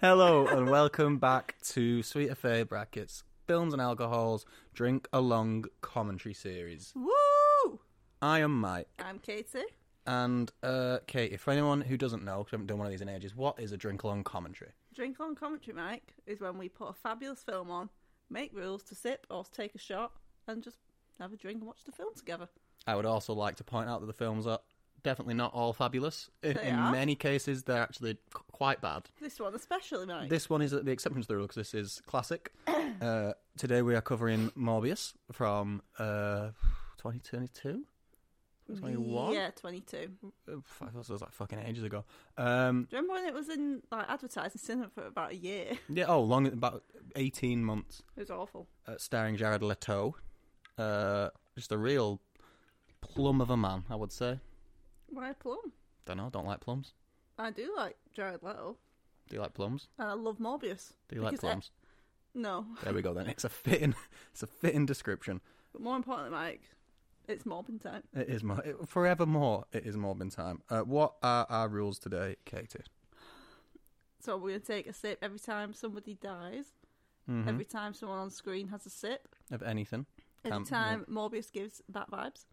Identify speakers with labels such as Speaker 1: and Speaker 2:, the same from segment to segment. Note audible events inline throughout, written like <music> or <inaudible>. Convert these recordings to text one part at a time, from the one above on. Speaker 1: Hello and welcome back to Sweet Affair Brackets, Films and Alcohols, Drink Along Commentary Series.
Speaker 2: Woo!
Speaker 1: I am Mike,
Speaker 2: I'm Katie.
Speaker 1: and uh, Katie, for anyone who doesn't know, 'cause I haven't done one of these in ages, what is a Drink Along Commentary?
Speaker 2: Drink on commentary, Mike, is when we put a fabulous film on, make rules to sip or to take a shot, and just have a drink and watch the film together.
Speaker 1: I would also like to point out that the films are definitely not all fabulous. In,
Speaker 2: They
Speaker 1: in
Speaker 2: are.
Speaker 1: many cases, they're actually qu- quite bad.
Speaker 2: This one especially, Mike.
Speaker 1: This one is uh, the exception to the rule because this is
Speaker 2: <coughs>
Speaker 1: classic. uh, today we are covering Morbius from uh, 2022? 21?
Speaker 2: Yeah, 22. Do you
Speaker 1: Uh, fuck, that was like fucking ages ago. Um,
Speaker 2: remember when it was in like advertising cinema for about a year? <laughs> It
Speaker 1: yeah, oh, long about eighteen months,
Speaker 2: was awful.
Speaker 1: uh, starring Jared Leto. Uh, just a real plum of a man, I would say.
Speaker 2: Why plum?
Speaker 1: Don't know, don't like plums.
Speaker 2: I do like Jared Leto,
Speaker 1: Do you like plums?
Speaker 2: and I love Morbius.
Speaker 1: Do you like
Speaker 2: Because, uh,
Speaker 1: plums?
Speaker 2: No,
Speaker 1: There we go. Then it's a fitting, it's a fitting description.
Speaker 2: but more importantly, Mike, it's mobbing time.
Speaker 1: It is more, it, forevermore. It is Morbin time. Uh, what are our rules today, Katie?
Speaker 2: So we're gonna take a sip every time somebody dies, every time someone on screen has a sip,
Speaker 1: Of anything?
Speaker 2: Every
Speaker 1: Um,
Speaker 2: time Morbius gives bat vibes.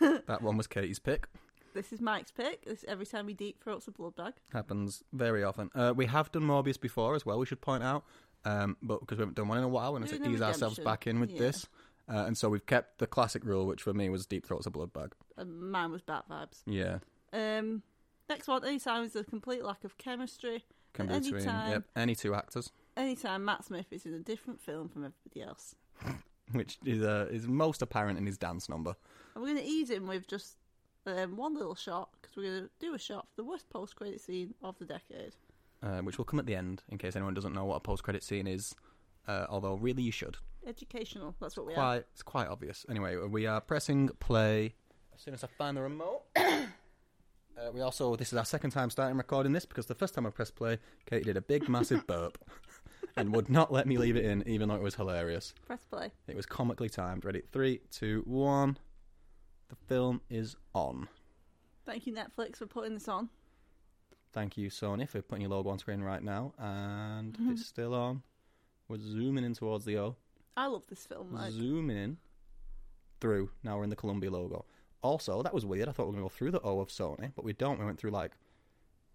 Speaker 1: That one was Katie's pick.
Speaker 2: This is Mike's pick. This every time he deep throats a blood bag.
Speaker 1: happens very often. Uh, we have done Morbius before as well. We should point out, um, but because we haven't done one in a while, we're going
Speaker 2: Doing
Speaker 1: to
Speaker 2: a
Speaker 1: ease ourselves
Speaker 2: redemption.
Speaker 1: back in with
Speaker 2: Yeah.
Speaker 1: this, uh, and so we've kept the classic rule, which for me was deep throats a blood bag.
Speaker 2: And mine was bat vibes.
Speaker 1: Yeah,
Speaker 2: Um, next one. Anytime is a complete lack of chemistry.
Speaker 1: can
Speaker 2: At
Speaker 1: be
Speaker 2: any
Speaker 1: between
Speaker 2: time.
Speaker 1: yep, any two actors,
Speaker 2: Anytime Matt Smith is in a different film from everybody else.
Speaker 1: which is uh, is most apparent in his dance number.
Speaker 2: And we're going to ease him with just um, one little shot because we're going to do a shot for the worst post credit scene of the decade.
Speaker 1: Uh, which will come at the end, in case anyone doesn't know what a post-credit scene is. Uh, although, really, you should.
Speaker 2: Educational. That's what we are.
Speaker 1: Quite, it's quite obvious. Anyway, we are pressing play. As soon as I find the remote. <coughs> Uh, we also, this is our second time starting recording this because the first time I pressed play, Katie did a big, massive <laughs> burp and would not let me leave it in, even though it was hilarious.
Speaker 2: Press play.
Speaker 1: It was comically timed. Ready? Three, two, one. The film is on.
Speaker 2: Thank you Netflix for putting this on.
Speaker 1: Thank you, Sony, for putting your logo on screen right now. And it's still on. We're zooming in towards the O.
Speaker 2: I love this film. Like,
Speaker 1: zoom in through. Now we're in the Columbia logo. Also, that was weird. I thought we were going to go through the O of Sony, but we don't. We went through like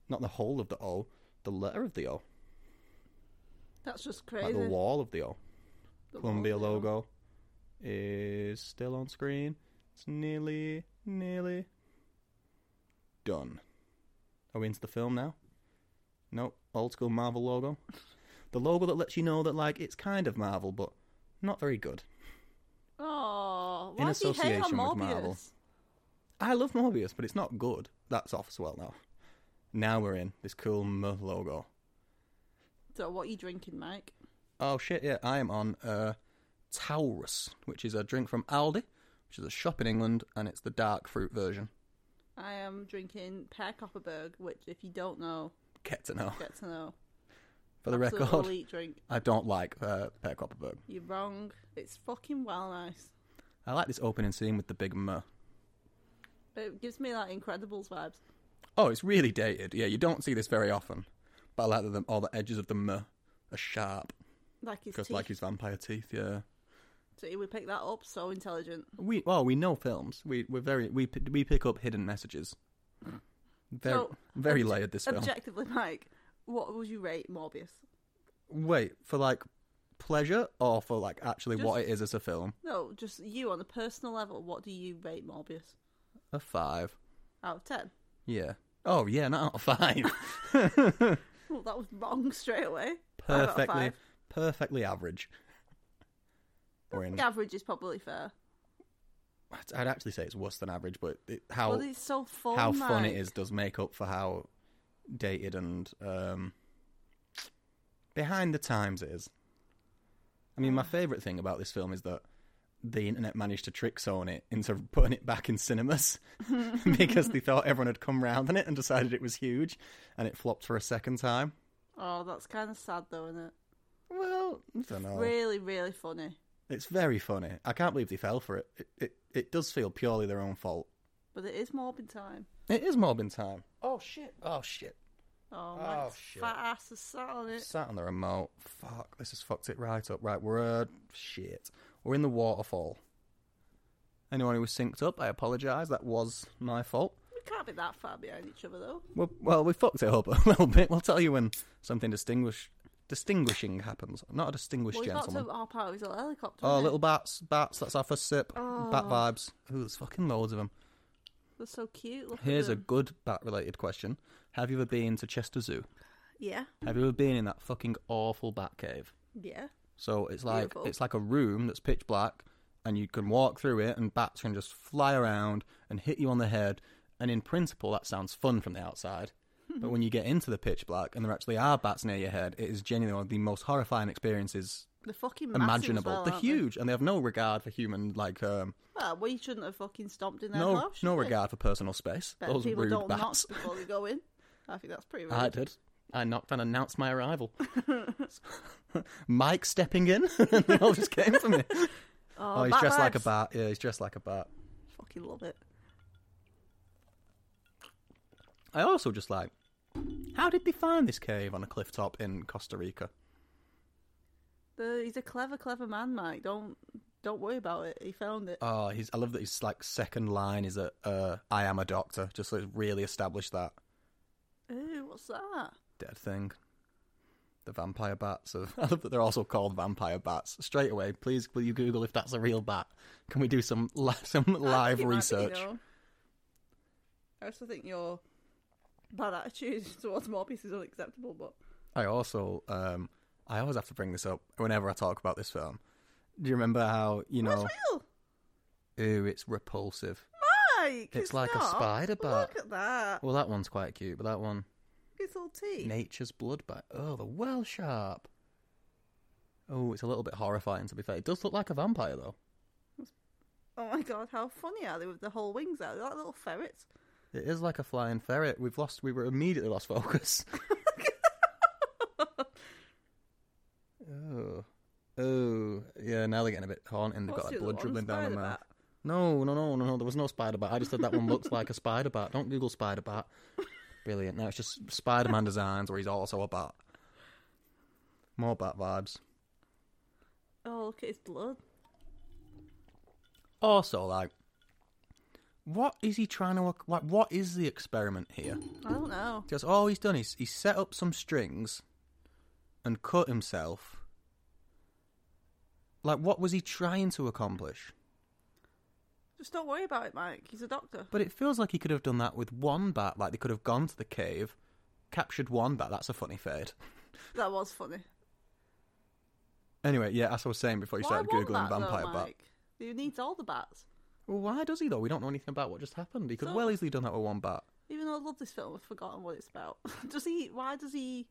Speaker 1: not the whole of the O, the letter of the O,
Speaker 2: that's just
Speaker 1: like
Speaker 2: crazy.
Speaker 1: the wall of the O.
Speaker 2: The
Speaker 1: Columbia
Speaker 2: wall, yeah.
Speaker 1: logo is still on screen. It's nearly, nearly done. Are we into the film now? Nope. Old school Marvel
Speaker 2: <laughs>
Speaker 1: logo. The logo that lets you know that like it's kind of Marvel, but not very good.
Speaker 2: Oh,
Speaker 1: In
Speaker 2: why do you
Speaker 1: association
Speaker 2: hate on
Speaker 1: with
Speaker 2: Morbius?
Speaker 1: Marvel. I love Morbius, but it's not good. That's off as well now. Now we're in this cool M logo.
Speaker 2: So, what are you drinking, Mike?
Speaker 1: Oh shit, yeah, I am on uh, Taurus, which is a drink from Aldi, which is a shop in England, and it's the dark fruit version.
Speaker 2: I am drinking Pear Copperberg, which, if you don't know,
Speaker 1: Get to know.
Speaker 2: get to know.
Speaker 1: For the
Speaker 2: Absolute
Speaker 1: record,
Speaker 2: elite drink.
Speaker 1: I don't like uh, Pear Copperberg.
Speaker 2: You're wrong. It's fucking well nice.
Speaker 1: I like this opening scene with the big M.
Speaker 2: It gives me like Incredibles vibes.
Speaker 1: Oh, it's really dated. Yeah, you don't see this very often. But I like that the, all the edges of the M are sharp,
Speaker 2: Like his
Speaker 1: because
Speaker 2: teeth.
Speaker 1: like his vampire teeth, yeah.
Speaker 2: So he would pick that up.
Speaker 1: <laughs>
Speaker 2: So intelligent.
Speaker 1: We well, we know films. We we're very we p- we pick up hidden messages. Very
Speaker 2: So,
Speaker 1: very
Speaker 2: obje-
Speaker 1: layered this film.
Speaker 2: Objectively, Mike, what would you rate Morbius?
Speaker 1: Wait for like pleasure or for like actually what
Speaker 2: Just-
Speaker 1: it is as a film?
Speaker 2: No, just you on a personal level. What do you rate Morbius
Speaker 1: A five.
Speaker 2: out of ten?
Speaker 1: Yeah. Oh yeah, not out of
Speaker 2: <laughs>
Speaker 1: five. <laughs>
Speaker 2: Well, that was wrong <laughs> straight away. Five out of
Speaker 1: perfectly
Speaker 2: five.
Speaker 1: perfectly average. We're in.
Speaker 2: Average is probably fair.
Speaker 1: I'd actually say it's worse than average, but it, how
Speaker 2: well, it's so fun.
Speaker 1: how fun it
Speaker 2: Mike.
Speaker 1: is does make up for how dated and um, behind the times it is. I mean, my favourite thing about this film is that the internet managed to trick Sony into putting it back in <laughs> cinemas because they thought everyone had come round on it and decided it was huge, and it flopped for a second time.
Speaker 2: Oh, that's kind of sad though, isn't it?
Speaker 1: Well, I don't know.
Speaker 2: Really, really funny.
Speaker 1: It's very funny. I can't believe they fell for it. It it, it does feel purely their own fault.
Speaker 2: But it is morbid time.
Speaker 1: It is mobbing time. Oh shit! Oh shit!
Speaker 2: Oh,
Speaker 3: Oh,
Speaker 2: my
Speaker 3: shit.
Speaker 2: fat ass has sat on it.
Speaker 1: Sat on the remote. Fuck, this has fucked it right up. Right, we're uh, shit. We're in the waterfall. Anyone who was synced up, I apologise. That was my fault.
Speaker 2: We can't be that far behind each other, though.
Speaker 1: Well, well, we fucked it up <laughs> a little bit. We'll tell you when something distinguish distinguishing happens. Not a distinguished
Speaker 2: Well, he's not
Speaker 1: gentleman.
Speaker 2: to our power, he's a little helicopter.
Speaker 1: Oh,
Speaker 2: isn't he?
Speaker 1: little bats, bats. That's our first sip. Bat
Speaker 2: Oh.
Speaker 1: vibes. Ooh, there's fucking loads of them.
Speaker 2: They're so cute. Look at
Speaker 1: Here's a
Speaker 2: them.
Speaker 1: good bat-related question: Have you ever been to Chester Zoo?
Speaker 2: Yeah,
Speaker 1: Have you ever been in that fucking awful bat cave?
Speaker 2: yeah.
Speaker 1: So it's like
Speaker 2: Beautiful.
Speaker 1: it's like a room that's pitch black, and you can walk through it, and bats can just fly around and hit you on the head. And in principle, that sounds fun from the outside,
Speaker 2: Hmm.
Speaker 1: but when you get into the pitch black and there actually are bats near your head, it is genuinely one of the most horrifying experiences
Speaker 2: They're fucking massive as
Speaker 1: imaginable.
Speaker 2: well,
Speaker 1: They're
Speaker 2: aren't they?
Speaker 1: huge, and they have no regard for human like um,
Speaker 2: Well, we shouldn't have fucking stomped in their
Speaker 1: no
Speaker 2: mouth, should
Speaker 1: no
Speaker 2: we?
Speaker 1: regard for personal space.
Speaker 2: Bet
Speaker 1: Those
Speaker 2: people
Speaker 1: rude
Speaker 2: don't
Speaker 1: bats.
Speaker 2: knock before they go in. I think that's pretty rude.
Speaker 1: I did. I knocked and announced my
Speaker 2: <laughs>
Speaker 1: arrival. <laughs> Mike stepping in, <laughs> and they all just came for
Speaker 2: <laughs>
Speaker 1: me.
Speaker 2: Oh,
Speaker 1: Oh, he's
Speaker 2: bat
Speaker 1: dressed like a
Speaker 2: vibes.
Speaker 1: bat. Yeah, he's dressed like a bat.
Speaker 2: Fucking love it.
Speaker 1: I also just like, how did they find this cave on a cliff top in Costa Rica?
Speaker 2: The, he's a clever, clever man, Mike. Don't don't worry about it. He found it.
Speaker 1: Oh, he's. I love that his like second line is a, uh, "I am a doctor." Just to really establish that
Speaker 2: Ooh, what's that?
Speaker 1: dead thing. The vampire bats. Of, <laughs> I love that they're also called vampire bats. Straight away, please will you Google if that's a real bat? Can we do some <laughs> li-
Speaker 2: <laughs>
Speaker 1: some
Speaker 2: I
Speaker 1: live
Speaker 2: think it might be,
Speaker 1: research?
Speaker 2: you know. I also think your bad attitude <laughs> towards Morbius is unacceptable, but
Speaker 1: I also, um, I always have to bring this up whenever I talk about this film. Do you remember how you know?
Speaker 2: that's real.
Speaker 1: Ooh, it's repulsive.
Speaker 2: Mike,
Speaker 1: It's like a
Speaker 2: not.
Speaker 1: spider
Speaker 2: Look
Speaker 1: bat.
Speaker 2: at that.
Speaker 1: Well, that one's quite cute, but that one.
Speaker 2: It's all teeth.
Speaker 1: Nature's blood by oh the well sharp. Oh, it's a little bit horrifying to be fair. It does look like a vampire though.
Speaker 2: Oh my god, how funny are they with the whole wings out? They're like little ferrets.
Speaker 1: It is like a flying ferret. We've lost. We were immediately lost
Speaker 2: <laughs>
Speaker 1: focus. oh, oh, yeah. Now they're getting a bit haunting. They've
Speaker 2: What's
Speaker 1: got
Speaker 2: the
Speaker 1: like
Speaker 2: other
Speaker 1: blood
Speaker 2: one?
Speaker 1: dribbling down the
Speaker 2: Spider
Speaker 1: mouth.
Speaker 2: bat?
Speaker 1: No, no, no, no, no. There was no spider bat. I just said that one looks like a spider bat. Don't Google spider bat. Brilliant. Now it's just Spider Man designs where he's also a bat. More bat vibes.
Speaker 2: Oh, look at his blood.
Speaker 1: Also, like, what is he trying to like? What is the experiment here?
Speaker 2: I don't know.
Speaker 1: Because all he's done is he set up some strings and cut himself. Like, what was he trying to accomplish?
Speaker 2: Just don't worry about it, Mike. He's a doctor.
Speaker 1: But it feels like he could have done that with one bat. Like, they could have gone to the cave, captured one bat. That's a funny fade.
Speaker 2: That was funny.
Speaker 1: Anyway, yeah, as I was saying before you
Speaker 2: Why
Speaker 1: started
Speaker 2: one
Speaker 1: googling
Speaker 2: bat,
Speaker 1: vampire
Speaker 2: though,
Speaker 1: bat.
Speaker 2: Mike? He needs all the bats.
Speaker 1: Well, why does he though? We don't know anything about what just happened. He could
Speaker 2: So-
Speaker 1: well easily done that with one bat.
Speaker 2: Even though I love this film, I've forgotten what it's about. <laughs> does he? Why does he?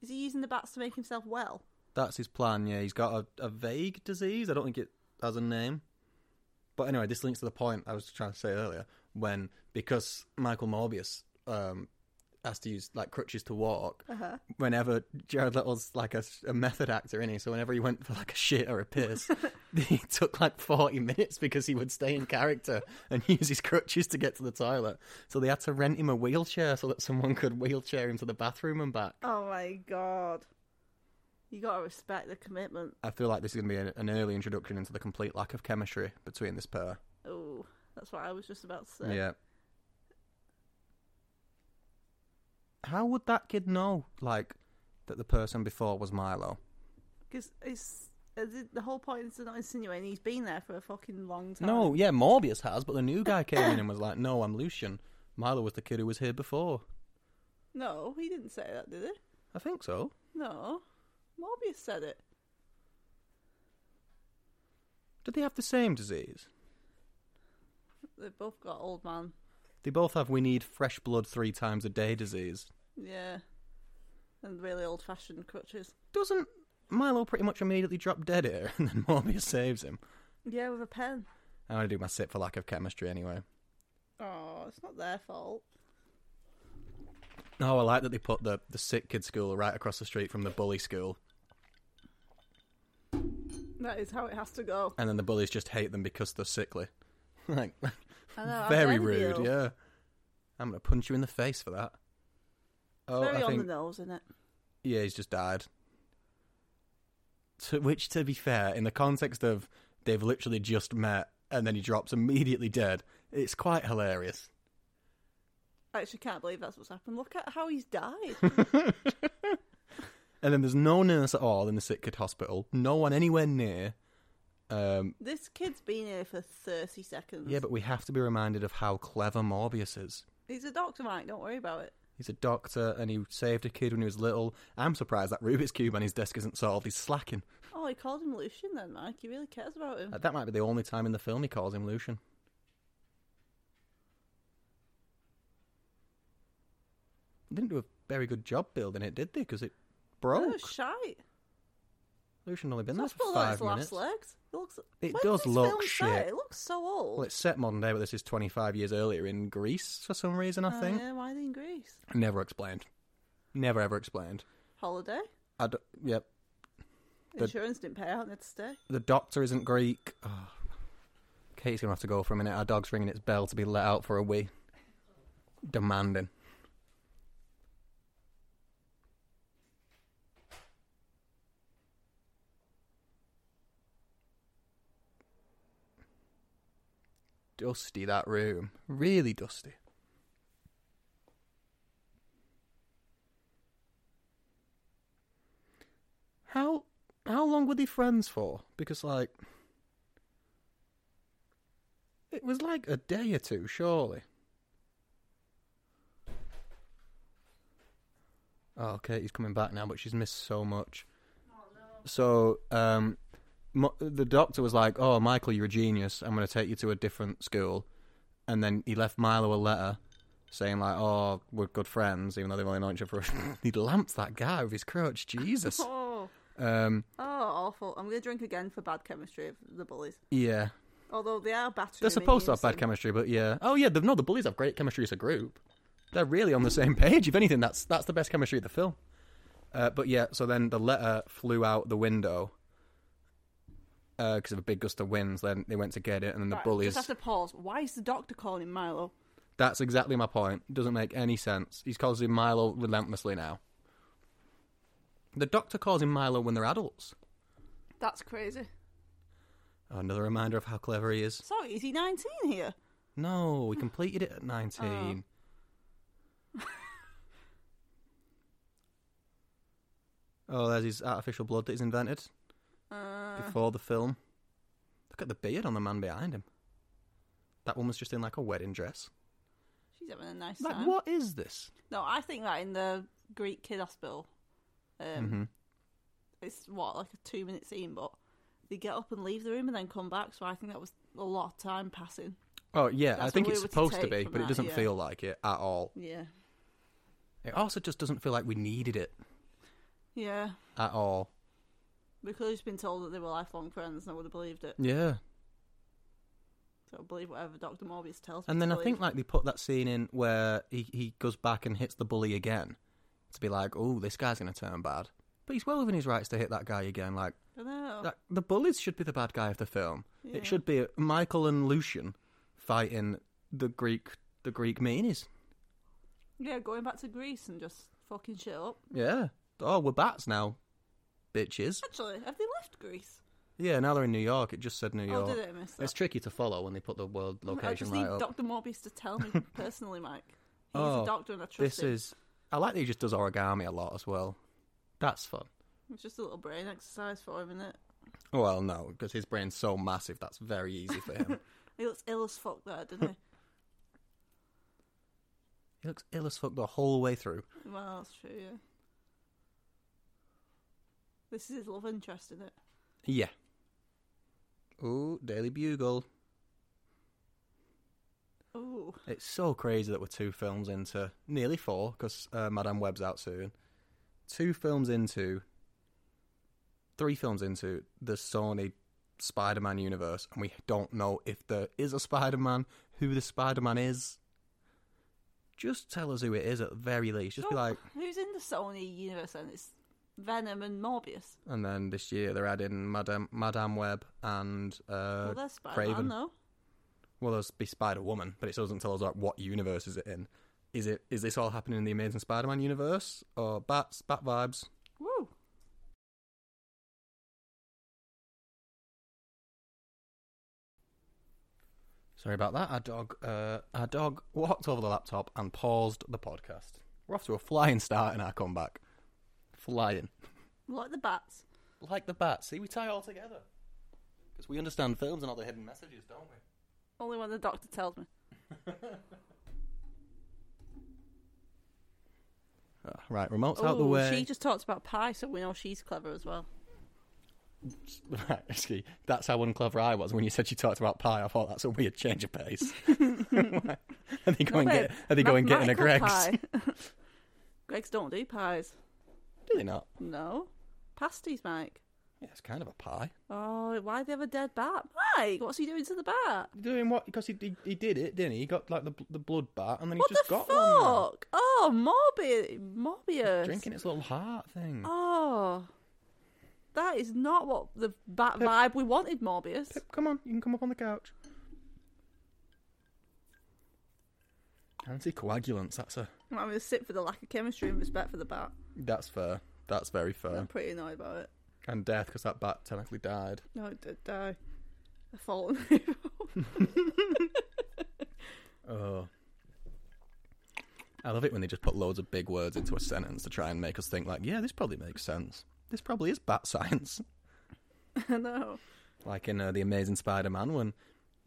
Speaker 2: Is he using the bats to make himself well?
Speaker 1: That's his plan. Yeah, he's got a, a vague disease. I don't think it has a name. But anyway, this links to the point I was trying to say earlier when because Michael Morbius um, has to use like crutches to walk. Whenever Jared Leto's like a, a method actor in so whenever he went for like a shit or a piss, he took like forty minutes because he would stay in character and <laughs> use his crutches to get to the toilet. So they had to rent him a wheelchair so that someone could wheelchair him to the bathroom and back.
Speaker 2: Oh my god! You gotta respect the commitment.
Speaker 1: I feel like this is going to be an, an early introduction into the complete lack of chemistry between this pair.
Speaker 2: Oh, that's what I was just about to say.
Speaker 1: Yeah. How would that kid know, like, that the person before was Milo?
Speaker 2: Because it's uh, the- the whole point is to not insinuating he's been there for a fucking long time.
Speaker 1: No, yeah, Morbius has, but the new guy came in and was like, no, I'm Lucian. Milo was the kid who was here before.
Speaker 2: no, he didn't say that, did he?
Speaker 1: I think so.
Speaker 2: No, Morbius said it.
Speaker 1: Did they have the same disease?
Speaker 2: They both got old man.
Speaker 1: They both have we need fresh blood three times a day disease.
Speaker 2: Yeah, and really old-fashioned crutches.
Speaker 1: Doesn't Milo pretty much immediately drop dead here <laughs> and then Morbius saves him?
Speaker 2: Yeah, with a pen.
Speaker 1: I'm going to do my sit for lack of chemistry anyway.
Speaker 2: Oh, it's not their fault.
Speaker 1: Oh, I like that they put the, the sick kid school right across the street from the bully school,
Speaker 2: That is how it has to go.
Speaker 1: and then the bullies just hate them because they're sickly. <laughs> like,
Speaker 2: I know, how
Speaker 1: very
Speaker 2: dare
Speaker 1: rude,
Speaker 2: you.
Speaker 1: yeah. I'm going to punch you in the face for that. Oh,
Speaker 2: Very
Speaker 1: I
Speaker 2: on
Speaker 1: think
Speaker 2: the nose, isn't it?
Speaker 1: yeah, he's just died. To, which, to be fair, in the context of they've literally just met and then he drops immediately dead, it's quite hilarious. <laughs>
Speaker 2: I actually can't believe that's what's happened. Look at how he's died. <laughs>
Speaker 1: And then there's no nurse at all in the sick kid hospital, no one anywhere near. Um,
Speaker 2: this kid's been here for 30 seconds.
Speaker 1: yeah, but we have to be reminded of how clever Morbius is.
Speaker 2: He's a doctor, Mike. Don't worry about it.
Speaker 1: He's a doctor and he saved a kid when he was little. I'm surprised that Rubik's Cube on his desk isn't solved. He's slacking.
Speaker 2: Oh, he called him Lucian then, Mike. He really cares about him.
Speaker 1: Uh, That might be the only time in the film he calls him Lucian. Didn't do a very good job building it, did they? Because it
Speaker 2: Oh,
Speaker 1: broke.
Speaker 2: shite.
Speaker 1: Lucian only been there
Speaker 2: That's
Speaker 1: for
Speaker 2: on
Speaker 1: five
Speaker 2: its last
Speaker 1: minutes.
Speaker 2: legs. It looks.
Speaker 1: It
Speaker 2: When
Speaker 1: does
Speaker 2: did this
Speaker 1: look
Speaker 2: film
Speaker 1: shit.
Speaker 2: set? It looks so old.
Speaker 1: Well, it's set modern day, but this is 25 years earlier in Greece for some reason, I
Speaker 2: Oh,
Speaker 1: think.
Speaker 2: yeah, why are they in Greece?
Speaker 1: Never explained. Never ever explained.
Speaker 2: Holiday.
Speaker 1: I d- yep. The-
Speaker 2: Insurance didn't pay out. They had to stay.
Speaker 1: The doctor isn't Greek. Oh. Kate's going to have to go for a minute. Our dog's ringing its bell to be let out for a wee. Demanding. Dusty, that room. Really dusty. How how long were they friends for? Because like it was like a day or two, surely. Oh, okay, he's coming back now, but she's missed so much. So, um, Mo- the doctor was like, "Oh, Michael, you're a genius. I'm going to take you to a different school." And then he left Milo a letter saying like, "Oh, we're good friends, even though they've only known each other." <laughs> for he lamps that guy with his crutch. Jesus.
Speaker 2: Oh,
Speaker 1: um,
Speaker 2: oh, awful. I'm gonna drink again for bad chemistry of the bullies.
Speaker 1: yeah.
Speaker 2: Although they are battering.
Speaker 1: They're
Speaker 2: him in
Speaker 1: supposed to have bad
Speaker 2: unison.
Speaker 1: chemistry, but yeah. Oh yeah, the, no, the bullies have great chemistry as a group. They're really on the same <laughs> page. If anything, that's that's the best chemistry of the film. Uh, but yeah, so then the letter flew out the window because of a big gust of winds. Then they went to get it, and then the
Speaker 2: Right,
Speaker 1: bullies.
Speaker 2: Just have to pause. Why is the doctor calling him Milo?
Speaker 1: That's exactly my point. Doesn't make any sense. He's calls him Milo relentlessly now. The doctor calls him Milo when they're adults.
Speaker 2: That's crazy.
Speaker 1: Oh, another reminder of how clever he is.
Speaker 2: Sorry, is he 19 here?
Speaker 1: No, we completed it at 19. <laughs> Oh. there's his artificial blood that he's invented
Speaker 2: Uh,
Speaker 1: before the film. Look at the beard on the man behind him. That woman's just in like a wedding dress.
Speaker 2: she's having a nice
Speaker 1: Like,
Speaker 2: time.
Speaker 1: what is this?
Speaker 2: No, I think that in the Greek kid hospital, um,
Speaker 1: Mm-hmm.
Speaker 2: it's what like a two minute scene, but they get up and leave the room and then come back. So I think that was a lot of time passing.
Speaker 1: Oh, yeah, I
Speaker 2: That's
Speaker 1: think
Speaker 2: what
Speaker 1: it's
Speaker 2: we were to
Speaker 1: supposed to,
Speaker 2: take
Speaker 1: be,
Speaker 2: from
Speaker 1: but it
Speaker 2: that,
Speaker 1: doesn't
Speaker 2: yeah.
Speaker 1: feel like it at all.
Speaker 2: Yeah,
Speaker 1: It also just doesn't feel like we needed it
Speaker 2: yeah.
Speaker 1: at all.
Speaker 2: We could have just been told that they were lifelong friends, and I would have believed it.
Speaker 1: Yeah.
Speaker 2: So believe whatever Doctor Morbius tells me.
Speaker 1: And
Speaker 2: to
Speaker 1: then I
Speaker 2: believe.
Speaker 1: think like they put that scene in where he, he goes back and hits the bully again to be like, oh, this guy's going to turn bad. But he's well within his rights to hit that guy again. Like,
Speaker 2: I know.
Speaker 1: that, the bullies should be the bad guy of the film.
Speaker 2: Oh. Yeah.
Speaker 1: It should be Michael and Lucian fighting the Greek the Greek meanies.
Speaker 2: Yeah, going back to Greece and just fucking shit up.
Speaker 1: Yeah. Oh, we're bats now, bitches.
Speaker 2: Actually, have they left Greece?
Speaker 1: Yeah, now they're in New York. It just said New
Speaker 2: Oh,
Speaker 1: York.
Speaker 2: did it miss that?
Speaker 1: It's tricky to follow when they put the world
Speaker 2: I
Speaker 1: location
Speaker 2: just
Speaker 1: right
Speaker 2: need
Speaker 1: up.
Speaker 2: Doctor Morbius to
Speaker 1: <laughs>
Speaker 2: tell me personally, Mike. He's
Speaker 1: Oh,
Speaker 2: a doctor, and I trust
Speaker 1: This
Speaker 2: him.
Speaker 1: is. I like that he just does origami a lot as well. That's fun.
Speaker 2: It's just a little brain exercise for him, isn't it?
Speaker 1: Well, no, because his brain's so massive, that's very easy for him.
Speaker 2: He looks ill as fuck there, didn't
Speaker 1: <laughs> he looks ill as fuck the whole way through.
Speaker 2: he? well, that's true, yeah. This is his love interest, isn't it?
Speaker 1: Yeah. Ooh, Daily Bugle.
Speaker 2: Oh,
Speaker 1: It's so crazy that we're two films into, nearly four, because uh, Madame Web's out soon. Two films into, three films into the Sony Spider Man universe, and we don't know if there is a Spider Man, who the Spider Man is. Just tell us who it is at the very least.
Speaker 2: Oh.
Speaker 1: Just be like,
Speaker 2: who's in the Sony universe then? It's Venom and Morbius.
Speaker 1: And then this year they're adding Madame Madame Web and uh,
Speaker 2: well, they're Spider-Man,
Speaker 1: Craven.
Speaker 2: though.
Speaker 1: Well, there's be Spider Woman, but it doesn't tell us like what universe is it in. is it is this all happening in the Amazing Spider-Man universe or bats bat vibes?
Speaker 2: Woo.
Speaker 1: Sorry about that. Our dog, uh, our dog walked over the laptop and paused the podcast. We're off to a flying start in our comeback. Flying
Speaker 2: Like the bats.
Speaker 1: like the bats. See, we tie it all together because we understand films and all the hidden messages, don't we?
Speaker 2: Only when the doctor tells me.
Speaker 1: Ah, right, remote's out the
Speaker 2: Ooh,
Speaker 1: way.
Speaker 2: She just talked about pie, so we know she's clever as well.
Speaker 1: <laughs> Right, actually, that's how unclever I was when you said she talked about pie. I thought that's a weird change of
Speaker 2: <laughs>
Speaker 1: pace. <laughs> are they going
Speaker 2: babe,
Speaker 1: get? Are they going getting a Greg's?
Speaker 2: Mathematical pie. <laughs> Greg's don't do pies.
Speaker 1: <laughs> Do they not?
Speaker 2: No. Pasties, Mike.
Speaker 1: Yeah, it's kind of a pie.
Speaker 2: Oh, why they have a dead bat? Mike, what's he doing to the bat?
Speaker 1: Doing what? Because he, he he did it, didn't he? He got like the the blood bat, and then he
Speaker 2: What
Speaker 1: just
Speaker 2: the
Speaker 1: got one.
Speaker 2: fuck? Oh,
Speaker 1: there.
Speaker 2: Morbi- Morbius.
Speaker 1: Drinking its little heart thing.
Speaker 2: Oh. That is not what the bat vibe we wanted, Morbius.
Speaker 1: Pip, come on, you can come up on the couch. Anticoagulants. That's a
Speaker 2: I'm having to sit for the lack of chemistry and respect for the bat.
Speaker 1: that's fair. That's very fair.
Speaker 2: I'm pretty annoyed about it.
Speaker 1: And death because that bat technically died.
Speaker 2: No, it did die. A fallen <laughs>
Speaker 1: Oh. I love it when they just put loads of big words into a sentence to try and make us think, like, yeah, this probably makes sense. This probably is bat science. <laughs>
Speaker 2: I know.
Speaker 1: Like in uh, The Amazing Spider Man, when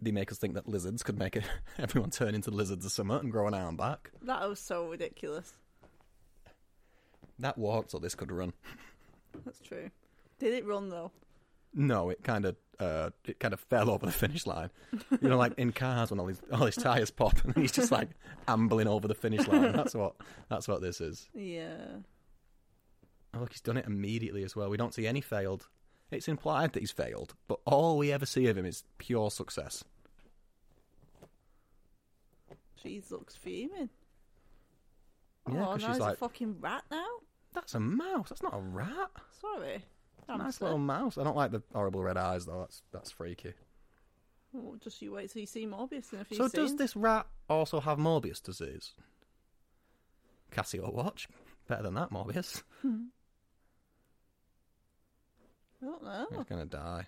Speaker 1: they make us think that lizards could make <laughs> it, everyone turn into lizards or something and grow an arm back.
Speaker 2: That was so ridiculous.
Speaker 1: That walked, so this could run.
Speaker 2: That's true. Did it run though?
Speaker 1: No, it kind of uh, it kind of fell over the <laughs> finish line. You know, like in cars when all these all his tires pop, and he's just like ambling over the finish line. That's what that's what this is.
Speaker 2: Yeah.
Speaker 1: Oh, look, he's done it immediately as well. We don't see any failed. It's implied that he's failed, but all we ever see of him is pure success.
Speaker 2: She looks fuming.
Speaker 1: Yeah,
Speaker 2: oh,
Speaker 1: 'cause
Speaker 2: now
Speaker 1: she's
Speaker 2: he's a
Speaker 1: like-
Speaker 2: fucking rat now?
Speaker 1: That's a mouse. That's not a rat.
Speaker 2: Sorry.
Speaker 1: It's a nice
Speaker 2: Hamster.
Speaker 1: little mouse. I don't like the horrible red eyes though. That's that's freaky.
Speaker 2: Well, just you wait till you see Morbius in a few
Speaker 1: So
Speaker 2: scenes.
Speaker 1: does this rat also have Morbius disease? Casio watch. Better than that, Morbius.
Speaker 2: I don't know.
Speaker 1: He's gonna die.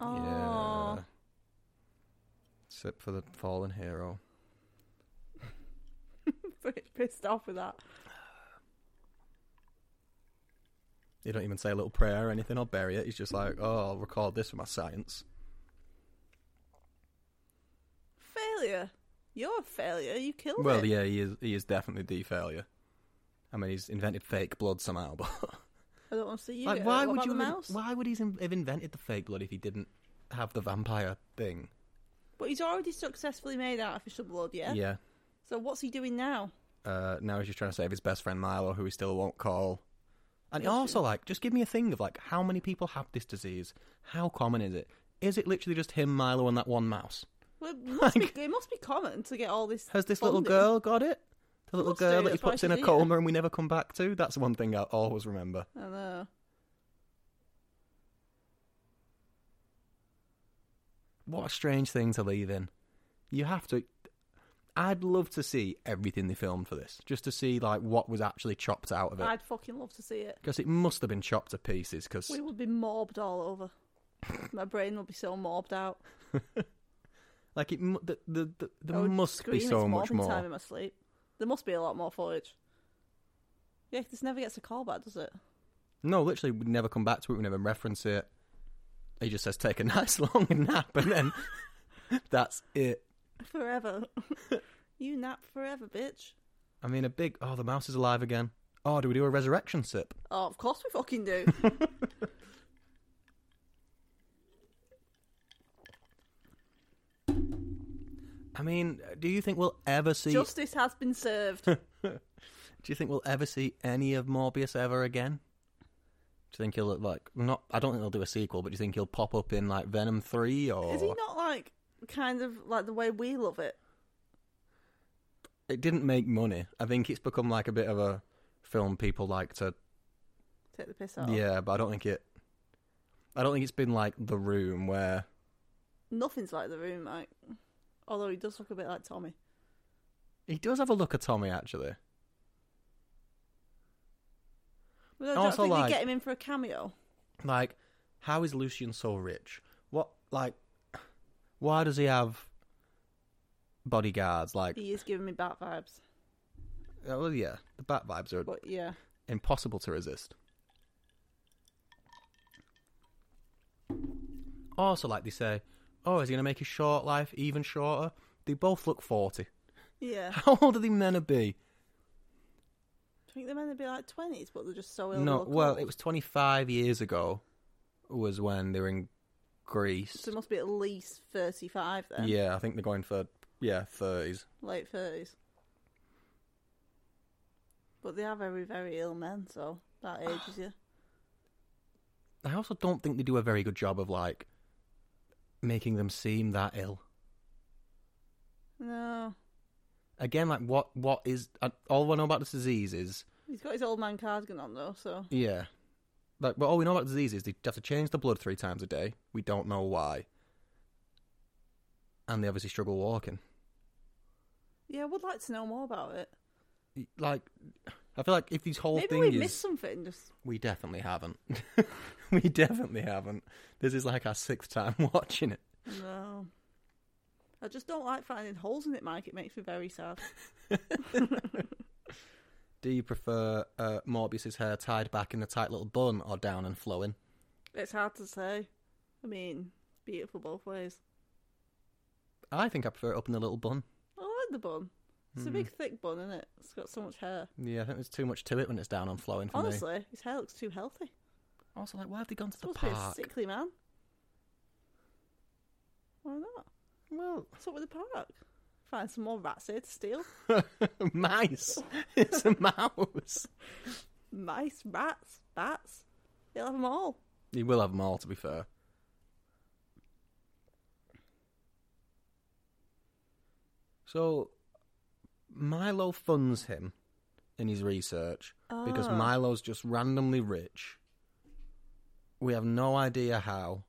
Speaker 2: Oh. <laughs>
Speaker 1: Yeah. Except for the fallen hero.
Speaker 2: Pissed off with that.
Speaker 1: You don't even say a little prayer or anything or bury it. He's just like, oh, I'll record this for my science.
Speaker 2: Failure. You're a failure. You killed
Speaker 1: Well,
Speaker 2: it.
Speaker 1: yeah, he is. He is definitely the failure. I mean, he's invented fake blood somehow,
Speaker 2: <laughs>
Speaker 1: but
Speaker 2: I don't want to see you.
Speaker 1: like,
Speaker 2: get
Speaker 1: why
Speaker 2: it. What
Speaker 1: would
Speaker 2: about
Speaker 1: you?
Speaker 2: the
Speaker 1: have-
Speaker 2: mouse?
Speaker 1: Why would he have invented the fake blood if he didn't have the vampire thing?
Speaker 2: But he's already successfully made artificial blood, yeah?
Speaker 1: yeah.
Speaker 2: So what's he doing now?
Speaker 1: Uh, now he's just trying to save his best friend Milo, who he still won't call. And
Speaker 2: Gotcha.
Speaker 1: also, like, just give me a thing of like how many people have this disease? How common is it? Is it literally just him, Milo, and that one mouse?
Speaker 2: Well,
Speaker 1: <laughs>
Speaker 2: it, must be, it must be common to get all this.
Speaker 1: Has this little
Speaker 2: bonding.
Speaker 1: girl got it? The little
Speaker 2: must do,
Speaker 1: girl that he
Speaker 2: that's why
Speaker 1: puts in a
Speaker 2: she's here.
Speaker 1: coma and we never come back to? That's one thing I always remember.
Speaker 2: I know.
Speaker 1: What a strange thing to leave in. You have to. I'd love to see everything they filmed for this, just to see like what was actually chopped out of it,
Speaker 2: I'd fucking love to see it.
Speaker 1: because it must have been chopped to pieces. Because
Speaker 2: We would be morbed all over. My brain will be so morbed out.
Speaker 1: like it, mu- the, the, the, there
Speaker 2: I would
Speaker 1: must be
Speaker 2: scream, Oh, it's
Speaker 1: so much
Speaker 2: morbing
Speaker 1: more.
Speaker 2: time in my sleep. There must be a lot more footage. Yeah, 'cause this never gets a call back, does it? <laughs>
Speaker 1: No, literally, we never come back to it. We never reference it. He just says, "Take a <laughs> nice long nap," and then <laughs> that's it.
Speaker 2: Forever. <laughs> you nap forever, bitch.
Speaker 1: I mean, a big. Oh, the mouse is alive again. Oh, do we do a resurrection sip?
Speaker 2: Oh, of course we fucking do.
Speaker 1: I mean, <laughs> do you think we'll ever see?
Speaker 2: Justice has been served.
Speaker 1: Do you think we'll ever see any of Morbius ever again? Do you think he'll look like not? I don't think they'll do a sequel, but do you think he'll pop up in like Venom three or?
Speaker 2: Is he not like kind of like the way we love it?
Speaker 1: It didn't make money. I think it's become like a bit of a film people like to.
Speaker 2: Take the piss out. of?
Speaker 1: Yeah, but I don't think it. I don't think it's been like The Room where
Speaker 2: Nothing's like the room, Mike. Although he does look a bit like Tommy.
Speaker 1: He does have a look at Tommy actually.
Speaker 2: But I don't
Speaker 1: Also,
Speaker 2: think
Speaker 1: like-
Speaker 2: they get him in for a cameo.
Speaker 1: Like, how is Lucian so rich? What like why does he have bodyguards? Like
Speaker 2: He is giving me bat vibes.
Speaker 1: oh yeah, the bat vibes are
Speaker 2: But yeah.
Speaker 1: impossible to resist. Also, like they say, oh, is he going to make his short life even shorter? They both look 40.
Speaker 2: Yeah. I
Speaker 1: <laughs> How old are they meant to be?
Speaker 2: think they're meant to be like 20s, but they're just so ill.
Speaker 1: No, well, it was 25 years ago was when they were in Greece.
Speaker 2: So it must be at least 35 then.
Speaker 1: Yeah, I think they're going for, yeah, 30s.
Speaker 2: Late 30s. But they are very, very ill men, so
Speaker 1: <sighs>
Speaker 2: that ages you.
Speaker 1: I also don't think they do a very good job of, like, making them seem that ill.
Speaker 2: No.
Speaker 1: Again, like, what, what is, I- all I know about this disease is
Speaker 2: He's got his old man cardigan on, though, so.
Speaker 1: Yeah. Like, but all we know about disease is they have to change the blood three times a day. We don't know why. And they obviously struggle walking.
Speaker 2: Yeah, I would like to know more about it.
Speaker 1: Like, I feel like if these whole
Speaker 2: Maybe
Speaker 1: thing
Speaker 2: we
Speaker 1: is.
Speaker 2: missed something. Just
Speaker 1: We definitely haven't. <laughs> we definitely haven't. This is like our sixth time <laughs> watching it.
Speaker 2: no. I just don't like finding holes in it, Mike. It makes me
Speaker 1: <laughs>
Speaker 2: very sad. <laughs>
Speaker 1: Do you prefer uh, Morbius's hair tied back in a tight little bun or down and flowing?
Speaker 2: It's hard to say. I mean, beautiful both ways.
Speaker 1: I think I prefer it up in a little bun.
Speaker 2: I like the bun. It's
Speaker 1: Hmm.
Speaker 2: a big, thick bun, isn't it? It's got so much hair.
Speaker 1: Yeah, I think there's too much to it when it's down and flowing for me.
Speaker 2: Honestly, his hair looks too healthy.
Speaker 1: Also, like, why have they gone to the
Speaker 2: supposed to be a
Speaker 1: park?
Speaker 2: sickly man. Why not?
Speaker 1: Well,
Speaker 2: What's up with the park? Find some more rats here to steal.
Speaker 1: <laughs> mice. It's a mouse.
Speaker 2: Mice, rats, bats. He'll have them all.
Speaker 1: You will have them all, to be fair. So, Milo funds him in his research because
Speaker 2: Ah.
Speaker 1: Milo's just randomly rich. We have no idea how.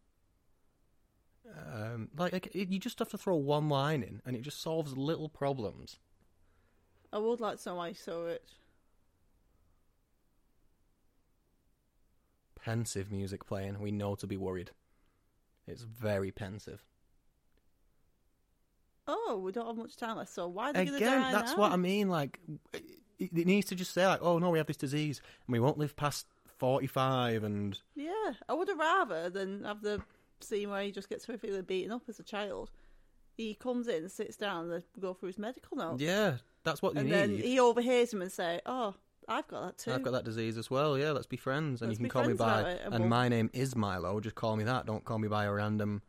Speaker 1: Um, like, like it, you just have to throw one line in, and it just solves little problems.
Speaker 2: I would like to know why he's so rich.
Speaker 1: pensive music playing. We know to be worried. It's very pensive.
Speaker 2: Oh, we don't have much time left, so why are they going to die
Speaker 1: Again, that's
Speaker 2: now?
Speaker 1: what I mean. Like, it, it needs to just say like, "Oh no, we have this disease, and we won't live past forty-five, and
Speaker 2: Yeah, I would have rather than have the scene where he just gets horrifically beaten up as a child. He comes in, sits down, they go through his medical note,
Speaker 1: yeah, that's what you
Speaker 2: Oh. and
Speaker 1: need."
Speaker 2: then he overhears him and say, "Oh, I've got that too."
Speaker 1: I've got that disease as well. Yeah, let's be friends, and
Speaker 2: Let's
Speaker 1: you can
Speaker 2: be
Speaker 1: call me
Speaker 2: friends about
Speaker 1: by.
Speaker 2: it, and
Speaker 1: And
Speaker 2: we'll-
Speaker 1: my name is Milo. Just call me that. Don't call me by a random.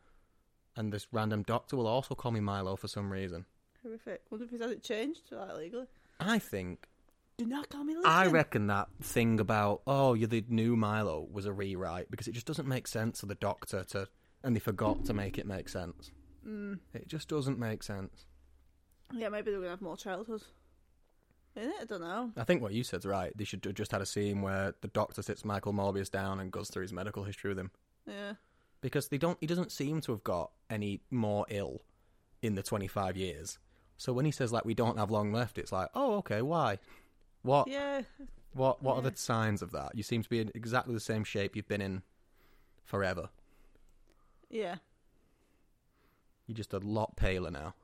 Speaker 1: And this random doctor will also call me Milo for some reason.
Speaker 2: Horrific. Wonder if he's had it changed to that legally.
Speaker 1: I think
Speaker 2: Do not call me.
Speaker 1: I
Speaker 2: Lucian.
Speaker 1: reckon that thing about oh you're the new Milo was a rewrite because it just doesn't make sense for the Doctor to and they forgot to make it make sense. Mm. It just doesn't make sense.
Speaker 2: Yeah, maybe they're gonna have more childhood. In it, I don't know.
Speaker 1: I think what you said's right. They should have just had a scene where the Doctor sits Michael Morbius down and goes through his medical history with him
Speaker 2: Yeah,
Speaker 1: because they don't. He doesn't seem to have got any more ill in the 25 years. So when he says like we don't have long left, it's like oh okay why. What
Speaker 2: yeah.
Speaker 1: what what are
Speaker 2: Yeah.
Speaker 1: the signs of that? You seem to be in exactly the same shape you've been in forever.
Speaker 2: Yeah,
Speaker 1: You're just a lot paler now.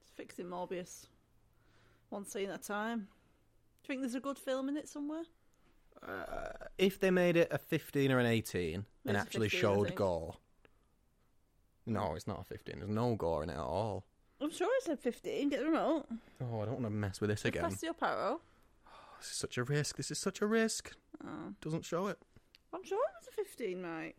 Speaker 2: it's fixing Morbius. One scene at a time. Do you think there's a good film in it somewhere?
Speaker 1: Uh, If they made it a 15 or an 18 and
Speaker 2: It's a
Speaker 1: actually
Speaker 2: 15, I
Speaker 1: showed
Speaker 2: think.
Speaker 1: gore. No, it's not a 15. There's no gore in it at all.
Speaker 2: I'm sure it said 15. Get the remote.
Speaker 1: Oh, I don't want to mess with this again.
Speaker 2: Press the up arrow.
Speaker 1: This is such a risk. This is such a risk.
Speaker 2: Oh.
Speaker 1: Doesn't show it. <laughs>
Speaker 2: I'm sure it was a 15, Mike.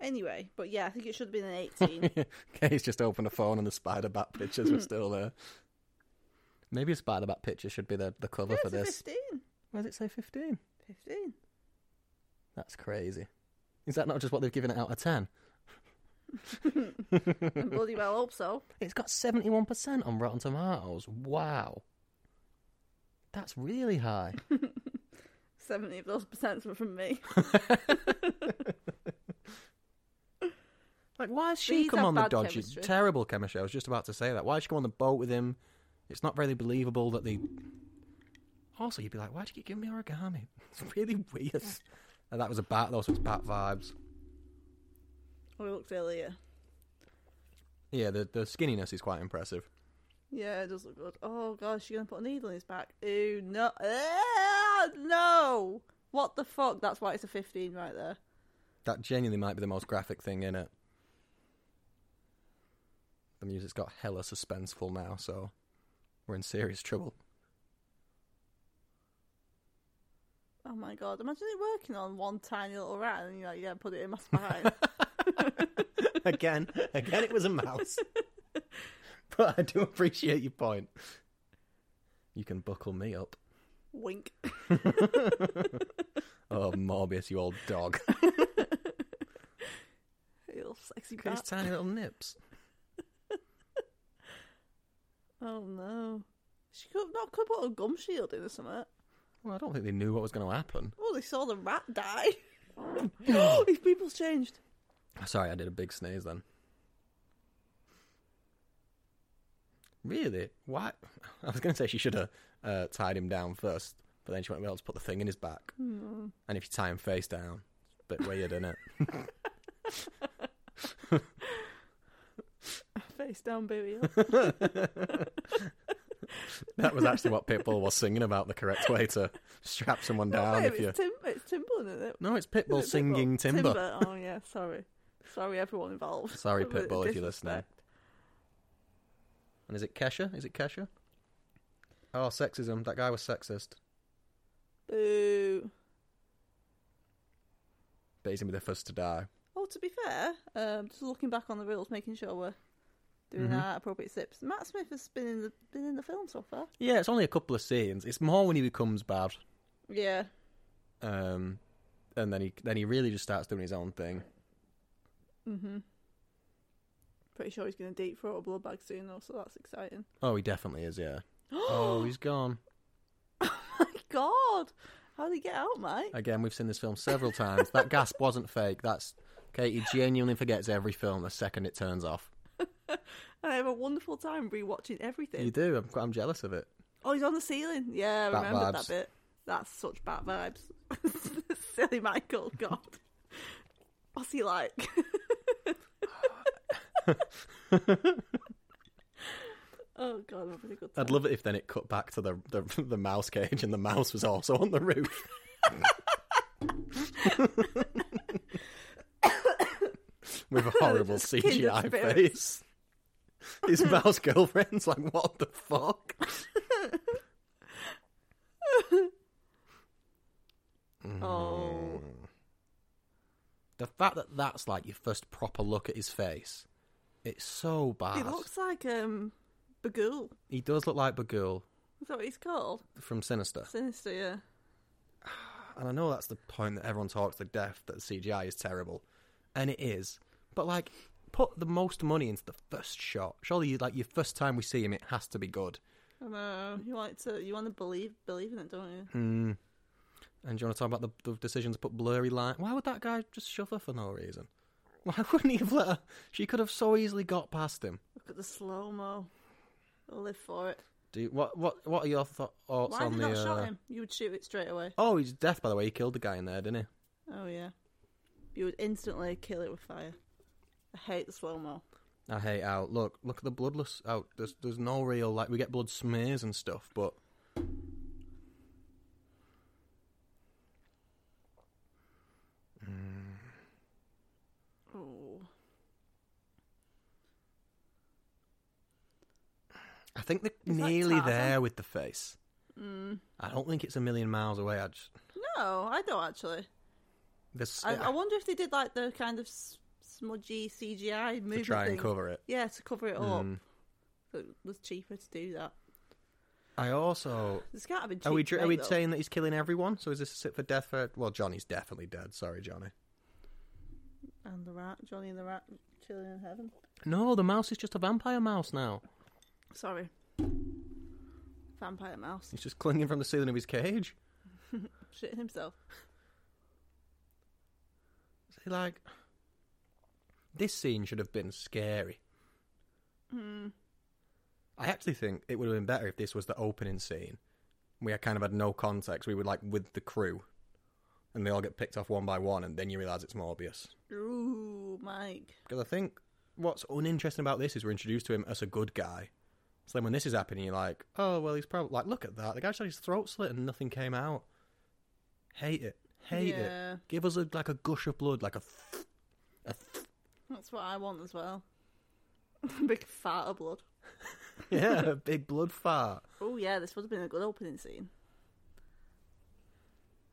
Speaker 2: Anyway, but yeah, I think it should have been an
Speaker 1: <laughs>
Speaker 2: 18.
Speaker 1: Kay's just opened a phone and the spider bat pictures were still there. Maybe a spider bat picture should be the, the cover
Speaker 2: yeah,
Speaker 1: for
Speaker 2: it's a
Speaker 1: this.
Speaker 2: 15.
Speaker 1: Why does it say 15?
Speaker 2: 15.
Speaker 1: That's crazy. Is that not just what they've given it out of 10? <laughs>
Speaker 2: And bloody well hope so.
Speaker 1: It's got 71% on Rotten Tomatoes. Wow. That's really high.
Speaker 2: 70 of those percents were from me.
Speaker 1: Like, why has
Speaker 2: These
Speaker 1: she
Speaker 2: have
Speaker 1: come on the
Speaker 2: bad
Speaker 1: dodgy,
Speaker 2: chemistry.
Speaker 1: terrible chemistry? I was just about to say that. Why did she come on the boat with him? It's not very believable that they. Also, you'd be like, why would you keep giving me origami? <laughs> It's really <laughs> weird. And that was a bat, though, so it's bat vibes.
Speaker 2: We looked earlier.
Speaker 1: Yeah, the, the skinniness is quite impressive.
Speaker 2: Yeah, it does look good. Oh god, she's gonna put a needle in his back. Ooh no, Ah, no! What the fuck? That's why it's a fifteen right there.
Speaker 1: That genuinely might be the most graphic thing in it. The music's got hella suspenseful now, so we're in serious trouble.
Speaker 2: Oh my god! Imagine it working on one tiny little rat, and you're like, yeah, put it in my <laughs> spine.
Speaker 1: <laughs> again, again, it was a mouse. <laughs> but I do appreciate your point. You can buckle me up. <laughs>
Speaker 2: Wink.
Speaker 1: Oh, Morbius, you old dog.
Speaker 2: <laughs> Little sexy
Speaker 1: Look at his
Speaker 2: bat.
Speaker 1: tiny little nips.
Speaker 2: Oh no. She could not could put a gum shield in or something.
Speaker 1: Well, I don't think they knew what was going to happen.
Speaker 2: Oh, they saw the rat die. <gasps> His people's changed.
Speaker 1: Sorry, I did a big sneeze then. Really? Why? <laughs> I was going to say she should have uh, tied him down first, but then she won't be able to put the thing in his back.
Speaker 2: Hmm.
Speaker 1: And if you tie him face down, it's a bit weird, isn't it? <laughs>
Speaker 2: <laughs> Face down, booty. up.
Speaker 1: That was actually what Pitbull was singing about the correct way to strap someone down
Speaker 2: Wait,
Speaker 1: if you.
Speaker 2: it's, Tim- it's Timberland, isn't it?
Speaker 1: No, it's Pitbull
Speaker 2: Is it
Speaker 1: singing
Speaker 2: Pitbull?
Speaker 1: Timber.
Speaker 2: Oh yeah, sorry, sorry everyone
Speaker 1: <laughs>
Speaker 2: involved.
Speaker 1: Sorry,
Speaker 2: For the
Speaker 1: Pitbull, if you're listening.
Speaker 2: disrespect.
Speaker 1: And is it Kesha? Is it Kesha? Oh, sexism. That guy was sexist.
Speaker 2: Boo.
Speaker 1: But he's going to be the first to die.
Speaker 2: Oh, to be fair, um, just looking back on the rules, making sure we're doing
Speaker 1: Mm-hmm.
Speaker 2: our appropriate sips. Matt Smith has been in the been in the film so far.
Speaker 1: Yeah, it's only a couple of scenes. It's more when he becomes bad.
Speaker 2: Yeah,
Speaker 1: Um, and then he then he really just starts doing his own thing.
Speaker 2: Mm-hmm. pretty sure he's going to deep throat a blood bag soon though, so that's exciting.
Speaker 1: Oh, he definitely is, yeah. oh, he's gone.
Speaker 2: My God, how did he get out, Mike?
Speaker 1: Again, we've seen this film several times. That gasp wasn't fake. That's Katie genuinely forgets every film the second it turns off.
Speaker 2: I have a wonderful time rewatching everything.
Speaker 1: You do. I'm, I'm jealous of it.
Speaker 2: Oh, he's on the ceiling. Yeah, I
Speaker 1: Bat
Speaker 2: remembered
Speaker 1: vibes.
Speaker 2: that bit. That's such bad vibes. <laughs> Silly Michael, God. What's
Speaker 1: <laughs>
Speaker 2: he like? oh, God, I'm having a good time.
Speaker 1: I'd love it if then it cut back to the the, <laughs> the mouse cage and the mouse was also on the roof. <laughs>
Speaker 2: <laughs>
Speaker 1: With a horrible
Speaker 2: Just kindred
Speaker 1: CGI
Speaker 2: spirits.
Speaker 1: face.
Speaker 2: <laughs>
Speaker 1: His mouse girlfriend's like, what the fuck?
Speaker 2: Oh,
Speaker 1: The fact that that's like your first proper look at his face, it's so
Speaker 2: he
Speaker 1: bad.
Speaker 2: looks like um, Bagul.
Speaker 1: He does look like Bagul
Speaker 2: Is that what he's called?
Speaker 1: from Sinister.
Speaker 2: Sinister, yeah.
Speaker 1: and I know that's the point that everyone talks the death that the CGI is terrible, and it is. But like, put the most money into the first shot. Surely, like your first time we see him, it has to be good.
Speaker 2: I know. You want to, you want to believe, believe in it, don't you?
Speaker 1: And do you want to talk about the, the decision to put blurry line? Why would that guy just shove her for no reason? <laughs> Why wouldn't he have let her? She could have so easily got past him.
Speaker 2: Look at the slow mo. I'll live for it.
Speaker 1: Do you, what? What? What are your tho- thoughts
Speaker 2: Why
Speaker 1: on
Speaker 2: did
Speaker 1: the?
Speaker 2: not shot
Speaker 1: uh,
Speaker 2: him? You would shoot it straight away.
Speaker 1: Oh, he's deaf. By the way, he killed the guy in there, didn't he?
Speaker 2: Oh yeah, you would instantly kill it with fire. I hate the slow mo.
Speaker 1: I hate out. Look, look at the bloodless out. There's there's no real like we get blood smears and stuff, but
Speaker 2: Oh,
Speaker 1: I think they're
Speaker 2: Is that
Speaker 1: nearly
Speaker 2: Tarzan? Mm.
Speaker 1: there with the face. I don't think it's a million miles away. I just
Speaker 2: no, I don't actually.
Speaker 1: there's
Speaker 2: I, I wonder if they did like the kind of s- smudgy CGI movie
Speaker 1: to try and
Speaker 2: thing.
Speaker 1: cover Mm. it.
Speaker 2: Yeah, to cover it up. But it was cheaper to do that.
Speaker 1: I also
Speaker 2: It's got to be.
Speaker 1: are we
Speaker 2: cheap to
Speaker 1: dr- are we
Speaker 2: make, though.
Speaker 1: saying that he's killing everyone? So is this a sit for death for? Well, Johnny's definitely dead. Sorry, Johnny.
Speaker 2: And the rat, Johnny and the rat, chilling in heaven.
Speaker 1: No, the mouse is just a vampire mouse now.
Speaker 2: Sorry, vampire mouse
Speaker 1: He's just clinging from the ceiling of his cage.
Speaker 2: shitting himself.
Speaker 1: Is he like? This scene should have been scary.
Speaker 2: Hmm.
Speaker 1: I actually think it would have been better if this was the opening scene. We had kind of had no context. We were like with the crew, and they all get picked off one by one, and then you realise it's Morbius.
Speaker 2: Ooh, Mike.
Speaker 1: Because I think what's uninteresting about this is we're introduced to him as a good guy. So then when this is happening, you're like, oh, well, he's probably like, look at that. The guy just had his throat slit and nothing came out. Hate it. Hate
Speaker 2: Yeah.
Speaker 1: it. Give us a, like a gush of blood, like a. a <laughs>
Speaker 2: That's what I want as well. <laughs> Big fart of blood.
Speaker 1: yeah, <laughs> a big blood fart.
Speaker 2: Oh yeah, this would have been a good opening scene.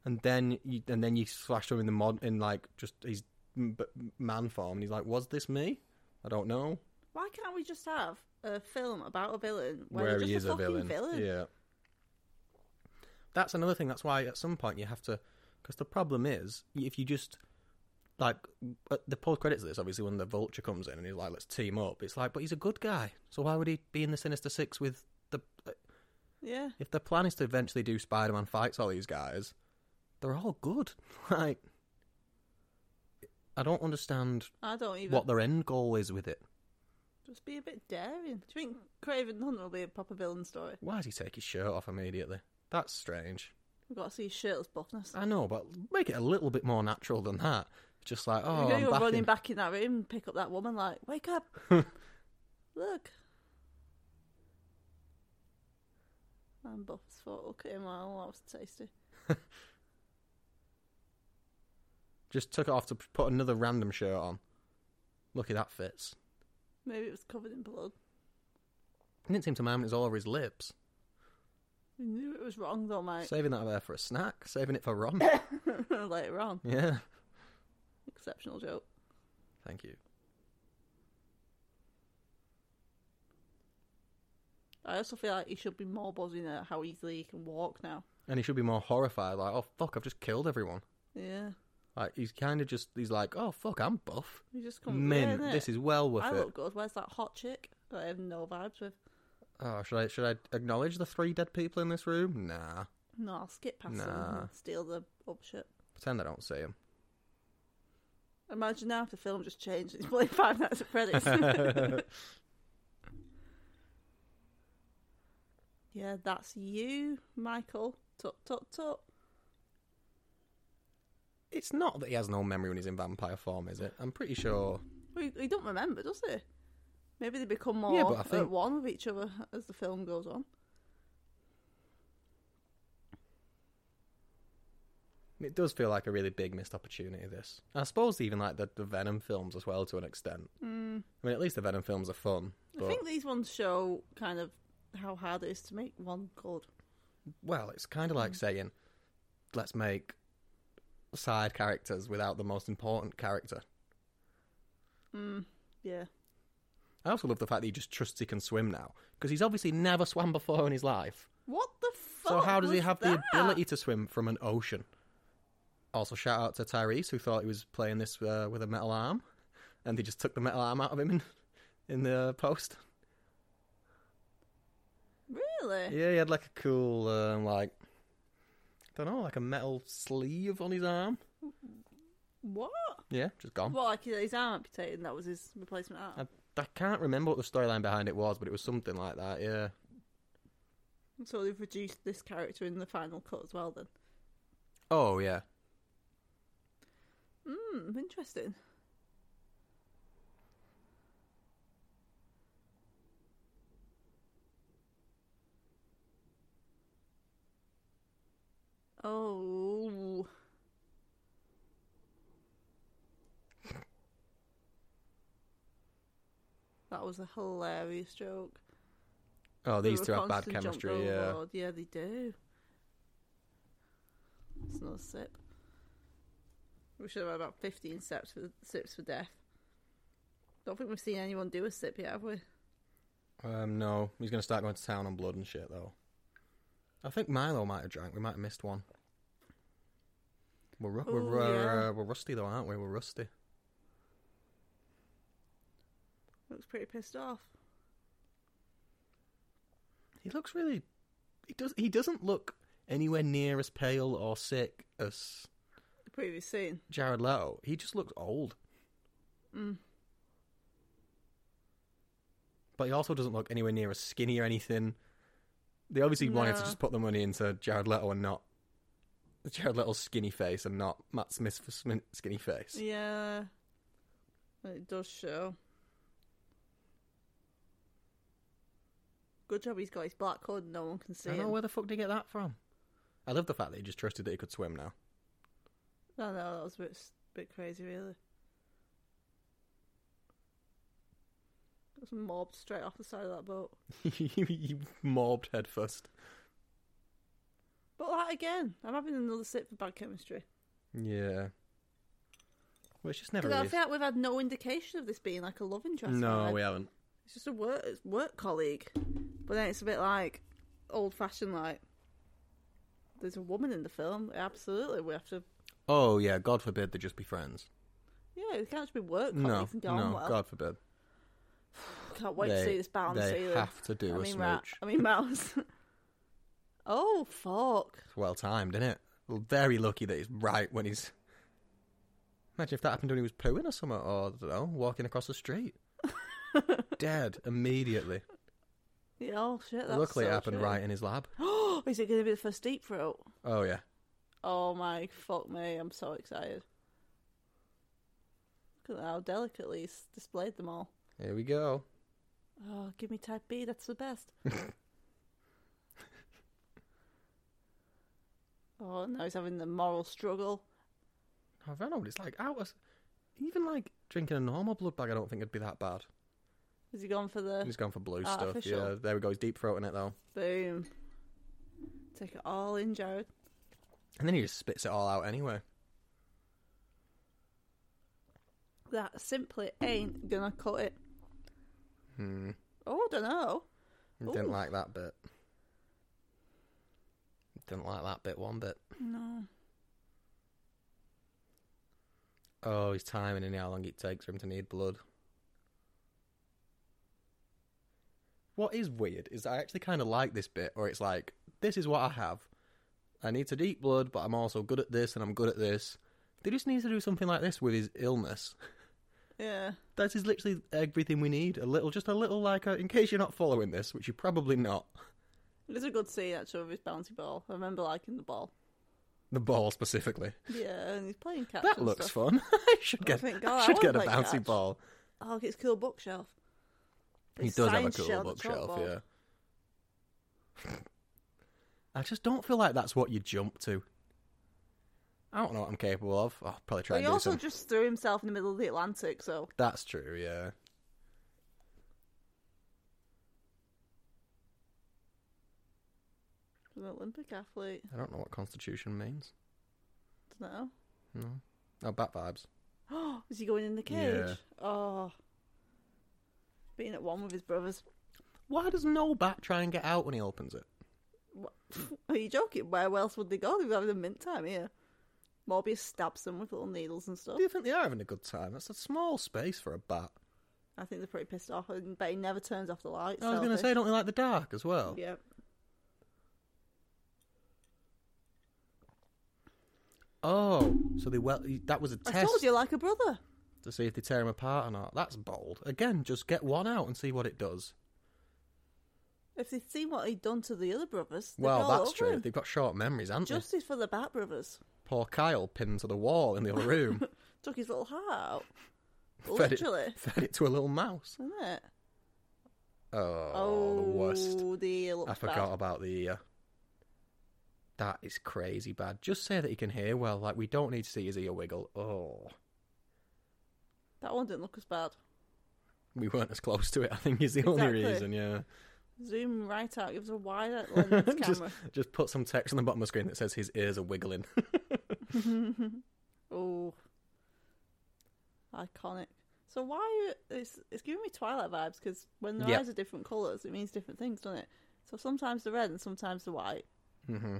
Speaker 1: And then you and then you slash him in the mod in like just he's m- b- man form, and he's like, was this me? I don't know.
Speaker 2: Why can't we just have a film about a villain where, they're just a, fucking villain?
Speaker 1: Yeah. That's another thing. That's why at some point you have to, because the problem is if you just like at the post credits of this, obviously when the Vulture comes in and he's like, "Let's team up," it's like, but he's a good guy, so why would he be in the Sinister Six with the? uh,
Speaker 2: Yeah.
Speaker 1: If the plan is to eventually do Spider-Man fights all these guys, they're all good. <laughs> Like, I don't understand
Speaker 2: I don't even.
Speaker 1: what their end goal is with it.
Speaker 2: Just be a bit daring. Do you think Craven Hunt will be a proper villain story?
Speaker 1: Why does he take his shirt off immediately? That's strange.
Speaker 2: We've got to see shirtless buffness.
Speaker 1: I know, but make it a little bit more natural than that. Just like, oh,
Speaker 2: you know
Speaker 1: I'm
Speaker 2: you're
Speaker 1: back
Speaker 2: running
Speaker 1: in-
Speaker 2: back in that room and pick up that woman like,
Speaker 1: <laughs>
Speaker 2: wake up, look. And buff as fuck. Look at him. Well, that was tasty.
Speaker 1: Just took it off to p- put another random shirt on. Lucky that fits.
Speaker 2: Maybe it was covered in blood.
Speaker 1: It didn't seem to mind it was all over his lips.
Speaker 2: We knew it was wrong though, mate. <laughs>
Speaker 1: Saving that there for a snack, saving it for Ron.
Speaker 2: Later on,
Speaker 1: <laughs> yeah,
Speaker 2: exceptional joke.
Speaker 1: thank you.
Speaker 2: I also feel like he should be more buzzing at how easily he can walk now.
Speaker 1: And he should be more horrified, like, oh fuck, I've just killed everyone.
Speaker 2: Yeah,
Speaker 1: Like he's kind of just, he's like, oh fuck, I'm buff.
Speaker 2: he just comes.
Speaker 1: Mint,
Speaker 2: yeah, innit?
Speaker 1: this is well worth
Speaker 2: I
Speaker 1: it.
Speaker 2: look good. Where's that hot chick? that I have no vibes with.
Speaker 1: Oh, should I should I acknowledge the three dead people in this room? Nah,
Speaker 2: No, I'll skip past them
Speaker 1: Nah.
Speaker 2: and steal the up shit.
Speaker 1: pretend I don't see
Speaker 2: <laughs>
Speaker 1: him.
Speaker 2: Imagine now if the film just changed. It's playing Five Nights at Freddy's.
Speaker 1: <laughs>
Speaker 2: yeah, that's you, Michael. Tup tup tup.
Speaker 1: It's not that he has no memory when he's in vampire form, is it? I'm pretty sure.
Speaker 2: Well, he, he don't remember, does he? Maybe they become more
Speaker 1: Yeah, but I
Speaker 2: at
Speaker 1: think-
Speaker 2: one with each other as the film goes on.
Speaker 1: It does feel like a really big missed opportunity. This, I suppose, even like the, the Venom films as well to an extent. Mm. I mean, at least the Venom films are fun. But,
Speaker 2: Hmm. I think these ones show kind of how hard it is to make one good.
Speaker 1: well, it's kind of like saying, let's make side characters without the most important character.
Speaker 2: Mm. Yeah.
Speaker 1: I also love the fact that he just trusts he can swim now because he's obviously never swam before in his life.
Speaker 2: What the fuck?
Speaker 1: So how does he
Speaker 2: was
Speaker 1: have
Speaker 2: that?
Speaker 1: the ability to swim from an ocean? Also, shout out to Tyrese who thought he was playing this uh, with a metal arm, and they just took the metal arm out of him in, in the post.
Speaker 2: Really?
Speaker 1: Yeah, he had like a cool, um, like, don't know, like a metal sleeve on his arm.
Speaker 2: What?
Speaker 1: Yeah, just gone.
Speaker 2: What, like his arm amputated and that was his replacement arm?
Speaker 1: I, I can't remember what the storyline behind it was, but it was something like that. Yeah,
Speaker 2: So they've reduced this character in the final cut as well, then.
Speaker 1: Oh yeah.
Speaker 2: Hmm, interesting. Oh. <laughs> That was a hilarious joke.
Speaker 1: Oh,
Speaker 2: They
Speaker 1: these
Speaker 2: were
Speaker 1: two have bad
Speaker 2: constant jumped
Speaker 1: chemistry. Yeah.
Speaker 2: overboard. yeah, they do. It's not a sip. We should have had about fifteen sips for sips for death. Don't think we've seen anyone do a sip yet, have we?
Speaker 1: Um, no, he's gonna start going to town on blood and shit though. I think Milo might have drank. We might have missed one. We're ru- we're,
Speaker 2: Ooh,
Speaker 1: uh,
Speaker 2: Oh, yeah.
Speaker 1: we're rusty though, aren't we? We're rusty.
Speaker 2: Looks pretty pissed off.
Speaker 1: He looks really. He does. He doesn't look anywhere near as pale or sick as
Speaker 2: The previous scene. Mm.
Speaker 1: Jared Leto. He just looks old. But he also doesn't look anywhere near as skinny or anything. They obviously wanted to
Speaker 2: No.
Speaker 1: just put the money into Jared Leto and not Jared Leto's skinny face and not Matt Smith's smin- skinny face.
Speaker 2: Yeah. It does show. Good job he's got his black hood, no one can see
Speaker 1: I
Speaker 2: him.
Speaker 1: know where the fuck did he get that from? I love the fact that he just trusted that he could swim now. <laughs>
Speaker 2: No, no, that was a bit, bit crazy, really. Got some mobbed straight off the side of that boat.
Speaker 1: he mobbed head first.
Speaker 2: But that again, I'm having another sip for bad chemistry.
Speaker 1: Yeah. Well, it's just never.
Speaker 2: Because I
Speaker 1: Really...
Speaker 2: feel like we've had no indication of this being like a love interest.
Speaker 1: No,
Speaker 2: vibe.
Speaker 1: we haven't.
Speaker 2: It's just a work, it's work colleague. But then it's a bit like old fashioned, like there's a woman in the film. Absolutely, we have to.
Speaker 1: Oh yeah, God forbid they just be friends.
Speaker 2: Yeah, it can't just be work
Speaker 1: No,
Speaker 2: colleagues and get on
Speaker 1: no,
Speaker 2: well.
Speaker 1: God forbid.
Speaker 2: Can't wait to see this bound
Speaker 1: they
Speaker 2: ceiling.
Speaker 1: have to do
Speaker 2: I
Speaker 1: a
Speaker 2: mean, rat.
Speaker 1: smooch.
Speaker 2: I mean, mouse. <laughs> oh fuck!
Speaker 1: It's well timed, isn't it? Very lucky that he's right when he's. Imagine if that happened when he was pooing or something, or I don't know, walking across the
Speaker 2: <laughs>
Speaker 1: street. Dead immediately.
Speaker 2: Yeah, oh shit! That's
Speaker 1: Luckily,
Speaker 2: so
Speaker 1: it happened
Speaker 2: true.
Speaker 1: right in his lab.
Speaker 2: Oh, <gasps> is it going to be the first deep throat?
Speaker 1: Oh yeah,
Speaker 2: Oh my fuck me! I'm so excited. Look at how delicately he's displayed them all.
Speaker 1: here we go.
Speaker 2: Oh, give me type B. That's
Speaker 1: <laughs>
Speaker 2: the best. oh, now he's having the moral struggle.
Speaker 1: I don't know. but It's like out. of- Even like drinking a normal blood bag, I don't think it'd be that bad.
Speaker 2: Has he gone for the
Speaker 1: He's gone Uh, ah, for blue stuff.
Speaker 2: Artificial.
Speaker 1: Yeah, there we go. He's deep throating it though,
Speaker 2: boom? Take it all in, Jared.
Speaker 1: and then he just spits it all out anyway.
Speaker 2: That simply ain't gonna cut it.
Speaker 1: Hmm.
Speaker 2: Oh, I don't know.
Speaker 1: Didn't
Speaker 2: Ooh.
Speaker 1: like that bit. Didn't like that bit one bit.
Speaker 2: No.
Speaker 1: Oh, he's timing and how long it takes for him to need blood. What is weird is I actually kind of like this bit where it's like, this is what I have. I need to eat blood, but I'm also good at this and I'm good at this. They just need to do something like this with his illness. <laughs>
Speaker 2: Yeah.
Speaker 1: That is literally everything we need. A little, just a little like, a, in case you're not following this, which you're probably not,
Speaker 2: It is a good scene actually with his bouncy ball. I remember liking the ball.
Speaker 1: the ball specifically.
Speaker 2: Yeah, and he's playing catch.
Speaker 1: That
Speaker 2: and
Speaker 1: looks
Speaker 2: stuff. Oh,
Speaker 1: fun. <laughs> I should get,
Speaker 2: thank God,
Speaker 1: I
Speaker 2: I
Speaker 1: should
Speaker 2: wanna
Speaker 1: get a
Speaker 2: play
Speaker 1: bouncy
Speaker 2: catch.
Speaker 1: ball.
Speaker 2: Oh, it's cool bookshelf.
Speaker 1: He
Speaker 2: It's
Speaker 1: does have a
Speaker 2: science
Speaker 1: cool
Speaker 2: shelf, the
Speaker 1: bookshelf,
Speaker 2: chalkboard.
Speaker 1: yeah. I just don't feel like that's what you jump to. I don't know what I'm capable of. I'll probably try
Speaker 2: But
Speaker 1: and
Speaker 2: he
Speaker 1: do
Speaker 2: also
Speaker 1: something.
Speaker 2: just threw himself in the middle of the Atlantic, so
Speaker 1: That's true, yeah.
Speaker 2: He's an Olympic athlete.
Speaker 1: I don't know what constitution means.
Speaker 2: Don't know.
Speaker 1: No. Oh, bat vibes.
Speaker 2: Oh, <gasps> is he going in the cage?
Speaker 1: Yeah.
Speaker 2: Oh, being at one with his brothers.
Speaker 1: Why does no bat try and get out when he opens it?
Speaker 2: What- <laughs> Are you joking? Where else would they go? They're having a mint time here. Morbius stabs them with little needles and stuff.
Speaker 1: Do you think they are having a good time? That's a small space for a bat.
Speaker 2: I think they're pretty pissed off, and but he never turns off the lights.
Speaker 1: I was going to
Speaker 2: selfish.
Speaker 1: say, don't they like the dark as well?
Speaker 2: yeah.
Speaker 1: Oh, so they well that was a
Speaker 2: I
Speaker 1: test.
Speaker 2: told you, like a brother.
Speaker 1: to see if they tear him apart or not. That's bold. Again, just get one out and see what it does.
Speaker 2: If they'd seen what he'd done to the other brothers, they'd
Speaker 1: well,
Speaker 2: all
Speaker 1: that's
Speaker 2: over
Speaker 1: true.
Speaker 2: him.
Speaker 1: They've got short memories, haven't
Speaker 2: Justice for the Bat Brothers.
Speaker 1: they? Poor Kyle pinned to the wall in the other room.
Speaker 2: <laughs> Took his little heart out.
Speaker 1: <laughs> fed it-
Speaker 2: Literally.
Speaker 1: fed it, to a little mouse.
Speaker 2: Isn't it?
Speaker 1: Oh, the worst.
Speaker 2: Oh, dear.
Speaker 1: I
Speaker 2: looks bad.
Speaker 1: forgot about the ear. That is crazy bad. Just say that he can hear well. Like, we don't need to see his ear wiggle. Oh.
Speaker 2: That one didn't look as bad.
Speaker 1: We weren't as close to it, I think, is the only
Speaker 2: Exactly.
Speaker 1: reason, yeah.
Speaker 2: Zoom right out. Give us a wide
Speaker 1: <laughs>
Speaker 2: lens camera.
Speaker 1: just, just put some text on the bottom of the screen that says his ears are wiggling.
Speaker 2: <laughs> Oh, iconic. So why it's it's giving me Twilight vibes because when their
Speaker 1: Yeah.
Speaker 2: eyes are different colours, it means different things, doesn't it? So sometimes they're red and sometimes they're white.
Speaker 1: hmm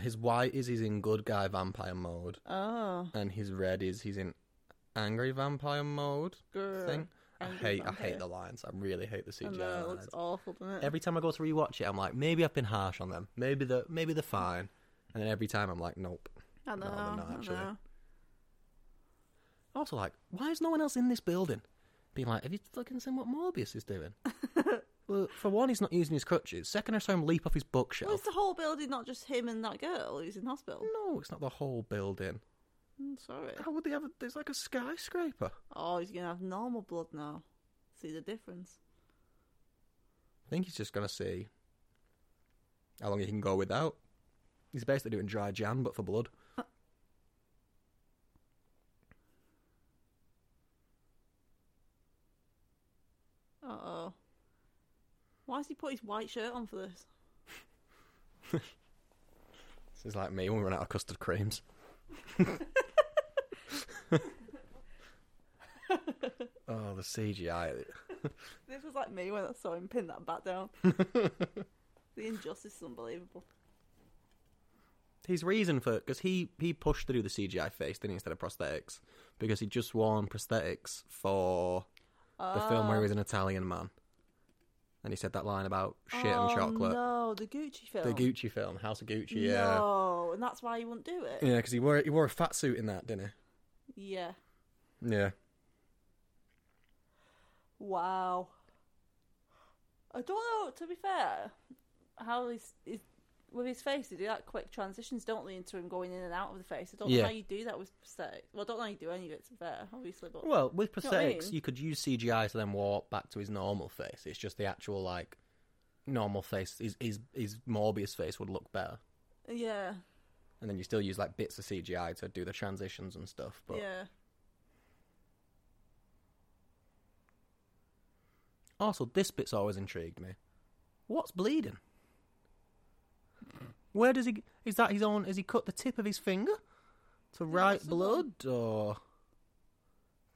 Speaker 1: His white is he's in good guy vampire mode,
Speaker 2: Oh,
Speaker 1: and his red is he's in angry vampire mode.
Speaker 2: girl.
Speaker 1: Thing. I
Speaker 2: Angry
Speaker 1: hate, I
Speaker 2: vampire.
Speaker 1: hate the lines. I really hate the
Speaker 2: I
Speaker 1: CGI
Speaker 2: know it
Speaker 1: lines.
Speaker 2: looks awful, doesn't it?
Speaker 1: Every time I go to rewatch it, I'm like, maybe I've been harsh on them. Maybe the maybe they're fine. And then every time I'm like, nope.
Speaker 2: I know,
Speaker 1: No, they're not,
Speaker 2: I
Speaker 1: actually.
Speaker 2: know.
Speaker 1: Also, like, why is no one else in this building? being like, "Have you fucking seen what Morbius is
Speaker 2: <laughs>
Speaker 1: doing?" well, for one, he's not using his crutches. Second, I saw him leap off his bookshelf.
Speaker 2: Well, it's the whole building, not just him and that girl who's in hospital.
Speaker 1: No, it's not the whole building.
Speaker 2: Mm, sorry.
Speaker 1: How would they have? A, there's like a skyscraper.
Speaker 2: Oh, he's gonna have normal blood now. See the difference?
Speaker 1: I think he's just gonna see how long he can go without. He's basically doing dry jam, but for blood.
Speaker 2: Uh oh. Why has he put his white shirt on for this?
Speaker 1: This is like me when we run out of custard creams. oh, the CGI.
Speaker 2: This was like me when I saw him pin that
Speaker 1: <laughs>
Speaker 2: back down. the injustice is unbelievable.
Speaker 1: His reason for because he he pushed to do the CGI face, didn't he, instead of prosthetics, because he just worn prosthetics for the film where he was an Italian man, and he said that line about shit and chocolate.
Speaker 2: Oh, No, the Gucci film.
Speaker 1: The Gucci film, House of Gucci, yeah.
Speaker 2: No, and that's why he wouldn't
Speaker 1: <laughs>
Speaker 2: do it.
Speaker 1: Yeah, because he wore he wore a fat suit in that, didn't
Speaker 2: Yeah.
Speaker 1: he? Yeah.
Speaker 2: Wow. I don't know. To be fair, how he's, he's with his face, they do that quick transitions, don't they, into him going in and out of the face. I don't
Speaker 1: Yeah.
Speaker 2: know how you do that with prosthetics. Well, I don't know how you do any of it. To be fair, obviously, but
Speaker 1: Well, with
Speaker 2: know what I
Speaker 1: prosthetics,
Speaker 2: mean?
Speaker 1: you could use CGI to then warp back to his normal face. It's just the actual like normal face. His his his Morbius face would look better,
Speaker 2: yeah,
Speaker 1: and then you still use like bits of CGI to do the transitions and stuff. But
Speaker 2: yeah.
Speaker 1: also, this bit's always intrigued me. What's bleeding? Where does he? Is that his own? Has he cut the tip of his finger to right
Speaker 2: that's the one.
Speaker 1: blood or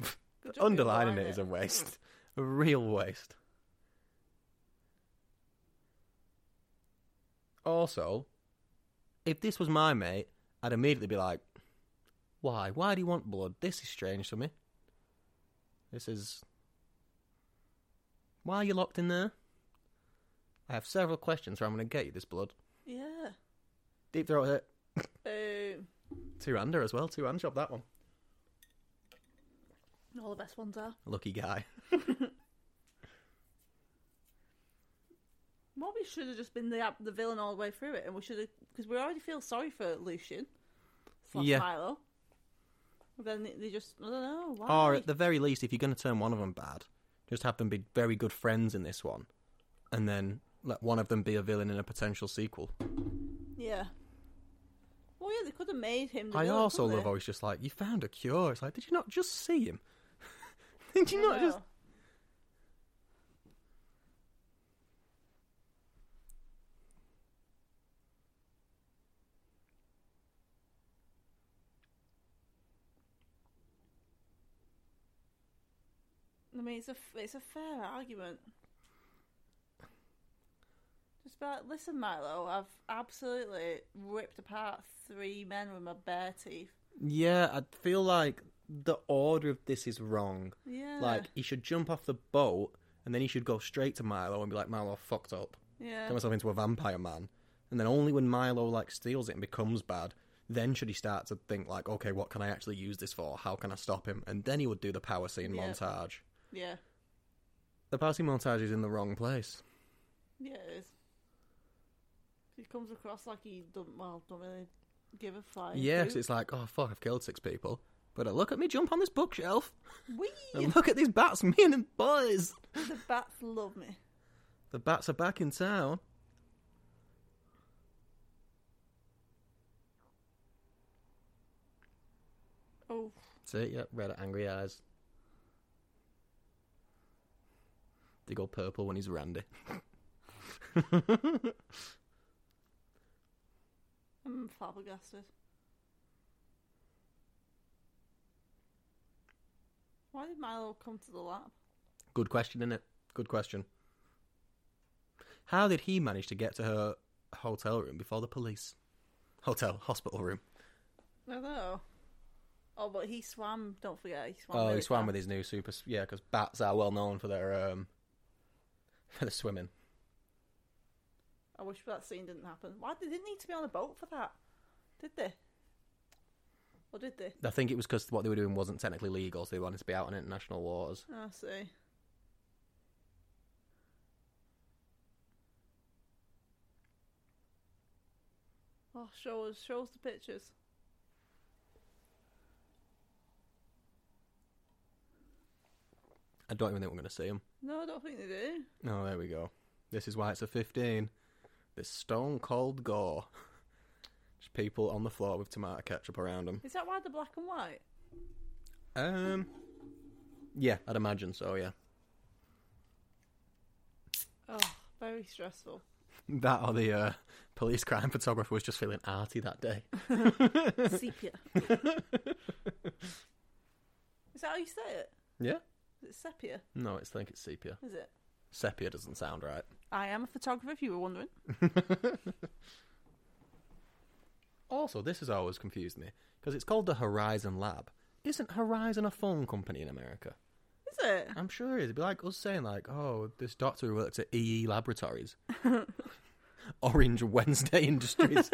Speaker 2: Good job you
Speaker 1: underlining
Speaker 2: underlined
Speaker 1: it is a waste, a real waste. Also, if this was my mate, I'd immediately be like, "Why? Why do you want blood? This is strange to me. This is why are you locked in there? I have several questions where I'm going to get you this blood.
Speaker 2: Yeah.
Speaker 1: Deep throat hit,
Speaker 2: Boom.
Speaker 1: two hander as well, two hand job that one.
Speaker 2: All the best ones are.
Speaker 1: Lucky guy.
Speaker 2: Morbius should have just been the ab- the villain all the way through it, and we should have because we already feel sorry for Lucian slash
Speaker 1: Yeah.
Speaker 2: Milo. But then they- they just I don't know why.
Speaker 1: Or at the very least, if you're going to turn one of them bad, just have them be very good friends in this one, and then let one of them be a villain in a potential sequel.
Speaker 2: Mm, Yeah. Well, yeah, they could have made him. The
Speaker 1: I
Speaker 2: villain,
Speaker 1: also
Speaker 2: couldn't
Speaker 1: love
Speaker 2: they?
Speaker 1: how he's just like, "You found a cure." It's like, did you not just see him? <laughs> did you not
Speaker 2: I
Speaker 1: just?
Speaker 2: know. I mean, it's a f- it's a fair argument. Just about listen, Milo. I've absolutely ripped apart three men with my bare teeth.
Speaker 1: Yeah, I feel like the order of this is wrong.
Speaker 2: Yeah,
Speaker 1: Like, he should jump off the boat, and then he should go straight to Milo and be like, "Milo, I fucked up."
Speaker 2: yeah.
Speaker 1: turn myself into a vampire man. And then only when Milo like steals it and becomes bad, then should he start to think like, okay, what can I actually use this for? How can I stop him? And then he would do the power scene
Speaker 2: Yeah.
Speaker 1: montage.
Speaker 2: Yeah,
Speaker 1: The power scene montage is in the wrong place.
Speaker 2: yeah, it is. He comes across like he don't well, don't really give a flying.
Speaker 1: Yes,
Speaker 2: poop.
Speaker 1: it's like, oh fuck, I've killed six people. But uh, look at me jump on this bookshelf.
Speaker 2: Whee!
Speaker 1: And look at these bats, <laughs> me and the boys.
Speaker 2: the bats love me.
Speaker 1: The bats are back in town.
Speaker 2: Oh,
Speaker 1: See, yeah, red angry eyes. They go purple when he's Randy.
Speaker 2: I'm flabbergasted. Why did Milo come to the lab?
Speaker 1: Good question, innit? Good question. How did he manage to get to her hotel room before the police? Hotel, hospital room.
Speaker 2: I don't know. Oh, but he swam. Don't forget, he swam.
Speaker 1: Oh,
Speaker 2: really
Speaker 1: he swam
Speaker 2: fast.
Speaker 1: with his new super. Yeah, because bats are well known for their um for the swimming.
Speaker 2: I wish that scene didn't happen. Why did they need to be on a boat for that? Did they? Or did they?
Speaker 1: I think it was because what they were doing wasn't technically legal, so they wanted to be out on international waters.
Speaker 2: I see. Oh, show us, show us the pictures.
Speaker 1: I don't even think we're going to see them.
Speaker 2: No, I don't think they do.
Speaker 1: Oh, there we go. This is why it's a 15. This stone cold gore. Just people on the floor with tomato ketchup around them.
Speaker 2: Is that why the black and white?
Speaker 1: Um, yeah, I'd imagine so, yeah.
Speaker 2: Oh, very <laughs> stressful.
Speaker 1: That or the uh, police crime photographer was just feeling arty that day.
Speaker 2: Sepia. Is that how you say it?
Speaker 1: Yeah?
Speaker 2: Is it sepia?
Speaker 1: No, it's, I think it's sepia.
Speaker 2: Is it?
Speaker 1: Sepia doesn't sound right.
Speaker 2: I am a photographer, if you were wondering.
Speaker 1: Also, this has always confused me because it's called the Horizon Lab. Isn't Horizon a phone company in America?
Speaker 2: Is it?
Speaker 1: I'm sure it is. It'd be like us saying, like, oh, this doctor who works at EE
Speaker 2: <laughs>
Speaker 1: Laboratories. Orange Wednesday
Speaker 2: <laughs>
Speaker 1: Industries.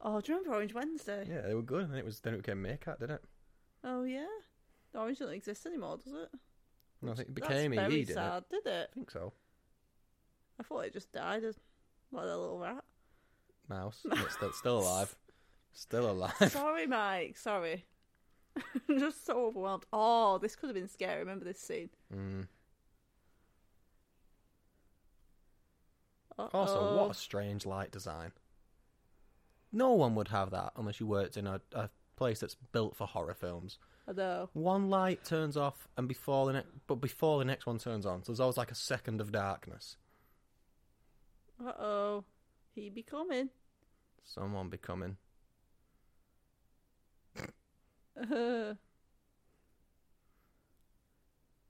Speaker 2: Oh, do you remember Orange Wednesday?
Speaker 1: yeah, they were good. And then it was then it became Meerkat, didn't it?
Speaker 2: Oh, yeah. Orange doesn't exist anymore, does it?
Speaker 1: No, I think it
Speaker 2: That's
Speaker 1: became EE,
Speaker 2: very
Speaker 1: didn't it?
Speaker 2: sad, did it?
Speaker 1: I think so.
Speaker 2: I thought it just died as like that little
Speaker 1: <laughs>
Speaker 2: rat.
Speaker 1: Mouse. it's still, still
Speaker 2: <laughs>
Speaker 1: alive. Still alive.
Speaker 2: sorry, Mike. Sorry. <laughs> I'm just so overwhelmed. Oh, this could have been scary. Remember this scene?
Speaker 1: Mm.
Speaker 2: Uh-oh.
Speaker 1: Also, Oh, what a strange light design. No one would have that unless you worked in a, a place that's built for horror films.
Speaker 2: I know.
Speaker 1: one light turns off and before the next but before the next one turns on so there's always like a second of darkness
Speaker 2: Uh oh. He be coming. <laughs>
Speaker 1: someone becoming
Speaker 2: Uh-huh.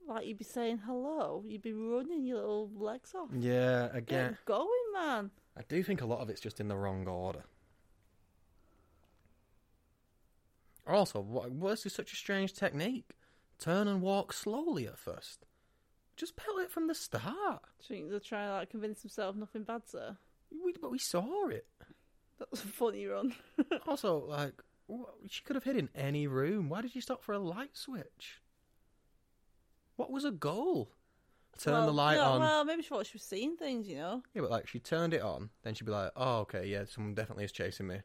Speaker 2: Like you'd be saying hello, you'd be running your little legs off.
Speaker 1: yeah
Speaker 2: Get
Speaker 1: again
Speaker 2: going, man.
Speaker 1: i do think a lot of it's just in the wrong order also what was is such a strange technique turn and walk slowly at first just build it from the start
Speaker 2: Do you think they're trying to like convince themselves nothing bad's there?
Speaker 1: we, but we saw it
Speaker 2: That was a funny run. <laughs>
Speaker 1: also like wh- she could have hid in any room why did you stop for a light switch what was her goal turn
Speaker 2: Well,
Speaker 1: the light
Speaker 2: no,
Speaker 1: on
Speaker 2: Well, maybe she thought she was seeing things, you know.
Speaker 1: yeah but like she turned it on then she'd be like oh okay yeah someone definitely is chasing me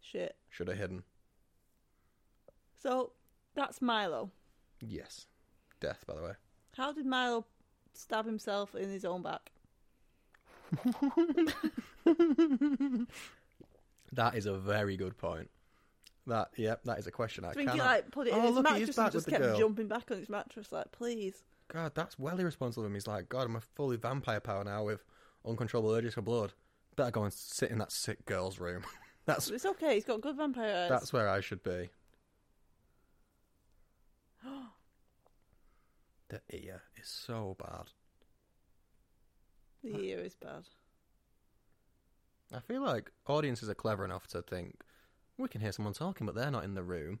Speaker 2: Shit.
Speaker 1: should have hidden
Speaker 2: So that's Milo.
Speaker 1: yes death by the way
Speaker 2: How did Milo stab himself in his own back?
Speaker 1: that is a very good point that yep that is a question i
Speaker 2: I think
Speaker 1: cannot
Speaker 2: he like put it in
Speaker 1: oh
Speaker 2: his
Speaker 1: look he
Speaker 2: mattress
Speaker 1: is back
Speaker 2: and just
Speaker 1: with the
Speaker 2: kept
Speaker 1: girl
Speaker 2: jumping back on his mattress, like, please.
Speaker 1: god that's well irresponsible of him he's like god i'm a fully vampire power now with uncontrollable urges for blood better go and sit in that sick girl's room <laughs> that's
Speaker 2: It's okay, he's got good vampire eyes.
Speaker 1: That's where I should be. the ear is so bad.
Speaker 2: <gasps> The ear is bad.
Speaker 1: I feel like audiences are clever enough to think we can hear someone talking, but they're not in the room.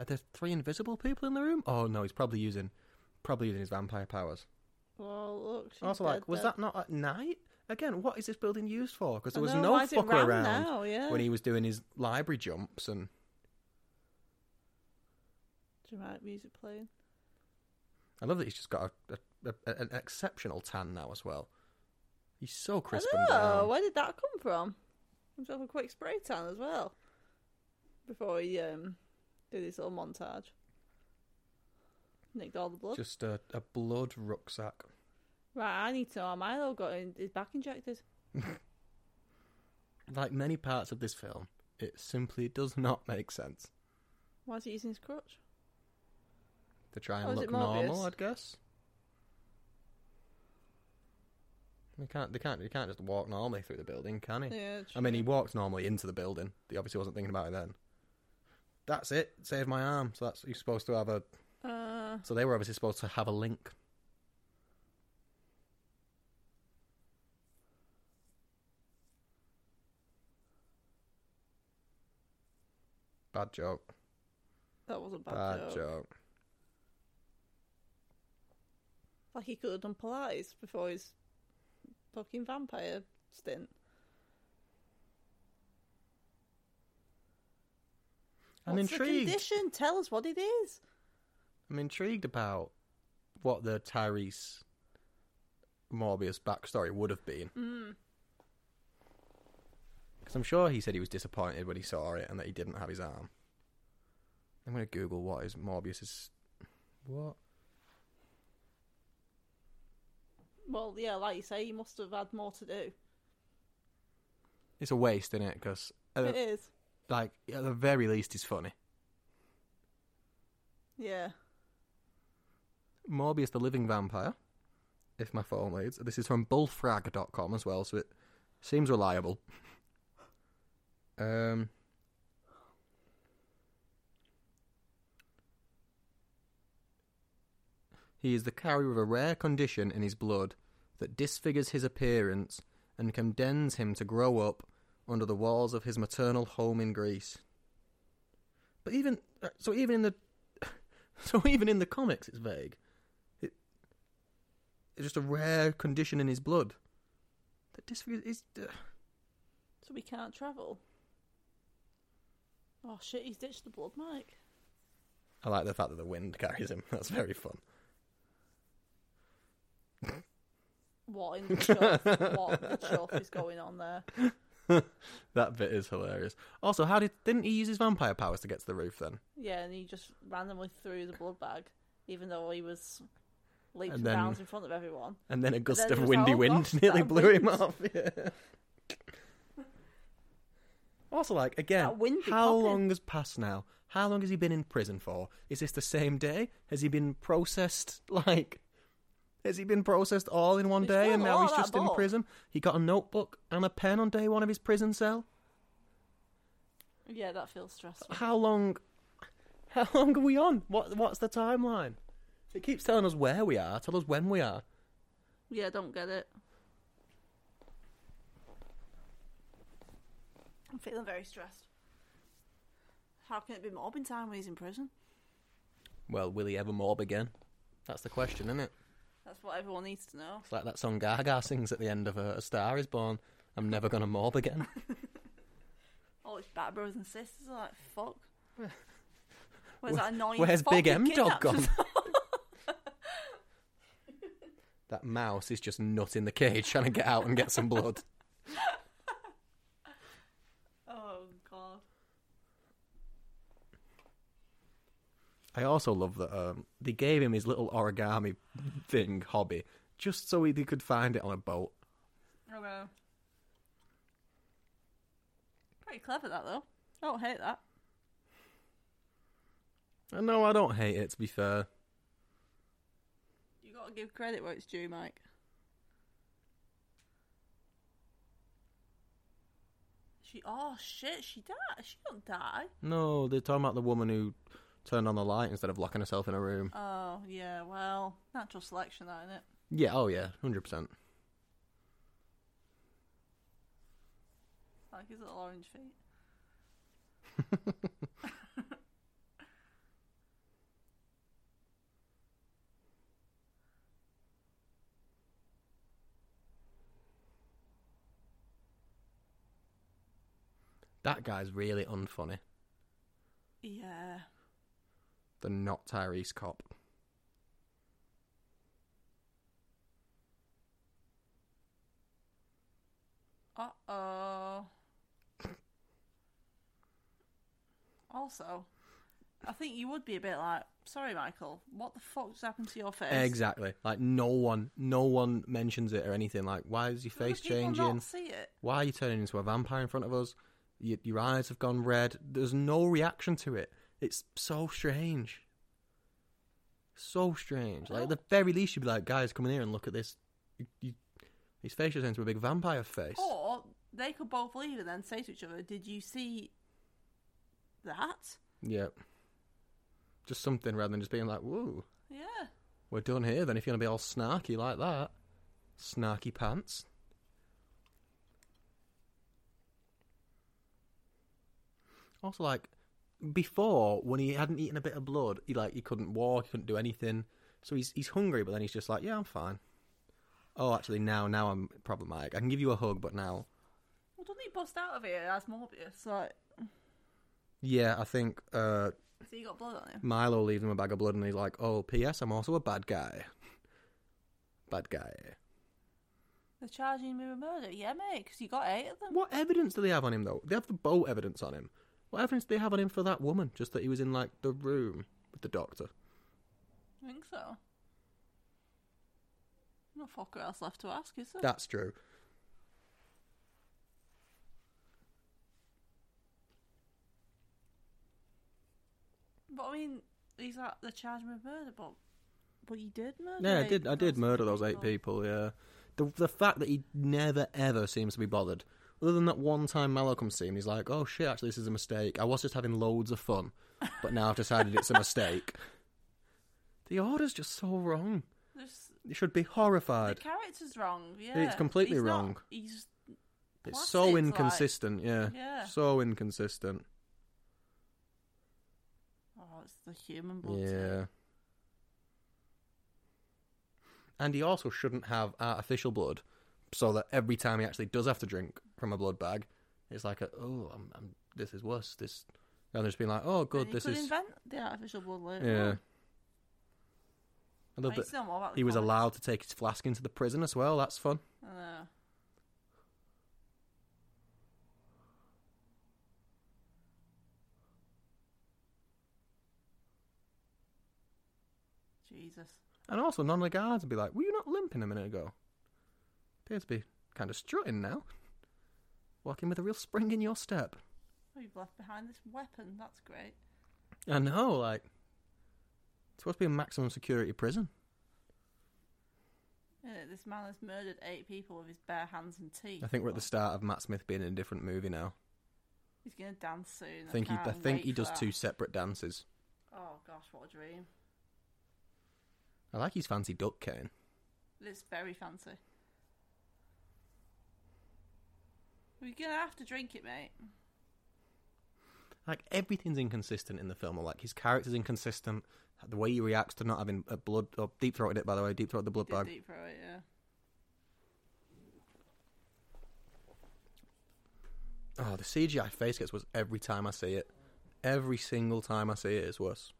Speaker 1: Are there three invisible people in the room? Oh no, he's probably using probably using his vampire powers.
Speaker 2: Oh, look. She's
Speaker 1: also,
Speaker 2: dead
Speaker 1: like, was
Speaker 2: then.
Speaker 1: that not at night? Again, what is this building used for? Because there
Speaker 2: I
Speaker 1: was
Speaker 2: know,
Speaker 1: no
Speaker 2: why is it
Speaker 1: fucker
Speaker 2: round
Speaker 1: around
Speaker 2: now? Yeah.
Speaker 1: when he was doing his library jumps and
Speaker 2: Dramatic music playing.
Speaker 1: I love that he's just got a, a, a, an exceptional tan now as well. He's so crisp
Speaker 2: I
Speaker 1: and
Speaker 2: know,
Speaker 1: brown.
Speaker 2: where did that come from? Himself a quick spray tan as well. Before he um, did his little montage. Nicked all the blood.
Speaker 1: Just a, a blood rucksack.
Speaker 2: Right, I need to know how Milo got in, his back injected.
Speaker 1: Like many parts of this film, it simply does not make sense
Speaker 2: Why is he using his crutch?
Speaker 1: to try
Speaker 2: Oh,
Speaker 1: and
Speaker 2: is
Speaker 1: look
Speaker 2: it Morbius?
Speaker 1: normal. I'd guess. They can't. They can't. He can't just walk normally through the building, can he?
Speaker 2: Yeah,
Speaker 1: I mean, he walked normally into the building. He obviously wasn't thinking about it then. That's it. Save my arm. So that's you're supposed to have a.
Speaker 2: uh,
Speaker 1: So they were obviously supposed to have a link. Bad joke.
Speaker 2: that was a bad,
Speaker 1: Bad,
Speaker 2: joke.
Speaker 1: joke.
Speaker 2: Like he could have done Pilates before his fucking vampire stint.
Speaker 1: I'm
Speaker 2: What's The
Speaker 1: intrigued.
Speaker 2: condition? Tell us what it is.
Speaker 1: I'm intrigued about what the Tyrese Morbius backstory would have been. Because I'm sure he said he was disappointed when he saw it and that he didn't have his arm. I'm going to Google what is Morbius's. What?
Speaker 2: Well, yeah, like you say, he must have had more to do.
Speaker 1: It's a waste, isn't it? Because,
Speaker 2: it is.
Speaker 1: like, at the very least, he's funny.
Speaker 2: Yeah.
Speaker 1: Morbius the Living Vampire, if my phone leads. This is from bullfrag.com as well, so it seems reliable. Um, he is the carrier of a rare condition in his blood that disfigures his appearance and condemns him to grow up under the walls of his maternal home in Greece. But even uh, so, even in the <laughs> so even in the comics, it's vague. It, it's just a rare condition in his blood. That disfigures is. Uh,
Speaker 2: So we can't travel. Oh shit, he's ditched the blood, Mike.
Speaker 1: I like the fact that the wind carries him. <laughs> That's very fun.
Speaker 2: What in the
Speaker 1: <laughs>
Speaker 2: chuff? what the chuff is going on there?
Speaker 1: That bit is hilarious. Also, how did didn't he use his vampire powers to get to the roof then?
Speaker 2: Yeah, and he just randomly threw the blood bag, even though he was leaping
Speaker 1: And then-
Speaker 2: rounds in front of everyone.
Speaker 1: And then a gust
Speaker 2: then he
Speaker 1: of
Speaker 2: was
Speaker 1: windy
Speaker 2: like, "Oh,
Speaker 1: wind
Speaker 2: gosh,
Speaker 1: nearly
Speaker 2: that
Speaker 1: blew him
Speaker 2: wind."
Speaker 1: off. Yeah. also, like again,
Speaker 2: That wind be
Speaker 1: how
Speaker 2: popping.
Speaker 1: long has passed now? How long has he been in prison for? Is this the same day? Has he been processed? <laughs> Like, has he been processed all in one
Speaker 2: He's
Speaker 1: day,
Speaker 2: done
Speaker 1: and
Speaker 2: a
Speaker 1: now
Speaker 2: lot
Speaker 1: he's
Speaker 2: of that
Speaker 1: just in
Speaker 2: bulk.
Speaker 1: prison? He got a notebook and a pen on day one of his prison cell.
Speaker 2: Yeah, that feels stressful.
Speaker 1: How long? How long are we on? What What's the timeline? It keeps telling us where we are. Tell us when we are.
Speaker 2: Yeah, don't get it. I'm feeling very stressed. How can it be mobbing time when he's in prison?
Speaker 1: Well, will he ever morb again? That's the question, isn't it?
Speaker 2: That's what everyone needs to know.
Speaker 1: It's like that song Gaga sings at the end of uh, A Star Is Born. I'm never gonna morb again.
Speaker 2: All his bad brothers and sisters are like,
Speaker 1: <laughs>
Speaker 2: fuck. Where's that annoying
Speaker 1: Where's Big
Speaker 2: fucking
Speaker 1: M dog
Speaker 2: kidnappers?
Speaker 1: gone?
Speaker 2: <laughs>
Speaker 1: <laughs> that mouse is just nut in the cage trying to get out and get some blood.
Speaker 2: Oh, God.
Speaker 1: <laughs> I also love that um, they gave him his little origami thing hobby just so he they could find it on a boat.
Speaker 2: Oh, no. Pretty clever, that, though. I don't hate that.
Speaker 1: And no, I don't hate it. To be fair,
Speaker 2: you got to give credit where it's due, Mike. She, oh shit, she died. She don't die.
Speaker 1: no, they're talking about the woman who turned on the light instead of locking herself in a room.
Speaker 2: Oh yeah, well, natural selection, that isn't it?
Speaker 1: Yeah, oh yeah, hundred percent.
Speaker 2: Like his little orange feet.
Speaker 1: That guy's really unfunny.
Speaker 2: Yeah.
Speaker 1: The not Tyrese cop.
Speaker 2: Uh oh. also, I think you would be a bit like, sorry, Michael, what the fuck just happened to your face?
Speaker 1: Exactly. Like no one, no one mentions it or anything. Like, why is your
Speaker 2: How do
Speaker 1: face
Speaker 2: people
Speaker 1: changing?
Speaker 2: Not see it.
Speaker 1: Why are you turning into a vampire in front of us? Your, your eyes have gone red. There's no reaction to it. It's so strange. So strange. Like at the very least, you'd be like, guys, come in here and look at this. You, you, his face just turned into a big vampire face.
Speaker 2: Or they could both leave and then say to each other, "Did you see that?"
Speaker 1: Yeah. Just something rather than just being like, whoa,
Speaker 2: Yeah.
Speaker 1: we're done here. Then if you're gonna be all snarky like that, snarky pants. Also, like before, when he hadn't eaten a bit of blood, he like he couldn't walk, he couldn't do anything. So he's he's hungry, but then he's just like, yeah, I'm fine. Oh, actually, now now I'm problematic. I can give you a hug, but now
Speaker 2: Well, doesn't he bust out of here as Morbius? Like,
Speaker 1: Yeah, I think uh,
Speaker 2: So you got blood on him.
Speaker 1: Milo leaves him a bag of blood and he's like, oh, P.S., I'm also a bad guy. <laughs> Bad guy.
Speaker 2: They're charging me with murder. Yeah, mate, because you got eight of them.
Speaker 1: What evidence do they have on him, though? They have the boat evidence on him. What evidence do they have on him for that woman? Just that he was in, like, the room with the doctor.
Speaker 2: I think so. No fucker else left to ask, is there?
Speaker 1: That's true.
Speaker 2: But I mean, he's like they're charging me with murder, but but you did murder.
Speaker 1: Yeah, I
Speaker 2: eight
Speaker 1: did. I did
Speaker 2: person
Speaker 1: murder those eight people. Yeah, the the fact that he never ever seems to be bothered, other than that one time Mallow comes to him, he's like, "Oh shit, actually, this is a mistake. I was just having loads of fun, but now I've decided it's a mistake." The order's just so wrong.
Speaker 2: There's-
Speaker 1: You should be
Speaker 2: The
Speaker 1: horrified.
Speaker 2: character's wrong. Yeah,
Speaker 1: It's completely
Speaker 2: He's not-
Speaker 1: wrong.
Speaker 2: he's
Speaker 1: It's
Speaker 2: plastic,
Speaker 1: so
Speaker 2: like-
Speaker 1: inconsistent. yeah.
Speaker 2: Yeah.
Speaker 1: So inconsistent.
Speaker 2: oh, it's the human blood.
Speaker 1: Yeah. And he also shouldn't have artificial blood, so that every time he actually does have to drink from a blood bag, it's like, a, oh, I'm, I'm, this is worse. This, and they're just being like, oh, good,
Speaker 2: he
Speaker 1: this
Speaker 2: could
Speaker 1: is,
Speaker 2: invent the artificial blood later.
Speaker 1: yeah.
Speaker 2: on.
Speaker 1: I
Speaker 2: I
Speaker 1: love
Speaker 2: need
Speaker 1: that
Speaker 2: to know more about the
Speaker 1: he was
Speaker 2: comic.
Speaker 1: allowed to take his flask into the prison as well. That's fun.
Speaker 2: I know. Jesus.
Speaker 1: And also, none of the guards would be like, were you not limping a minute ago? Appears to be kind of strutting now, walking with a real spring in your step.
Speaker 2: Oh, you've left behind this weapon. That's great.
Speaker 1: I know, like it's supposed to be a maximum security prison.
Speaker 2: Uh, this man has murdered eight people with his bare hands and teeth.
Speaker 1: I think we're at the start of Matt Smith being in a different movie now.
Speaker 2: He's gonna dance soon.
Speaker 1: I think he, I
Speaker 2: can't
Speaker 1: think
Speaker 2: wait
Speaker 1: he
Speaker 2: for
Speaker 1: does
Speaker 2: that.
Speaker 1: two separate dances.
Speaker 2: Oh gosh, what a dream!
Speaker 1: I like his fancy duck cane.
Speaker 2: It's very fancy. We're gonna have to drink it, mate.
Speaker 1: Like everything's inconsistent in the film. Like his character's inconsistent. The way he reacts to not having a blood or deep throated it. By the way, deep throated the blood
Speaker 2: Did
Speaker 1: bag.
Speaker 2: deep throw it, yeah.
Speaker 1: Oh, the CGI face gets worse every time I see it. Every single time I see it, it's worse. <laughs>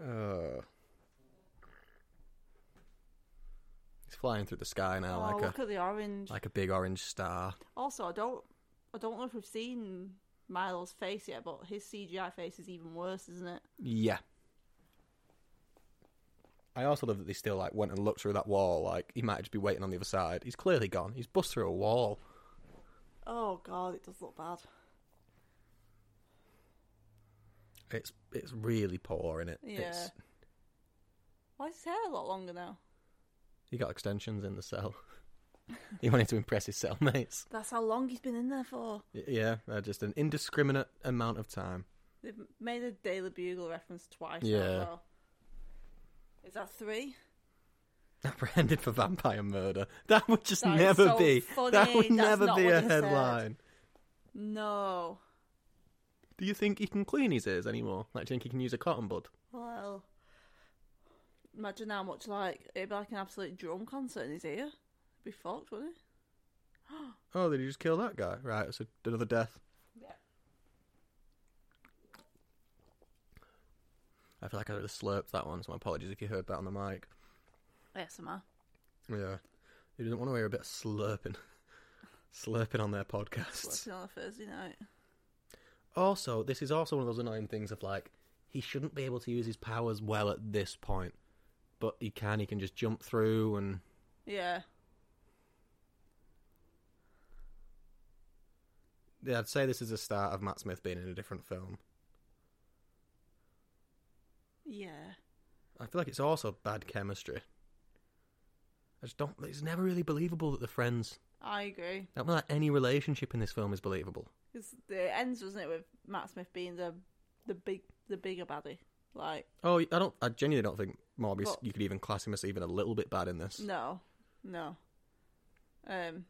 Speaker 1: uh. He's flying through the sky now
Speaker 2: oh,
Speaker 1: like
Speaker 2: look
Speaker 1: a
Speaker 2: at the orange.
Speaker 1: like a big orange star.
Speaker 2: Also, I don't, I don't know if we've seen Milo's face yet, but his CGI face is even worse, isn't it?
Speaker 1: Yeah. I also love that they still like went and looked through that wall. Like he might just be waiting on the other side. He's clearly gone. He's bust through a wall.
Speaker 2: Oh god, it does look bad.
Speaker 1: It's it's really poor in it.
Speaker 2: Yeah.
Speaker 1: It's,
Speaker 2: Why is his hair a lot longer now?
Speaker 1: He got extensions in the cell. <laughs> he wanted to impress his cellmates.
Speaker 2: That's how long he's been in there for.
Speaker 1: Y- Yeah, uh, just an indiscriminate amount of time.
Speaker 2: They've made a Daily Bugle reference twice.
Speaker 1: Yeah.
Speaker 2: Yeah. Now, as well. Is that three?
Speaker 1: <laughs> Apprehended for vampire murder. That would just
Speaker 2: That is
Speaker 1: never
Speaker 2: so
Speaker 1: be. That
Speaker 2: funny.
Speaker 1: would
Speaker 2: That's
Speaker 1: never
Speaker 2: not
Speaker 1: be
Speaker 2: what
Speaker 1: a
Speaker 2: they said.
Speaker 1: headline.
Speaker 2: No.
Speaker 1: Do you think he can clean his ears anymore? Like, do you think he can use a cotton bud?
Speaker 2: Well, imagine how much like it'd be like an absolute drum concert in his ear. It'd be fucked, wouldn't it?
Speaker 1: Oh, did he just kill that guy? Right, it's a, another death.
Speaker 2: Yeah.
Speaker 1: I feel like I just slurped that one, so my apologies if you heard that on the mic.
Speaker 2: ASMR.
Speaker 1: Yeah. He doesn't want to hear a bit of slurping. <laughs> slurping on their podcasts.
Speaker 2: Slipping on a Thursday night.
Speaker 1: Also, this is also one of those annoying things of like he shouldn't be able to use his powers well at this point, but he can. He can just jump through and
Speaker 2: Yeah.
Speaker 1: yeah. I'd say this is the start of Matt Smith being in a different film.
Speaker 2: Yeah.
Speaker 1: I feel like it's also bad chemistry. I just don't. It's never really believable that they're friends.
Speaker 2: I agree.
Speaker 1: I don't feel like any relationship in this film is believable.
Speaker 2: Because it ends, wasn't it, with Matt Smith being the the big the bigger baddie. Like,
Speaker 1: Oh, I don't. I genuinely don't think Morbius.
Speaker 2: Well-
Speaker 1: you could even class him as even a little bit bad in this.
Speaker 2: no, no. Um.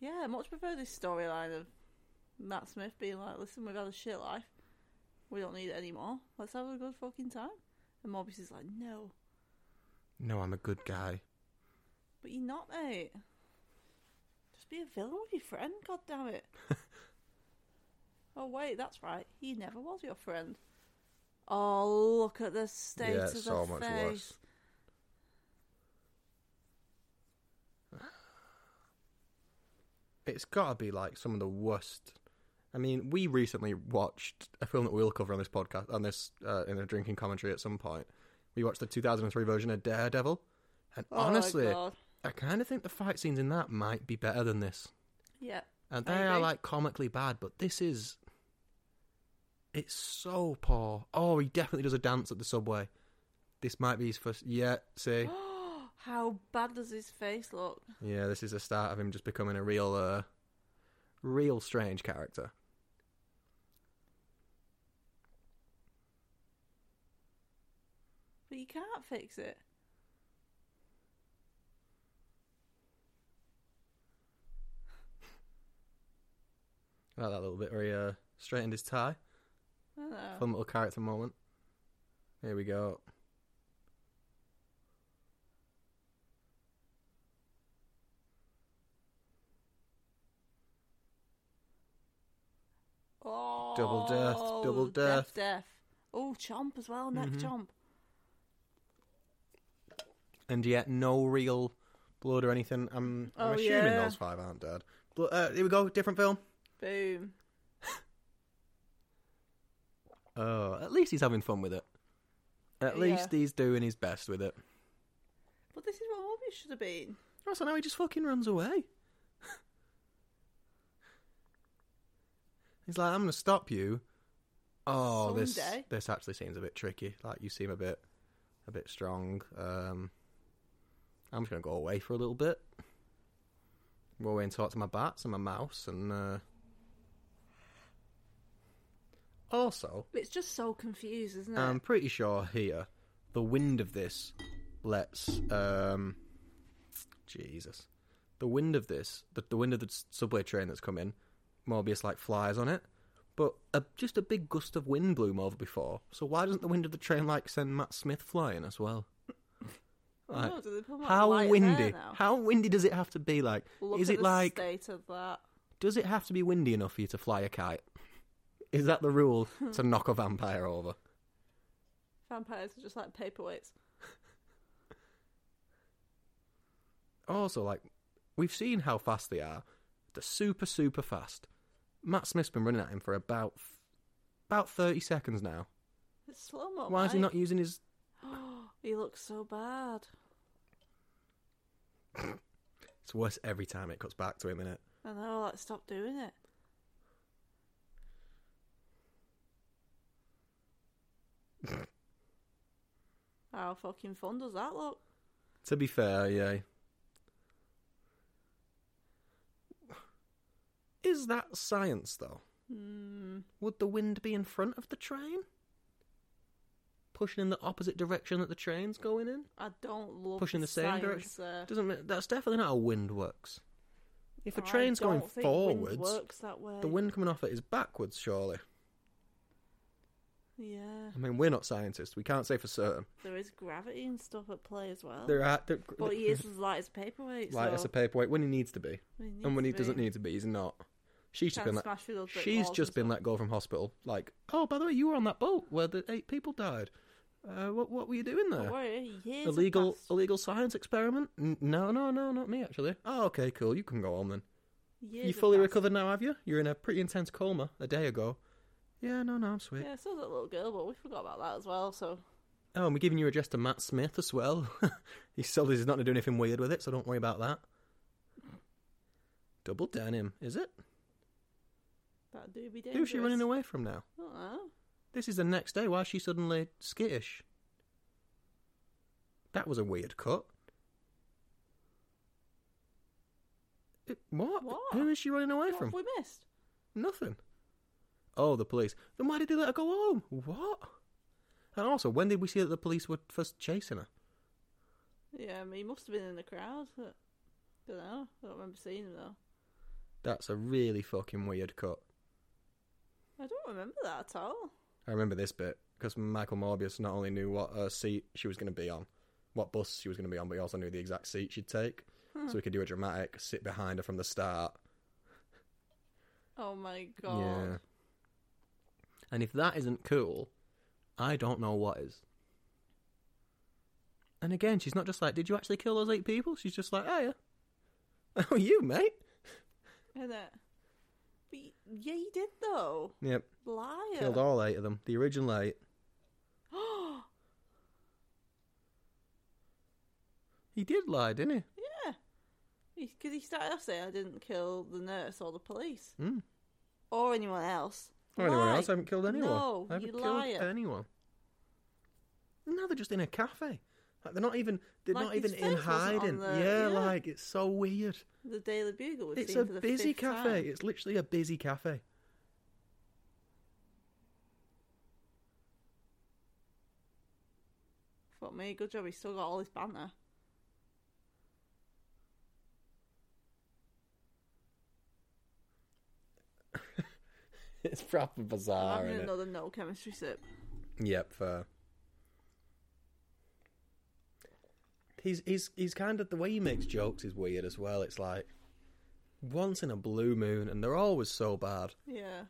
Speaker 2: Yeah, I much prefer this storyline of Matt Smith being like, "Listen, we've had a shit life. We don't need it anymore. Let's have a good fucking time." And Morbius is like, "No,
Speaker 1: No, I'm a good guy.
Speaker 2: But you're not, mate. Just be a villain with your friend, god damn
Speaker 1: <laughs>
Speaker 2: it. oh wait, that's right. He never was your friend. Oh look at the state
Speaker 1: yeah,
Speaker 2: of the
Speaker 1: it's so
Speaker 2: face.
Speaker 1: much worse. It's got to be like some of the worst. I mean, we recently watched a film that we'll cover on this podcast, on this uh, in a drinking commentary at some point. We watched the 2003 version of Daredevil, and
Speaker 2: Oh,
Speaker 1: honestly,
Speaker 2: God.
Speaker 1: I kind of think the fight scenes in that might be better than this.
Speaker 2: yeah.
Speaker 1: And
Speaker 2: I
Speaker 1: they are
Speaker 2: agree.
Speaker 1: like comically bad, but this is. It's so poor. Oh, he definitely does a dance at the subway. This might be his first. Yeah, see?
Speaker 2: <gasps> How bad does his face look?
Speaker 1: yeah, this is the start of him just becoming a real, uh. Real strange character.
Speaker 2: But you can't fix it.
Speaker 1: I like that little bit where he, uh, straightened his tie.
Speaker 2: I don't know.
Speaker 1: Fun little character moment. Here we go.
Speaker 2: Oh,
Speaker 1: Double death, double death. Mm-hmm.
Speaker 2: death, Oh, chomp as well, neck chomp.
Speaker 1: and yet no real blood or anything. I'm, I'm
Speaker 2: Oh,
Speaker 1: assuming
Speaker 2: yeah.
Speaker 1: those five aren't dead. But uh, here we go, different film.
Speaker 2: Boom.
Speaker 1: Oh, at least he's having fun with it. At
Speaker 2: Yeah.
Speaker 1: least he's doing his best with it.
Speaker 2: But this is what movies should have been.
Speaker 1: Also, now he just fucking runs away. <laughs> he's like, I'm gonna stop you. Oh, this
Speaker 2: Someday.
Speaker 1: this actually seems a bit tricky. Like you seem a bit a bit strong. Um, I'm just gonna go away for a little bit. Go away and talk to my bats and my mouse and. Uh... Also,
Speaker 2: It's just so confused, isn't it?
Speaker 1: I'm pretty sure here, the wind of this lets um, Jesus, the wind of this, the, the wind of the s- subway train that's come in, Morbius like flies on it, but a, just a big gust of wind blew him over before. So why doesn't the wind of the train like send Matt Smith flying as well?
Speaker 2: I
Speaker 1: Like,
Speaker 2: don't know, do they put, like,
Speaker 1: how
Speaker 2: light there
Speaker 1: windy?
Speaker 2: now?
Speaker 1: How windy does it have to be? Like,
Speaker 2: Look
Speaker 1: is
Speaker 2: at
Speaker 1: it
Speaker 2: the
Speaker 1: like?
Speaker 2: state of that?
Speaker 1: Does it have to be windy enough for you to fly a kite? Is that the
Speaker 2: <laughs>
Speaker 1: rule to knock a vampire over?
Speaker 2: Vampires are just like paperweights.
Speaker 1: also like we've seen how fast they are. They're super super fast. Matt Smith's been running at him for about about thirty seconds now.
Speaker 2: It's slow mo.
Speaker 1: Why is he not using his?
Speaker 2: <gasps> he looks so bad.
Speaker 1: It's worse every time it cuts back to him, innit?
Speaker 2: I know. Like, stop doing
Speaker 1: <laughs>
Speaker 2: it. How fucking fun does that look?
Speaker 1: To be fair, yeah. Is that science though?
Speaker 2: Hmm.
Speaker 1: Would the wind be in front of the train? Pushing in the opposite direction that the train's going in?
Speaker 2: I don't love uh,
Speaker 1: pushing the, same direction.
Speaker 2: science there.
Speaker 1: Doesn't ma- that's definitely not how wind works. If a
Speaker 2: I
Speaker 1: train's going
Speaker 2: don't think wind
Speaker 1: forwards,
Speaker 2: works that way.
Speaker 1: the wind coming off it is backwards. Surely,
Speaker 2: Yeah,
Speaker 1: I mean we're not scientists. We can't say for certain.
Speaker 2: there is gravity and stuff at play as well.
Speaker 1: There are there,
Speaker 2: but he
Speaker 1: <laughs>
Speaker 2: is as light as a paperweight.
Speaker 1: light
Speaker 2: so
Speaker 1: as a paperweight when he needs to be,
Speaker 2: he needs
Speaker 1: and when
Speaker 2: to
Speaker 1: he
Speaker 2: be.
Speaker 1: doesn't need to be, he's not. She's just
Speaker 2: Can't
Speaker 1: been let,
Speaker 2: smash through those brick
Speaker 1: she's
Speaker 2: walls
Speaker 1: just
Speaker 2: and
Speaker 1: been
Speaker 2: stuff.
Speaker 1: let go from hospital. Like, oh, by the way, you were on that boat where the eight people died. Uh, what what were you doing
Speaker 2: Don't
Speaker 1: there?
Speaker 2: worry, Oh, years have
Speaker 1: illegal
Speaker 2: passed.
Speaker 1: illegal science experiment? N- no, no, no, not me actually. Oh, okay, cool. You can go on then.
Speaker 2: Years
Speaker 1: you
Speaker 2: have
Speaker 1: fully
Speaker 2: passed.
Speaker 1: recovered now, have you? You're in a pretty intense coma a day ago. Yeah, no, no, I'm sweet.
Speaker 2: Yeah, so that little girl, but we forgot about that as well. So
Speaker 1: Oh, and we're giving you a address to Matt Smith as well. <laughs> He's sold he's not going to do anything weird with it, so don't worry about that. Double denim, is it?
Speaker 2: that do be dangerous.
Speaker 1: Who's she running away from now?
Speaker 2: I don't know.
Speaker 1: This is the next day. Why is she suddenly skittish? That was a weird cut. It, what?
Speaker 2: What?
Speaker 1: Who is she running away
Speaker 2: What
Speaker 1: from?
Speaker 2: have we missed?
Speaker 1: Nothing. Oh, the police. Then why did they let her go home? What? And also, when did we see that the police were first chasing her?
Speaker 2: Yeah, I mean, he must have been in the crowd. but- Don't know. I don't remember seeing him though.
Speaker 1: That's a really fucking weird cut.
Speaker 2: I don't remember that at all.
Speaker 1: I remember this bit because Michael Morbius not only knew what uh, seat she was going to be on, what bus she was going to be on, but he also knew the exact seat she'd take, so he could do a dramatic sit behind her from the start.
Speaker 2: Oh my god.
Speaker 1: And if that isn't cool, I don't know what is. And again, she's not just like, "Did you actually kill those eight people?" She's just like, "Oh yeah, <laughs> oh you mate."
Speaker 2: Isn't it? But y- yeah, you did though.
Speaker 1: Yep,
Speaker 2: Liar.
Speaker 1: killed all eight of them. The original eight. He did lie, didn't he?
Speaker 2: <gasps> yeah. Because he started off saying, I didn't kill the nurse or the police.
Speaker 1: Mm.
Speaker 2: Or anyone else.
Speaker 1: Or anyone
Speaker 2: Lie.
Speaker 1: else? I haven't killed anyone.
Speaker 2: No,
Speaker 1: I haven't
Speaker 2: you
Speaker 1: killed
Speaker 2: liar.
Speaker 1: anyone. No, they're just in a cafe. Like they're not even. They're
Speaker 2: Like
Speaker 1: not
Speaker 2: his
Speaker 1: even in
Speaker 2: face wasn't on
Speaker 1: hiding.
Speaker 2: the-
Speaker 1: yeah,
Speaker 2: yeah.
Speaker 1: like it's so weird.
Speaker 2: The Daily Bugle was
Speaker 1: it's
Speaker 2: seen
Speaker 1: a
Speaker 2: for the
Speaker 1: busy
Speaker 2: fifth
Speaker 1: cafe.
Speaker 2: time.
Speaker 1: It's literally a busy cafe.
Speaker 2: Fuck me, good job he's still got all his banter.
Speaker 1: <laughs> It's proper
Speaker 2: I'm
Speaker 1: bizarre.
Speaker 2: having
Speaker 1: innit?
Speaker 2: another no chemistry sip.
Speaker 1: Yep, fair. He's he's he's kind of the way he makes jokes is weird as well. It's like once in a blue moon, and they're always so bad.
Speaker 2: Yeah.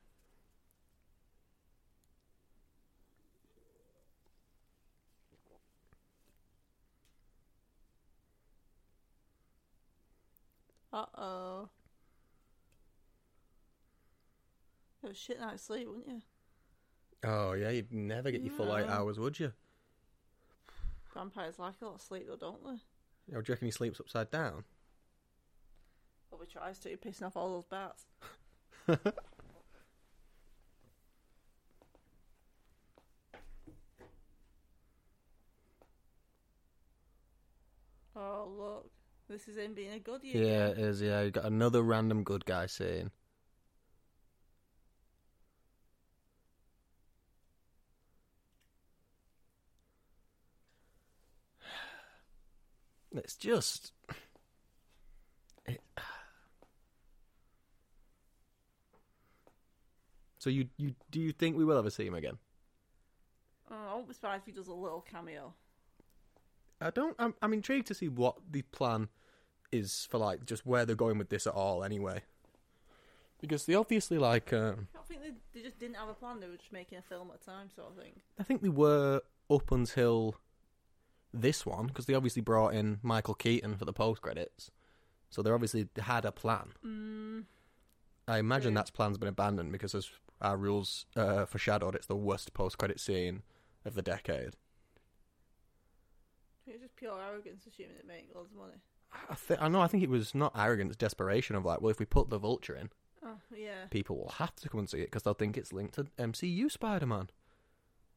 Speaker 2: Uh oh. Have a shit night's sleep, wouldn't you?
Speaker 1: Oh yeah, you'd never get your full eight
Speaker 2: No.
Speaker 1: hours, would you?
Speaker 2: Vampires like a lot of sleep though, don't they?
Speaker 1: Or do you reckon he sleeps upside down?
Speaker 2: Well, he tries to, you're pissing off all those bats. <laughs> oh, look. This is him being a good year.
Speaker 1: it is. Yeah, you got another random good guy saying. <sighs> It's just. It... <sighs> So you you do you think we will ever see him again?
Speaker 2: Oh, I won't be surprised if he does a little cameo.
Speaker 1: I don't. I'm, I'm intrigued to see what the plan is for like just where they're going with this at all. Anyway, because they obviously like. Um,
Speaker 2: I think they, they just didn't have a plan. They were just making a film at a time, sort of thing.
Speaker 1: I think they were up until this one because they obviously brought in Michael Keaton for the post credits, so they obviously had a plan.
Speaker 2: Mm,
Speaker 1: I imagine
Speaker 2: Yeah.
Speaker 1: that plan's been abandoned because as our rules uh, foreshadowed, it's the worst post credit scene of the decade.
Speaker 2: it was just pure arrogance, assuming it made loads of money.
Speaker 1: I, th- I know. I think it was not arrogance, desperation of like, well, if we put the vulture in.
Speaker 2: Oh, yeah.
Speaker 1: people will have to come and see it because they'll think it's linked to MCU Spider Man.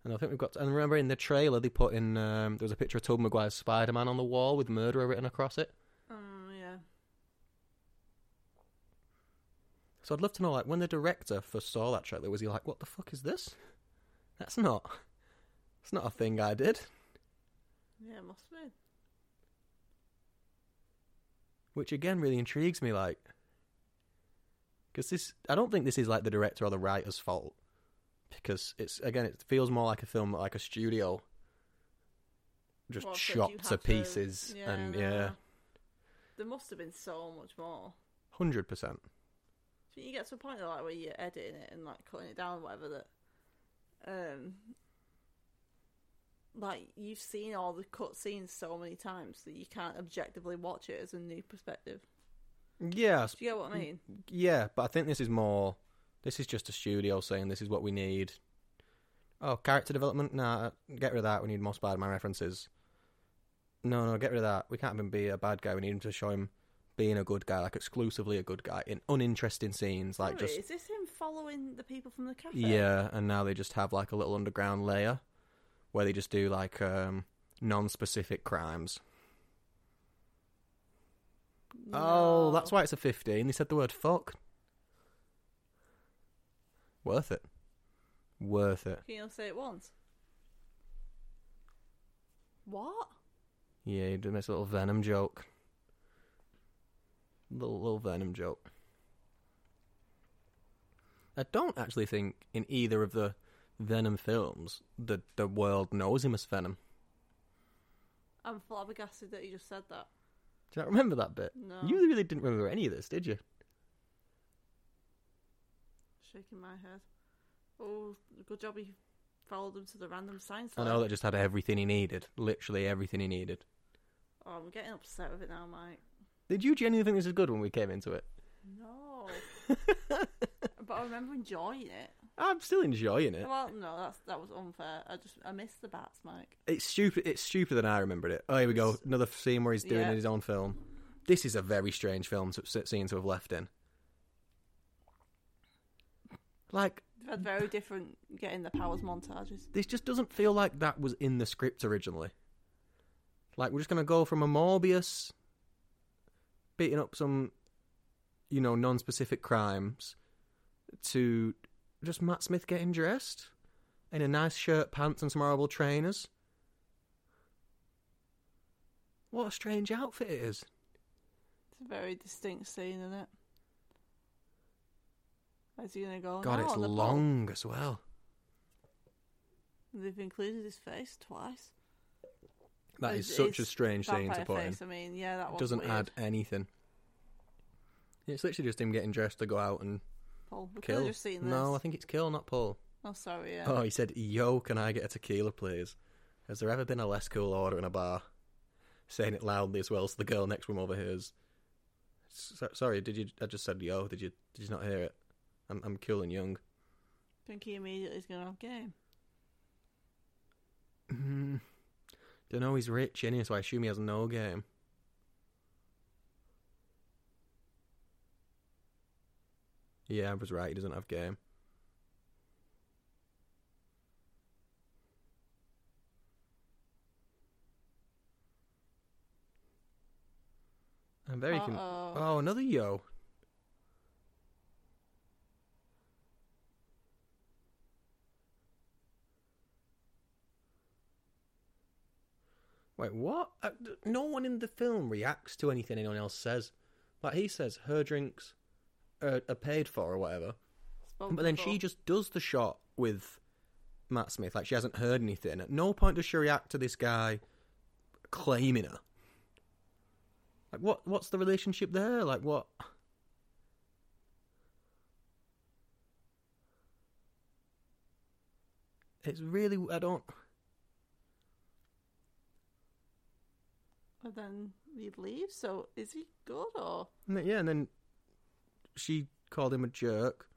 Speaker 1: And I think we've got. To, and remember in the trailer they put in um, there was a picture of Tobey Maguire's Spider Man on the wall with murderer written across it.
Speaker 2: Um, yeah.
Speaker 1: So I'd love to know like when the director first saw that trailer was he like what the fuck is this? That's not. It's not a thing I did.
Speaker 2: Yeah, must have been.
Speaker 1: which again really intrigues me like because this i don't think this is like the director or the writer's fault because it's again it feels more like a film that like a studio just
Speaker 2: Well, but you
Speaker 1: chopped to
Speaker 2: have
Speaker 1: pieces and
Speaker 2: no,
Speaker 1: yeah
Speaker 2: no. There must have been so much more.
Speaker 1: 100%
Speaker 2: So you get to a point like where you're editing it and like cutting it down, or whatever. That, um, like you've seen all the cut scenes so many times that you can't objectively watch it as a new perspective.
Speaker 1: yeah I
Speaker 2: Do you get
Speaker 1: Mm,
Speaker 2: what I mean?
Speaker 1: Yeah, but I think this is more. This is just a studio saying this is what we need. Oh, character development? Nah, get rid of that. We need more Spider Man references. No, no, get rid of that. We can't even be a bad guy. We need him to show him being a good guy, like exclusively a good guy, in uninteresting scenes. Like
Speaker 2: Sorry,
Speaker 1: just.
Speaker 2: is this him following the people from the cafe?
Speaker 1: Yeah, and now they just have like a little underground layer where they just do like um, non specific crimes. Oh, that's why it's a 15. They said the word fuck. Worth it. Worth it.
Speaker 2: Can you not say it once? What?
Speaker 1: Yeah, he makes a little Venom joke. Little, little Venom joke. I don't actually think in either of the Venom films that the world knows him as Venom.
Speaker 2: I'm flabbergasted that you just said that.
Speaker 1: Do you not remember that bit?
Speaker 2: No.
Speaker 1: You really didn't remember any of this, did you?
Speaker 2: Shaking my head. Oh, good job he followed him to the random science
Speaker 1: I
Speaker 2: lab.
Speaker 1: know that just had everything he needed. Literally everything he needed.
Speaker 2: Oh, I'm getting upset with it now, Mike.
Speaker 1: Did you genuinely think this was good when we came into it?
Speaker 2: No.
Speaker 1: <laughs>
Speaker 2: but I remember enjoying it.
Speaker 1: I'm still enjoying it.
Speaker 2: Well, no, that's that was unfair. I just I missed the bats, Mike.
Speaker 1: It's stupid. It's stupider than I remembered it. Oh, here we go. Another f- scene where he's doing
Speaker 2: Yeah.
Speaker 1: his own film. This is a very strange film to, s- scene to have left in. Like
Speaker 2: They've had very different getting the powers montages.
Speaker 1: this just doesn't feel like that was in the script originally. Like we're just gonna go from a Morbius beating up some, you know, non-specific crimes, to just Matt Smith getting dressed in a nice shirt, pants, and some horrible trainers. What a strange outfit it is.
Speaker 2: It's a very distinct scene, isn't it? Where's he gonna go?
Speaker 1: God,
Speaker 2: now
Speaker 1: it's
Speaker 2: Oh, on the boat?
Speaker 1: long as well.
Speaker 2: They've included his face twice.
Speaker 1: That is
Speaker 2: It's-
Speaker 1: such a
Speaker 2: it's
Speaker 1: strange scene to
Speaker 2: Vampire
Speaker 1: put in.
Speaker 2: face, I mean, yeah, that
Speaker 1: It
Speaker 2: was
Speaker 1: doesn't
Speaker 2: weird.
Speaker 1: add anything. It's literally just him getting dressed to go out and
Speaker 2: Paul, we could
Speaker 1: Kill?
Speaker 2: have just seen this.
Speaker 1: No, I think it's kill, not pull.
Speaker 2: Oh, sorry. Yeah.
Speaker 1: Oh, he said, "Yo, can I get a tequila, please?" Has there ever been a less cool order in a bar? Saying it loudly as well, so the girl next room overhears. So, sorry, did you? I just said yo. Did you? Did you not hear it? I'm, I'm cool and young.
Speaker 2: think he immediately is going to have game.
Speaker 1: Mm-hmm. Don't know. He's rich, innit? So I assume he has no game. Yeah, I was right. He doesn't have game. I'm very. Con-
Speaker 2: Uh-oh.
Speaker 1: oh, another yo. Wait, what? Uh, d- no one in the film reacts to anything anyone else says. Like he says, her drinks are, are paid for or whatever.
Speaker 2: Spoken
Speaker 1: But then
Speaker 2: for.
Speaker 1: she just does the shot with Matt Smith. Like she hasn't heard anything. At no point does she react to this guy claiming her. Like what? What's the relationship there? Like what? It's really I don't.
Speaker 2: But then he leaves, so is he good or.
Speaker 1: And then- yeah, and then she called him a jerk.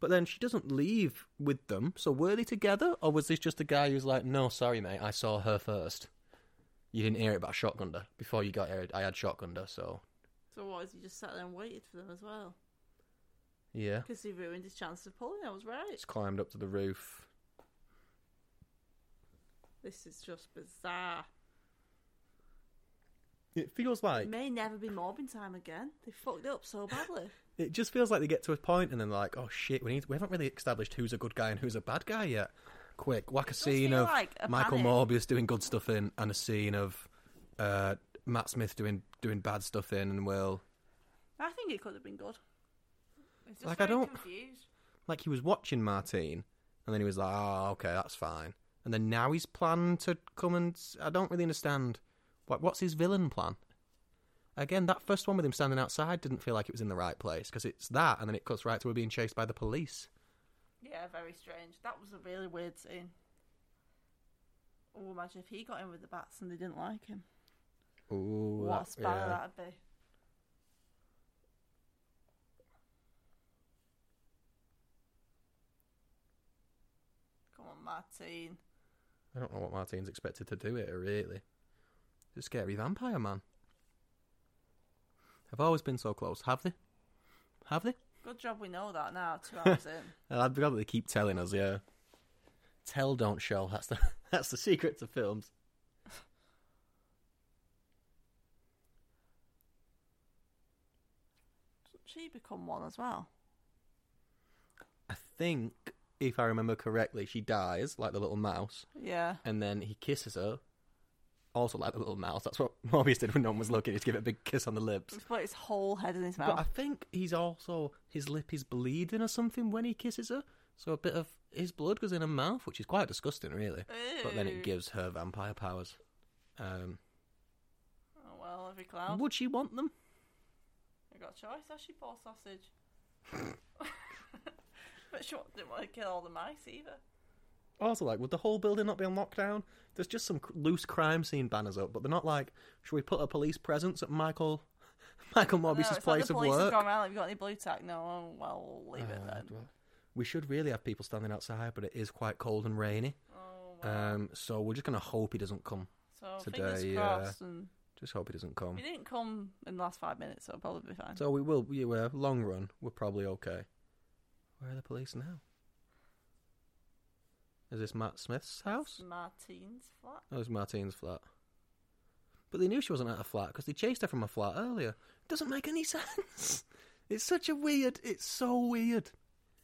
Speaker 1: But then she doesn't leave with them. So were they together, or was this just a guy who's like, "No, sorry, mate, I saw her first. You didn't hear it, but I shotgunned her before you got here. I had shotgunned her, so
Speaker 2: So what, is he just sat there and waited for them as well?
Speaker 1: yeah."
Speaker 2: Because he ruined his chance of pulling, I was right.
Speaker 1: It's climbed up to the roof.
Speaker 2: This is just bizarre.
Speaker 1: It feels like
Speaker 2: It may never be Morbin time again. They fucked it up so badly.
Speaker 1: it just feels like they get to a point and then like, "Oh shit, we need. We haven't really established who's a good guy and who's a bad guy yet." Quick, whack a scene
Speaker 2: feel
Speaker 1: of
Speaker 2: like a
Speaker 1: Michael
Speaker 2: panic.
Speaker 1: Morbius doing good stuff in, and a scene of uh, Matt Smith doing doing bad stuff in, and we'll
Speaker 2: I think it could have been good. It's just
Speaker 1: Like, I
Speaker 2: very
Speaker 1: don't-
Speaker 2: confused.
Speaker 1: like he was watching Martine, and then he was like, "Oh, okay, that's fine." And then now he's planned to come and I don't really understand. What what's his villain plan? Again, that first one with him standing outside didn't feel like it was in the right place because it's that, and then it cuts right to her being chased by the police.
Speaker 2: Yeah, very strange. That was a really weird scene. Oh, imagine if he got in with the bats and they didn't like him.
Speaker 1: Ooh,
Speaker 2: what a spanner that'd be. Come on, Martine.
Speaker 1: I don't know what Martine's expected to do here, really. It's a scary vampire, man. Have always been so close, have they? Have they?
Speaker 2: Good job we know that now, two
Speaker 1: <laughs>
Speaker 2: hours in.
Speaker 1: I'd rather they keep telling us, yeah. Tell, don't show. That's the <laughs> that's the secret to films.
Speaker 2: Doesn't she become one as well?
Speaker 1: I think, if I remember correctly, she dies like the little mouse,
Speaker 2: Yeah.
Speaker 1: and then he kisses her, also like the little mouse. That's what <laughs> Morbius did when no one was looking. He'd give it a big kiss on the lips.
Speaker 2: He's put his whole head in his
Speaker 1: But I <laughs>
Speaker 2: mouth.
Speaker 1: think he's also his lip is bleeding or something when he kisses her, so a bit of his blood goes in her
Speaker 2: Hmm.
Speaker 1: mouth, which is quite disgusting, really. But then
Speaker 2: Ew.
Speaker 1: it gives her vampire powers. Um,
Speaker 2: Oh, every cloud.
Speaker 1: Would she want them? Mm.
Speaker 2: I got a choice. Actually, poor
Speaker 1: <laughs>
Speaker 2: sausage. <laughs> but she didn't want to kill all the mice either.
Speaker 1: Also, like, would the whole building not be on lockdown? There's just some cr- loose crime scene banners up, but they're not like, should we put a police presence at Michael <laughs> Michael Morbius's
Speaker 2: no, it's like
Speaker 1: place
Speaker 2: the
Speaker 1: of
Speaker 2: police have
Speaker 1: work?
Speaker 2: gone around. Have you got any blue tack? No. Oh, Well, we'll leave it
Speaker 1: Uh,
Speaker 2: then.
Speaker 1: well, we should really have people standing outside, but it is quite cold and rainy.
Speaker 2: Oh, well.
Speaker 1: Um, so we're just gonna hope he doesn't come.
Speaker 2: so
Speaker 1: today,
Speaker 2: fingers
Speaker 1: uh,
Speaker 2: crossed. And
Speaker 1: Just hope he doesn't come.
Speaker 2: he didn't come in the last five minutes, so it'll probably be fine.
Speaker 1: So we will. We were long run. We're probably okay. Where are the police now? Is this Matt Smith's
Speaker 2: Mm.
Speaker 1: house?
Speaker 2: Martine's flat.
Speaker 1: Oh, it's Martine's flat. But they knew she wasn't at a flat because they chased her from a flat earlier. Doesn't make any <laughs> sense. It's such a weird. It's so weird.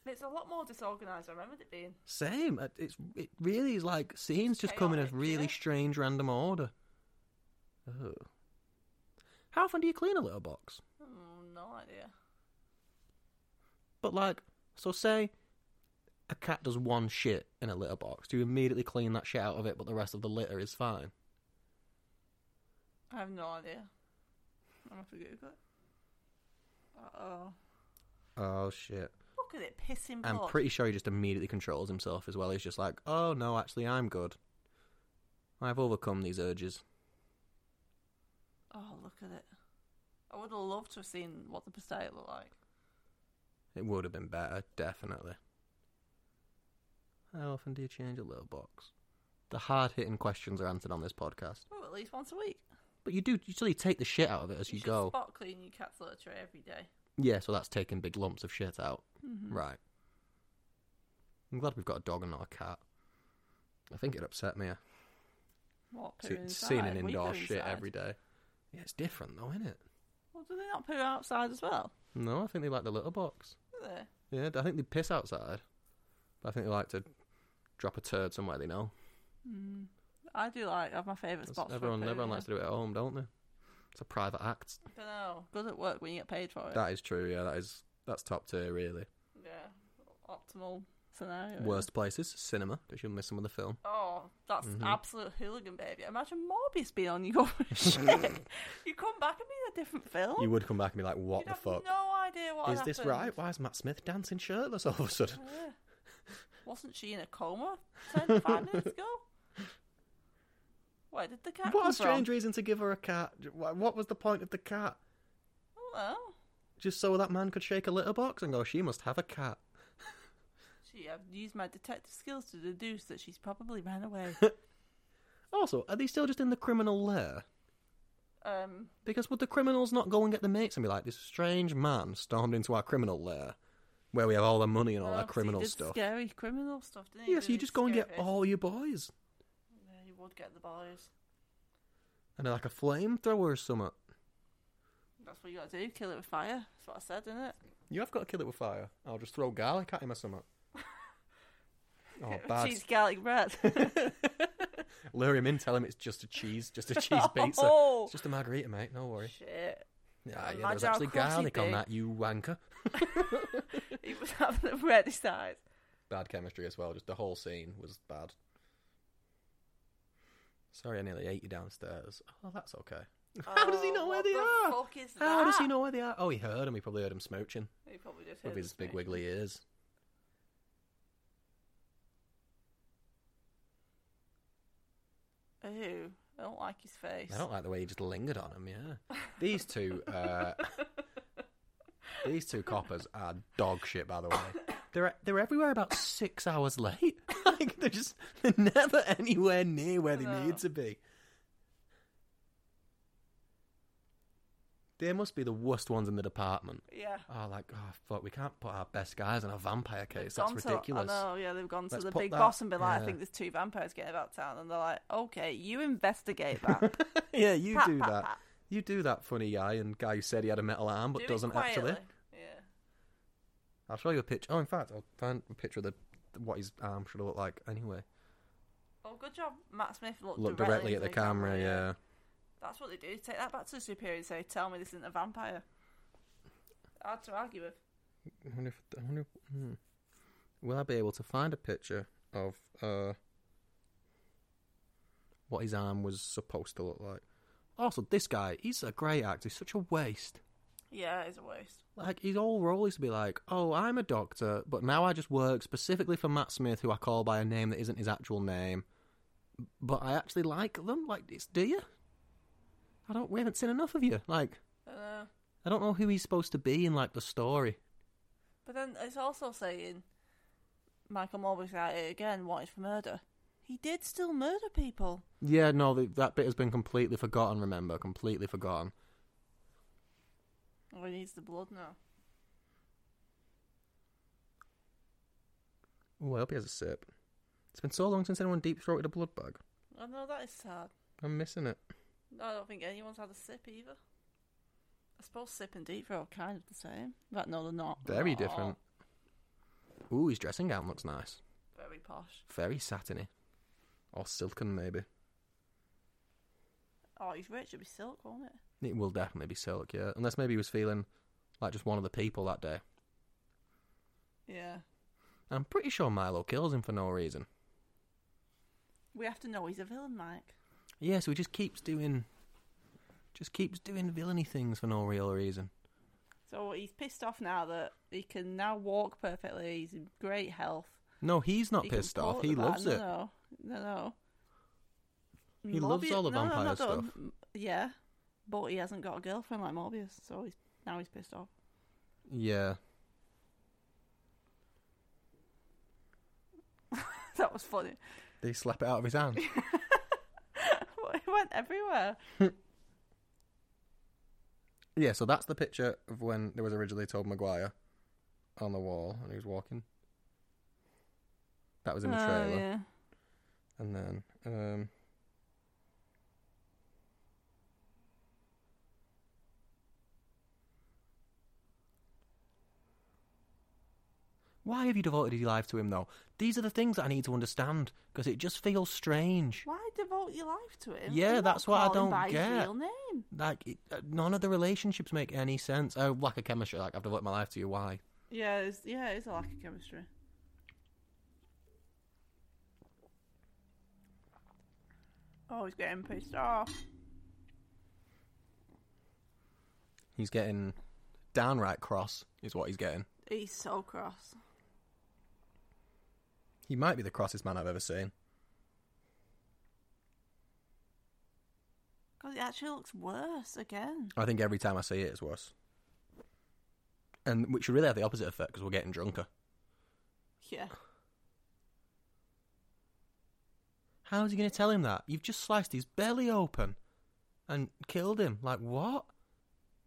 Speaker 2: It's a lot more disorganised. I remembered it being.
Speaker 1: Same. It- It's it really is like scenes just come in a
Speaker 2: chaotic,
Speaker 1: really
Speaker 2: yeah.
Speaker 1: strange random order. Oh. How often do you clean a litter box?
Speaker 2: Mm, no idea.
Speaker 1: But like, so say a cat does one shit in a litter box. Do you immediately clean that shit out of it, but the rest of the litter is fine?
Speaker 2: I have no idea. I'm gonna have to Google it. Uh oh.
Speaker 1: Oh shit!
Speaker 2: Look at it pissing blood.
Speaker 1: I'm pretty sure he just immediately controls himself as well. He's just like, oh no, actually, I'm good. I've overcome these urges.
Speaker 2: Oh, look at it. I would have loved to have seen what the mistake looked like.
Speaker 1: It would have been better, definitely. How often do you change a litter box? The hard hitting questions are answered on this podcast.
Speaker 2: Well, at least once a week.
Speaker 1: But you do, you still take the shit out of it as you,
Speaker 2: should
Speaker 1: go.
Speaker 2: spot clean your cat's litter tray every day.
Speaker 1: Yeah, so that's taking big lumps of shit out.
Speaker 2: Mm-hmm.
Speaker 1: Right. I'm glad we've got a dog and not a cat. I think it upset me.
Speaker 2: What, poo
Speaker 1: See,
Speaker 2: inside?
Speaker 1: seeing an
Speaker 2: We
Speaker 1: indoor
Speaker 2: poo
Speaker 1: shit
Speaker 2: inside.
Speaker 1: every day. Yeah, it's different though, isn't it?
Speaker 2: Well, do they not poo outside as well?
Speaker 1: No, I think they like the litter box.
Speaker 2: Do they?
Speaker 1: Yeah, I think they piss outside. But I think they like to drop a turd somewhere they know.
Speaker 2: Mm. I do like, I have my favourite
Speaker 1: That's-
Speaker 2: spots
Speaker 1: everyone
Speaker 2: for poo.
Speaker 1: everyone
Speaker 2: yeah.
Speaker 1: likes to do it at home, don't they? It's a private act.
Speaker 2: I know. Good at work when you get paid for it.
Speaker 1: That is true, yeah, that is that's top tier really.
Speaker 2: yeah. Optimal scenario.
Speaker 1: Worst Mm-hmm. places, cinema, because you'll miss some of the film.
Speaker 2: Oh, that's absolute hooligan, baby. Imagine Morbius being on you go, <laughs>
Speaker 1: <laughs>
Speaker 2: shit. you come back and be in a different film.
Speaker 1: You would come back and be like, What
Speaker 2: You'd
Speaker 1: the
Speaker 2: have
Speaker 1: fuck?
Speaker 2: no idea what
Speaker 1: Is this
Speaker 2: happened.
Speaker 1: right? Why is Matt Smith dancing shirtless all of a sudden?
Speaker 2: Yeah. Wasn't she in a coma ten, five minutes ago? Where did the cat
Speaker 1: What
Speaker 2: come
Speaker 1: a strange
Speaker 2: from?
Speaker 1: reason to give her a cat. Wh- What was the point of the cat?
Speaker 2: I don't know.
Speaker 1: Just so that man could shake a litter box and go, she must have a cat.
Speaker 2: She, I've used my detective skills to deduce that she's probably ran away.
Speaker 1: <laughs> Also, are they still just in the criminal lair?
Speaker 2: um,
Speaker 1: Because would the criminals not go and get the mates and be like, this strange man stormed into our criminal lair where we have all the money and all
Speaker 2: no,
Speaker 1: our
Speaker 2: 'cause he
Speaker 1: criminal
Speaker 2: did
Speaker 1: stuff?
Speaker 2: Scary criminal stuff, didn't he?
Speaker 1: Yes, you
Speaker 2: Really
Speaker 1: just go and
Speaker 2: scary
Speaker 1: get
Speaker 2: face.
Speaker 1: all your boys
Speaker 2: Yeah, you would get the boys.
Speaker 1: and like a flamethrower or something.
Speaker 2: That's what you gotta do. Kill it with fire. That's what I said, isn't it?
Speaker 1: You have got to kill it with fire. I'll just throw garlic at him or
Speaker 2: <laughs>
Speaker 1: something. Oh, bad.
Speaker 2: Cheese garlic bread. <laughs>
Speaker 1: Lure him in, tell him it's just a cheese,
Speaker 2: <laughs>
Speaker 1: just a <laughs> cheese pizza.
Speaker 2: Oh.
Speaker 1: It's just a margarita, mate, no worry.
Speaker 2: Shit.
Speaker 1: Yeah, yeah, there was
Speaker 2: Imagine how
Speaker 1: actually
Speaker 2: cross he'd
Speaker 1: garlic on
Speaker 2: be.
Speaker 1: that, you wanker.
Speaker 2: He was having the reddest eyes.
Speaker 1: Bad chemistry as well, just the whole scene was bad. Sorry, I nearly ate you downstairs. Oh, that's okay. How does he know where
Speaker 2: Oh, what
Speaker 1: they
Speaker 2: the
Speaker 1: are?
Speaker 2: Fuck is
Speaker 1: How does he
Speaker 2: that?
Speaker 1: know where they are? Oh, he heard him. He probably heard him smooching
Speaker 2: He probably just
Speaker 1: with
Speaker 2: heard
Speaker 1: his
Speaker 2: us
Speaker 1: big
Speaker 2: making-
Speaker 1: wiggly ears.
Speaker 2: Ew. I don't like his face. <laughs>
Speaker 1: I don't like the way he just lingered on him. Yeah, these two, uh, these two coppers are dog shit. By the way, <coughs> they're they're everywhere about six hours <laughs> late. like they're just they're never anywhere near where they
Speaker 2: No.
Speaker 1: need to be. They must be the worst ones in the department.
Speaker 2: Yeah.
Speaker 1: Oh, like oh fuck, we can't put our best guys in a vampire case.
Speaker 2: Gone
Speaker 1: That's
Speaker 2: to-
Speaker 1: ridiculous.
Speaker 2: I know, yeah, they've gone
Speaker 1: Let's
Speaker 2: to the
Speaker 1: put
Speaker 2: big
Speaker 1: that-
Speaker 2: boss and been like,
Speaker 1: yeah.
Speaker 2: I think there's two vampires getting about town. And they're like, okay, you investigate <laughs> that.
Speaker 1: <laughs> yeah, you
Speaker 2: Pat,
Speaker 1: do
Speaker 2: pat,
Speaker 1: that.
Speaker 2: pat.
Speaker 1: You do that funny guy and guy who said he had a metal arm but
Speaker 2: Do it
Speaker 1: doesn't actually.
Speaker 2: quietly. Yeah.
Speaker 1: I'll show you a picture. Oh, in fact, I'll find a picture of the what his arm should have looked like anyway.
Speaker 2: Well, Oh, good job. Matt Smith looked
Speaker 1: Look directly
Speaker 2: directly,
Speaker 1: at
Speaker 2: into
Speaker 1: the camera, yeah.
Speaker 2: That's what they do. Take that back to the superior and say, tell me this isn't a vampire. Hard to argue with.
Speaker 1: I wonder if. I wonder, hmm. Will I be able to find a picture of uh, what his arm was supposed to look like? Also, this guy, he's a great actor. He's such a waste.
Speaker 2: Yeah, it's a waste.
Speaker 1: Like his whole role is to be like, "Oh, I'm a doctor, but now I just work specifically for Matt Smith, who I call by a name that isn't his actual name." But I actually like them. Like, it's do you? I don't. We haven't seen enough of you. Like,
Speaker 2: Uh,
Speaker 1: I don't know who he's supposed to be in like the story.
Speaker 2: but then it's also saying Michael Morbius at it again, wanted for murder. He did still murder people.
Speaker 1: Yeah, no, the, that bit has been completely forgotten. Remember, completely forgotten.
Speaker 2: Oh, he needs the blood now.
Speaker 1: Oh, I hope he has a sip. It's been so long since anyone deep throated a blood bag.
Speaker 2: I know that is sad.
Speaker 1: I'm missing it.
Speaker 2: I don't think anyone's had a sip either. I suppose sip and deep throat are kind of the same. But no, they're not.
Speaker 1: Very
Speaker 2: Not at all.
Speaker 1: different. Ooh, his dressing gown looks nice.
Speaker 2: Very posh.
Speaker 1: Very satiny. Or silken, maybe.
Speaker 2: Oh, he's rich. It'd be silk, won't it?
Speaker 1: It will definitely be silk, yeah. Unless maybe he was feeling like just one of the people that day.
Speaker 2: Yeah.
Speaker 1: I'm pretty sure Milo kills him for no reason.
Speaker 2: We have to know he's a villain, Mike.
Speaker 1: Yeah, so he just keeps doing. Just keeps doing villainy things for no real reason.
Speaker 2: So he's pissed off now that he can now walk perfectly. He's in great health.
Speaker 1: No, he's not
Speaker 2: He can
Speaker 1: pissed off.
Speaker 2: walk
Speaker 1: He
Speaker 2: the van.
Speaker 1: loves it.
Speaker 2: No, no, no. no.
Speaker 1: He loves all the
Speaker 2: no, no,
Speaker 1: vampire
Speaker 2: not done. Yeah, but he hasn't got a girlfriend like Morbius, so he's now he's pissed off. <laughs>
Speaker 1: Yeah.
Speaker 2: that was funny. <laughs>
Speaker 1: They slap it out of his hand.
Speaker 2: it went everywhere.
Speaker 1: Yeah, so that's the picture of when there was originally Todd Maguire on the wall and he was walking. That was in the
Speaker 2: Oh,
Speaker 1: trailer.
Speaker 2: yeah.
Speaker 1: And then um Why have you devoted your life to him though? These are the things that I need to understand because it just feels strange.
Speaker 2: Why devote your life to him?
Speaker 1: Yeah,
Speaker 2: You're not
Speaker 1: that's what I
Speaker 2: calling
Speaker 1: don't
Speaker 2: by
Speaker 1: get.
Speaker 2: His real name.
Speaker 1: Like it, uh, none of the relationships make any sense. Oh, lack of chemistry. Like I've devoted my life to you. Why?
Speaker 2: Yeah, it's, yeah, it's a lack of chemistry. Oh, he's getting pissed off.
Speaker 1: He's getting downright cross, is what he's getting.
Speaker 2: He's so cross.
Speaker 1: He might be the crossest man I've ever seen.
Speaker 2: God, it actually looks worse again.
Speaker 1: I think every time I see it, it's worse. And which should really have the opposite effect because we're getting drunker.
Speaker 2: Yeah.
Speaker 1: How is he going to tell him that? You've just sliced his belly open and killed him. Like, what?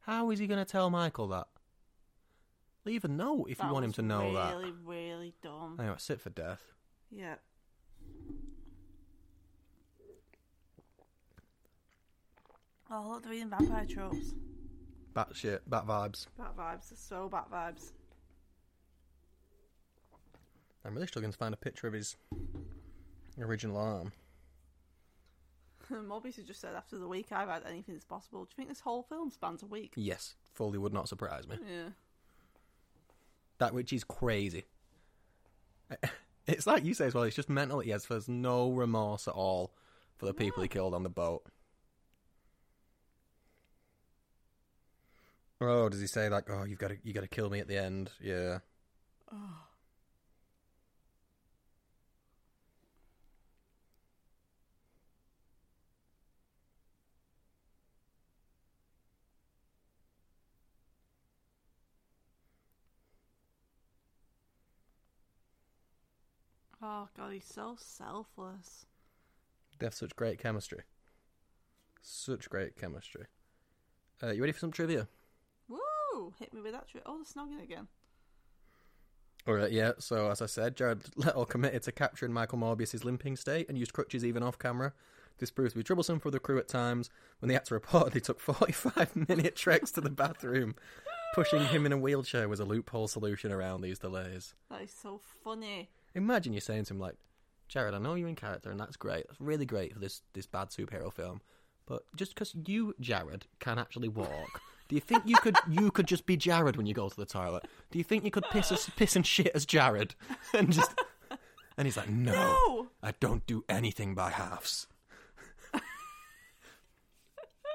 Speaker 1: How is he going to tell Michael that? Leave a note if you want him to know
Speaker 2: really,
Speaker 1: that.
Speaker 2: Really, really dumb.
Speaker 1: Anyway, sit for death.
Speaker 2: Yeah. Oh, look, they're reading vampire tropes.
Speaker 1: Bat shit, bat vibes.
Speaker 2: Bat vibes. They're so bad vibes. <laughs>
Speaker 1: I'm really struggling to find a picture of his original arm.
Speaker 2: Morbius has just said after the week I've had anything that's possible. Do you think this whole film spans a week?
Speaker 1: Yes, fully would not surprise me.
Speaker 2: Yeah.
Speaker 1: That which is crazy. <laughs> It's like you say as well. It's just mental. He has there's no remorse at all for the people he killed on the boat. Oh, does he say like, "Oh, you've got to, you got to kill me at the end"? Yeah.
Speaker 2: Oh god, he's so selfless.
Speaker 1: They have such great chemistry. Such great chemistry. Uh, you ready for some trivia?
Speaker 2: Woo! Hit me with that shit. Oh, they're snogging again.
Speaker 1: All right, yeah. So as I said, Jared Leto committed to capturing Michael Morbius's limping state and used crutches even off camera. This proved to be troublesome for the crew at times when the actor reportedly took <laughs> 45 minute treks to the bathroom. Pushing him in a wheelchair was a loophole solution around these delays.
Speaker 2: That is so funny.
Speaker 1: Imagine you're saying to him like, "Jared, I know you're in character and that's great. That's really great for this this bad superhero film, but just because you, Jared, can actually walk." Do you think you <laughs> could you could just be Jared when you go to the toilet? Do you think you could piss us, piss and shit as Jared <laughs> and just and he's like, no,
Speaker 2: No!
Speaker 1: I don't do anything by halves.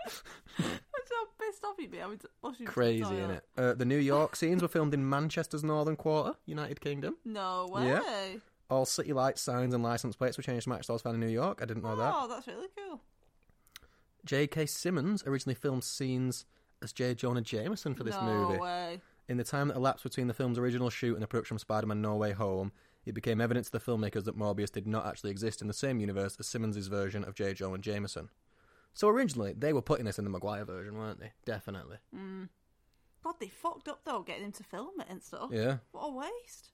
Speaker 2: That's how pissed off you'd be. I mean, washing
Speaker 1: Crazy, isn't it? Uh, the New York scenes were filmed in Manchester's northern quarter, United Kingdom.
Speaker 2: No way.
Speaker 1: Yeah. All city lights, signs, and license plates were changed to match those found in New York. I didn't know that.
Speaker 2: Oh, that's really cool.
Speaker 1: J.K. Simmons originally filmed scenes as J. Jonah Jameson for this
Speaker 2: no
Speaker 1: movie.
Speaker 2: way.
Speaker 1: In the time that elapsed between the film's original shoot and the production of Spider Man No Way Home, it became evident to the filmmakers that Morbius did not actually exist in the same universe as Simmons' version of J. Jonah Jameson. So originally, they were putting this in the Maguire version, weren't they? Definitely.
Speaker 2: Hmm. God, they fucked up though, getting him to film it and stuff.
Speaker 1: Yeah.
Speaker 2: What a waste.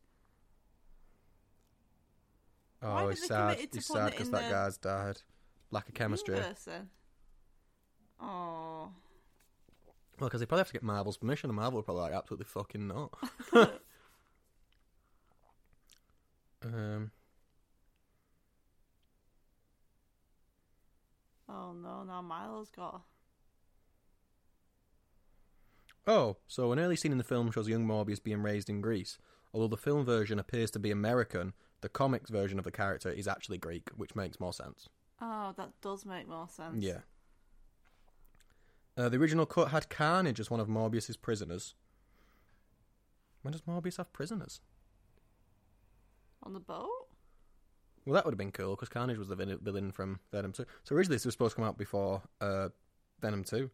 Speaker 1: Oh,
Speaker 2: Why was
Speaker 1: he's
Speaker 2: they
Speaker 1: sad.
Speaker 2: committed to
Speaker 1: He's
Speaker 2: putting
Speaker 1: sad
Speaker 2: it
Speaker 1: because
Speaker 2: in
Speaker 1: that
Speaker 2: the-
Speaker 1: guy's died. Lack of chemistry. Well, 'cause
Speaker 2: Universe, then. Oh,
Speaker 1: Well, because they probably have to get Marvel's permission, and Marvel were probably like, absolutely fucking not.
Speaker 2: <laughs>
Speaker 1: um,
Speaker 2: oh no! Now Milo's got.
Speaker 1: oh, so an early scene in the film shows young Morbius being raised in Greece. Although the film version appears to be American, the comics version of the character is actually Greek, which makes more sense.
Speaker 2: Oh, that does make more sense.
Speaker 1: Yeah. Uh, the original cut had Carnage as one of Morbius's prisoners. When does Morbius have prisoners?
Speaker 2: On the boat.
Speaker 1: Well, that would have been cool because Carnage was the vin- villain from Venom 2. So originally this was supposed to come out before uh, Venom 2.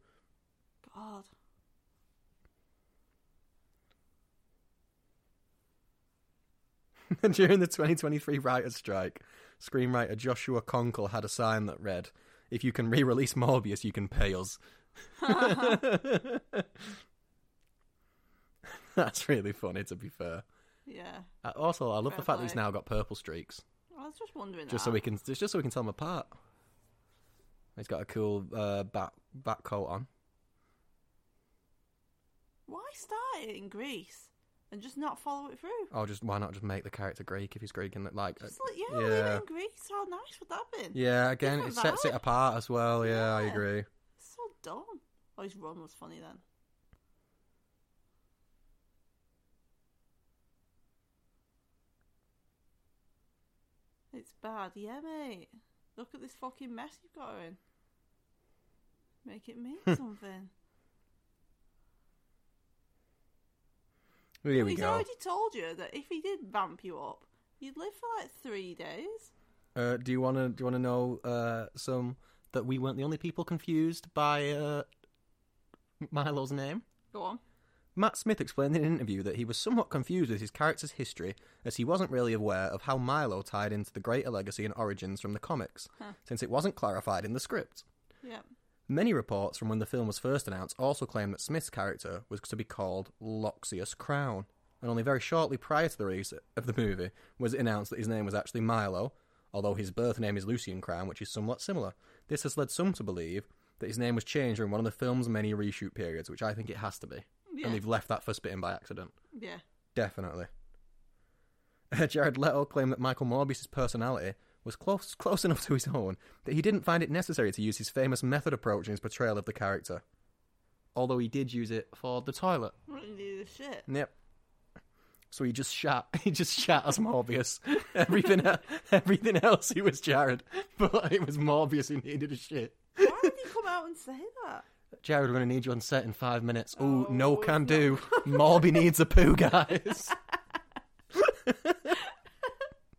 Speaker 2: God.
Speaker 1: <laughs> During the 2023 writer's strike, screenwriter Joshua Conkle had a sign that read, If you can re release Morbius, you can pay
Speaker 2: <laughs>
Speaker 1: us. That's really funny, to be fair.
Speaker 2: Yeah.
Speaker 1: Uh, Also, I love the
Speaker 2: Fair
Speaker 1: fact that he's
Speaker 2: play.
Speaker 1: now got purple streaks,
Speaker 2: I was just wondering.
Speaker 1: just
Speaker 2: that.
Speaker 1: so we can just so we can tell them apart. He's got a cool uh, bat bat coat on.
Speaker 2: Why start it in Greece and just not follow it through?
Speaker 1: Or just why not just make the character Greek if he's Greek and like
Speaker 2: Just like, yeah, leave
Speaker 1: Uh, yeah.
Speaker 2: it in Greece. How nice would that have been?
Speaker 1: yeah again it
Speaker 2: Different
Speaker 1: sets it
Speaker 2: vibe.
Speaker 1: apart as well. Yeah, I
Speaker 2: Yeah.
Speaker 1: agree.
Speaker 2: So dumb. Oh, his run was funny then. It's bad, yeah, mate. Look at this fucking mess you've got her in. Make it
Speaker 1: <laughs>
Speaker 2: mean something.
Speaker 1: Well, Here
Speaker 2: Well,
Speaker 1: we
Speaker 2: he's
Speaker 1: go.
Speaker 2: already told you that if he did vamp you up, you'd live for like three days.
Speaker 1: Uh, do you want to do you want to know uh, some that we weren't the only people confused by uh, Milo's name?
Speaker 2: Go on.
Speaker 1: Matt Smith explained in an interview that he was somewhat confused with his character's history, as he wasn't really aware of how Milo tied into the greater legacy and origins from the comics, since it wasn't clarified in the script.
Speaker 2: Yeah.
Speaker 1: Many reports from when the film was first announced also claim that Smith's character was to be called Loxias Crown, and only very shortly prior to the release of the movie was it announced that his name was actually Milo, although his birth name is Lucian Crown, which is somewhat similar. This has led some to believe that his name was changed during one of the film's many reshoot periods, which I think it has to be.
Speaker 2: Yeah.
Speaker 1: And they've left that first bit in by accident.
Speaker 2: Yeah.
Speaker 1: Definitely. <laughs> Jared Leto claimed that Michael Morbius' personality was close, close enough to his own that he didn't find it necessary to use his famous method approach in his portrayal of the character. Although he did use it for the toilet.
Speaker 2: What do you do this shit?
Speaker 1: Yep. So he just shot. <laughs> He just shot as <laughs> Morbius. everything, el- everything else he was Jared, <laughs> but it was Morbius who needed a shit.
Speaker 2: Why did he come out and say that?
Speaker 1: Jared, we're gonna need you on set in five minutes. Ooh,
Speaker 2: Oh,
Speaker 1: no
Speaker 2: it's
Speaker 1: can
Speaker 2: not-
Speaker 1: do. Morby needs a poo, <laughs> guys.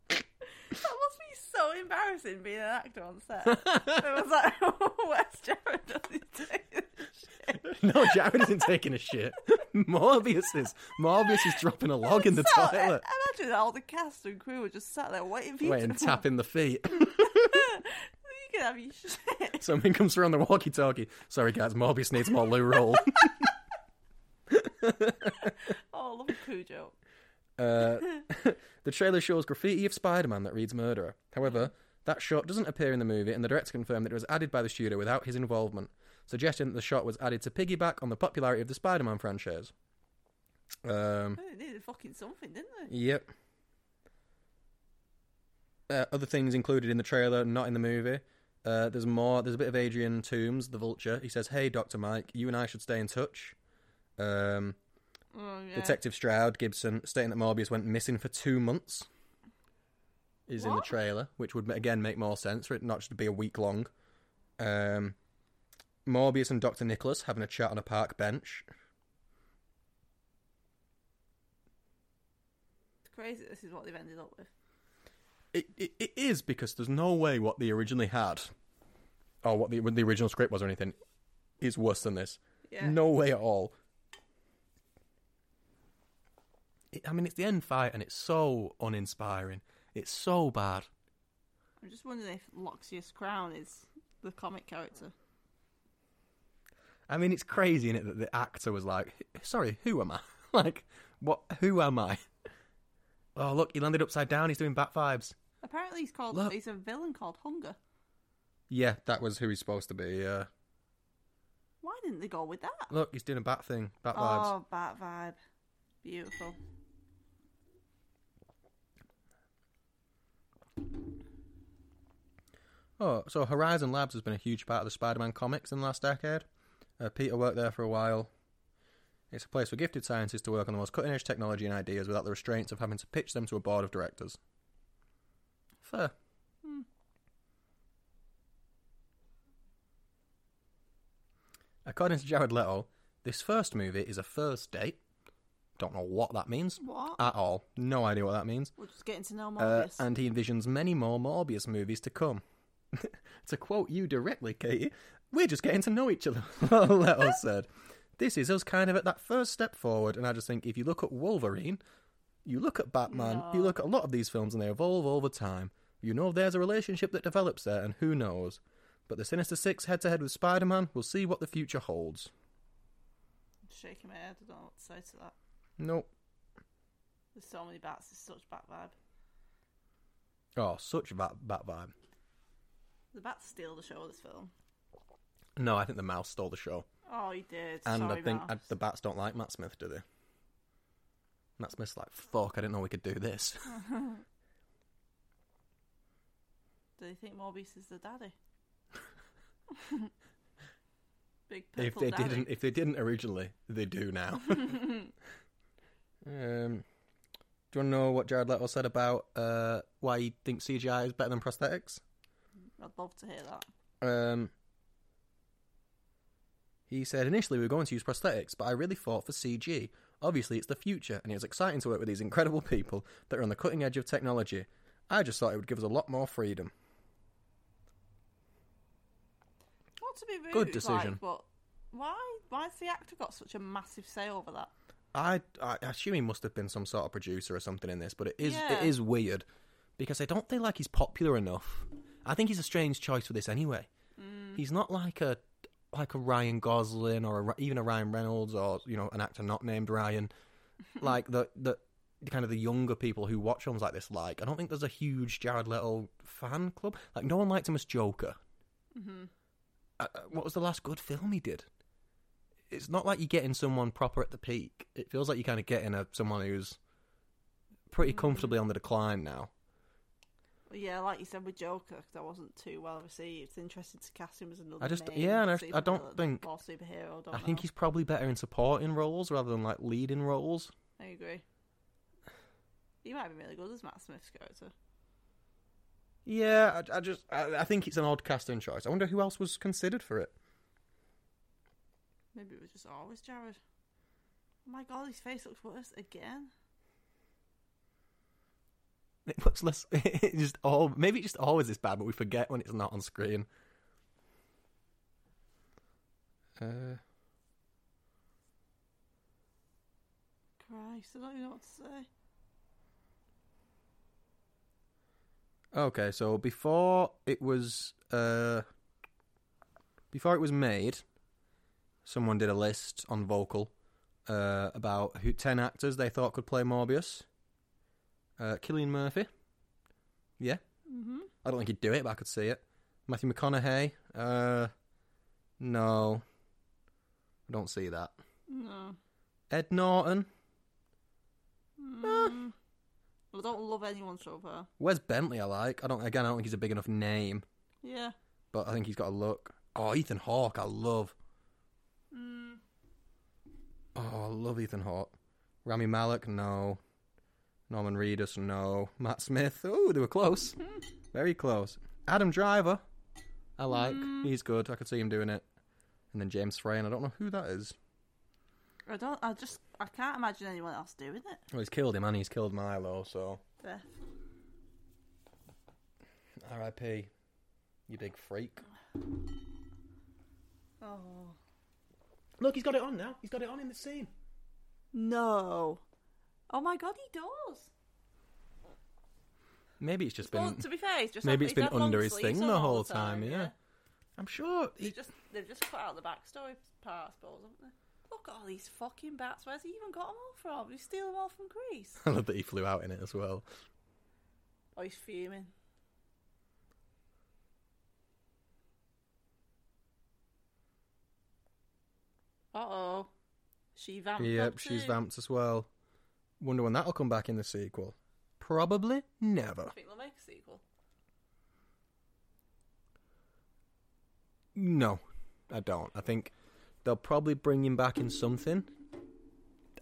Speaker 2: That must be so embarrassing being an actor on set. it was like, <laughs> where's Jared? Does he take this
Speaker 1: <laughs>
Speaker 2: shit?
Speaker 1: No, Jared isn't taking a shit. Morbius is. Morbius is dropping a log in the
Speaker 2: So, eh,
Speaker 1: toilet.
Speaker 2: Imagine all the cast and crew were just sat there waiting for you
Speaker 1: Wait,
Speaker 2: to
Speaker 1: and tapping the feet.
Speaker 2: <laughs>
Speaker 1: <laughs>
Speaker 2: You can have your shit. <laughs>
Speaker 1: Someone comes through on the walkie talkie. Sorry, guys, Morbius needs more loo roll.
Speaker 2: Oh, love a poo joke.
Speaker 1: Uh, the trailer shows graffiti of Spider Man that reads murderer. However, that shot doesn't appear in the movie, and the director confirmed that it was added by the studio without his involvement, suggesting that the shot was added to piggyback on the popularity of the Spider Man franchise. Um,
Speaker 2: They needed fucking something, didn't they?
Speaker 1: Yep. Uh, other things included in the trailer, not in the movie. Uh, there's more. There's a bit of Adrian Toombs, the Vulture. He says, "Hey, Doctor Mike, you and I should stay in touch." Um,
Speaker 2: Oh, yeah.
Speaker 1: Detective Stroud Gibson stating that Morbius went missing for two months is in the
Speaker 2: What?
Speaker 1: trailer, which would again make more sense for it not just to be a week long. Um, Morbius and Dr. Nicholas having a chat on a park bench.
Speaker 2: It's crazy. This is what they've ended up with.
Speaker 1: It, it, it is because there's no way what they originally had, or what the, what the original script was or anything, is worse than this.
Speaker 2: Yeah.
Speaker 1: No way at all. It, I mean, it's the end fight, and it's so uninspiring. It's so bad.
Speaker 2: I'm just wondering if Loxias Crown is the comic character.
Speaker 1: I mean, it's crazy in it that the actor was like, "Sorry, who am I? <laughs> like, what? Who am I?" Oh, look, he landed upside down. He's doing bat vibes.
Speaker 2: Apparently, he's called.
Speaker 1: Look.
Speaker 2: He's a villain called Hunger.
Speaker 1: Yeah, that was who he's supposed to be. Yeah.
Speaker 2: Why didn't they go with that?
Speaker 1: Look, he's doing a bat thing. Bat vibes.
Speaker 2: Oh, bat vibe. Beautiful.
Speaker 1: Oh, so Horizon Labs has been a huge part of the Spider-Man comics in the last decade. Uh, Peter worked there for a while. It's a place for gifted scientists to work on the most cutting-edge technology and ideas without the restraints of having to pitch them to a board of directors. Fair.
Speaker 2: Hmm.
Speaker 1: According to Jared Leto, this first movie is a first date. Don't know what that means
Speaker 2: What?
Speaker 1: at all. No idea what that means.
Speaker 2: We're just getting to know
Speaker 1: Uh,
Speaker 2: Morbius.
Speaker 1: and he envisions many more Morbius movies to come. <laughs> to quote you directly, Katie, we're just getting to know each other, <laughs> Leto said. This is us kind of at that first step forward, and I just think if you look at Wolverine, you look at Batman, you
Speaker 2: No.
Speaker 1: look at a lot of these films, and they evolve over time. You know there's a relationship that develops there, and who knows. But the Sinister Six head to head with Spider Man, we'll see what the future holds.
Speaker 2: Shaking my head. I don't know what to say to that.
Speaker 1: Nope.
Speaker 2: There's so many bats. It's such bat vibe.
Speaker 1: Oh, such that, that vibe.
Speaker 2: The bats steal the show of this film.
Speaker 1: No, I think the mouse stole the show.
Speaker 2: Oh, he did.
Speaker 1: And
Speaker 2: Sorry,
Speaker 1: I think
Speaker 2: Mouse.
Speaker 1: I, the bats don't like Matt Smith, do they? Matt Smith's like, fuck, I didn't know we could do this.
Speaker 2: Do you think Morbius is the daddy? <laughs> Big
Speaker 1: if <laughs>
Speaker 2: purple
Speaker 1: they
Speaker 2: daddy.
Speaker 1: didn't, if they didn't originally, they do <laughs> now. um, do you want to know what Jared Leto said about uh, why he thinks CGI is better than prosthetics?
Speaker 2: I'd love to hear that.
Speaker 1: Um, he said initially we were going to use prosthetics, but I really fought for CG. Obviously, it's the future, and it was exciting to work with these incredible people that are on the cutting edge of technology. I just thought it would give us a lot more freedom.
Speaker 2: Not to be rude,
Speaker 1: Good
Speaker 2: like,
Speaker 1: decision.
Speaker 2: but why? Why's the actor got such a massive say over that?
Speaker 1: I, I assume he must have been some sort of producer or something in this, but it is
Speaker 2: Yeah.
Speaker 1: it is weird because I don't think like he's popular enough. I think he's a strange choice for this anyway. He's not like a like a Ryan Gosling or a, Ry- even a Ryan Reynolds or you know an actor not named Ryan, like the the the kind of the younger people who watch films like this like. I don't think there's a huge Jared Leto fan club. Like no one liked him as Joker. Uh, uh, what was the last good film he did? It's not like you're getting someone proper at the peak. It feels like you're kind of getting a someone who's pretty
Speaker 2: Mm.
Speaker 1: comfortably on the decline now.
Speaker 2: Well, yeah, like you said with Joker, 'cause that wasn't too well received. It's interesting to cast him as another.
Speaker 1: I just-
Speaker 2: main
Speaker 1: yeah, and I- I don't
Speaker 2: supervillain
Speaker 1: think-
Speaker 2: or superhero. Don't
Speaker 1: I think
Speaker 2: know.
Speaker 1: he's probably better in supporting roles rather than like leading roles.
Speaker 2: I agree. He might be really good as Matt Smith's character.
Speaker 1: Yeah, I, I just I, I think it's an odd casting choice. I wonder who else was considered for it.
Speaker 2: Maybe it was just always Jared. Oh my god, his face looks worse again.
Speaker 1: It looks less. <laughs> It just all maybe it's just always this bad, but we forget when it's not on screen. Uh,
Speaker 2: Christ, I don't even know what to say.
Speaker 1: Okay, so before it was uh, before it was made, someone did a list on Vocal uh, about who ten actors they thought could play Morbius. Uh, Killian Murphy, yeah,
Speaker 2: Mhm.
Speaker 1: I don't think he'd do it, but I could see it. Matthew McConaughey, uh, no, I don't see that.
Speaker 2: No.
Speaker 1: Ed Norton, Ah.
Speaker 2: Mm. I don't love anyone so far.
Speaker 1: Wes Bentley, I like. I don't again. I don't think he's a big enough name,
Speaker 2: Yeah.
Speaker 1: but I think he's got a look. Oh, Ethan Hawke, I love.
Speaker 2: Mm.
Speaker 1: Oh, I love Ethan Hawke. Rami Malek, no. Norman Reedus, no. Matt Smith, oh, they were close. Mm. Very close. Adam Driver, I like. He's good. I could see him doing it. and then James Frey, and I don't know who that is.
Speaker 2: I don't. I just. I can't imagine anyone else doing it.
Speaker 1: Well, he's killed him, and he's killed Milo, so
Speaker 2: Beth.
Speaker 1: R.I.P. You big freak.
Speaker 2: Oh
Speaker 1: Look, he's got it on now. He's got it on in the scene.
Speaker 2: no! Oh my god, he does.
Speaker 1: Maybe it's just
Speaker 2: Well,
Speaker 1: been.
Speaker 2: to be fair, he's just
Speaker 1: Maybe
Speaker 2: had-
Speaker 1: it's been
Speaker 2: he's had long
Speaker 1: under his
Speaker 2: sleeves
Speaker 1: thing
Speaker 2: on
Speaker 1: the
Speaker 2: all
Speaker 1: whole
Speaker 2: the
Speaker 1: time, yeah. I'm sure.
Speaker 2: They
Speaker 1: He,
Speaker 2: just they've just cut out the backstory part, I suppose, haven't they? Look at all these fucking bats. Where's he even got them all from? Did he steal them all from Greece?
Speaker 1: <laughs> I love that he flew out in it as well.
Speaker 2: Oh, he's fuming. Uh oh, she vamped.
Speaker 1: yep,
Speaker 2: up
Speaker 1: she's
Speaker 2: too.
Speaker 1: vamped as well. Wonder when that'll come back in the sequel. Probably never.
Speaker 2: I think they'll make a sequel.
Speaker 1: No, I don't. I think they'll probably bring him back in something.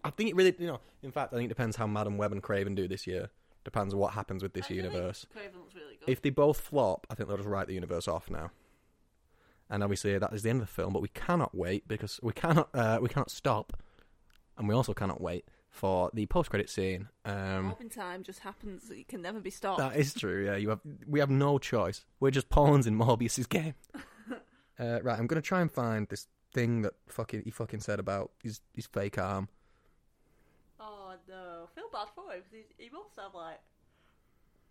Speaker 1: I think it really, you know, in fact, I think it depends how Madam Web and Craven do this year. Depends on what happens with this
Speaker 2: I do think
Speaker 1: universe.
Speaker 2: Craven looks really good.
Speaker 1: If they both flop, I think they'll just write the universe off now. And obviously, that is the end of the film. But we cannot wait because we cannot, uh, we cannot stop, and we also cannot wait for the post-credit scene. Um,
Speaker 2: Warping time just happens; it can never be stopped.
Speaker 1: That is true. Yeah, you have. We have no choice. We're just pawns in Morbius's game. uh, right, I'm gonna try and find this thing that fucking he fucking said about his his fake arm.
Speaker 2: Oh no, feel bad for him because he must have like,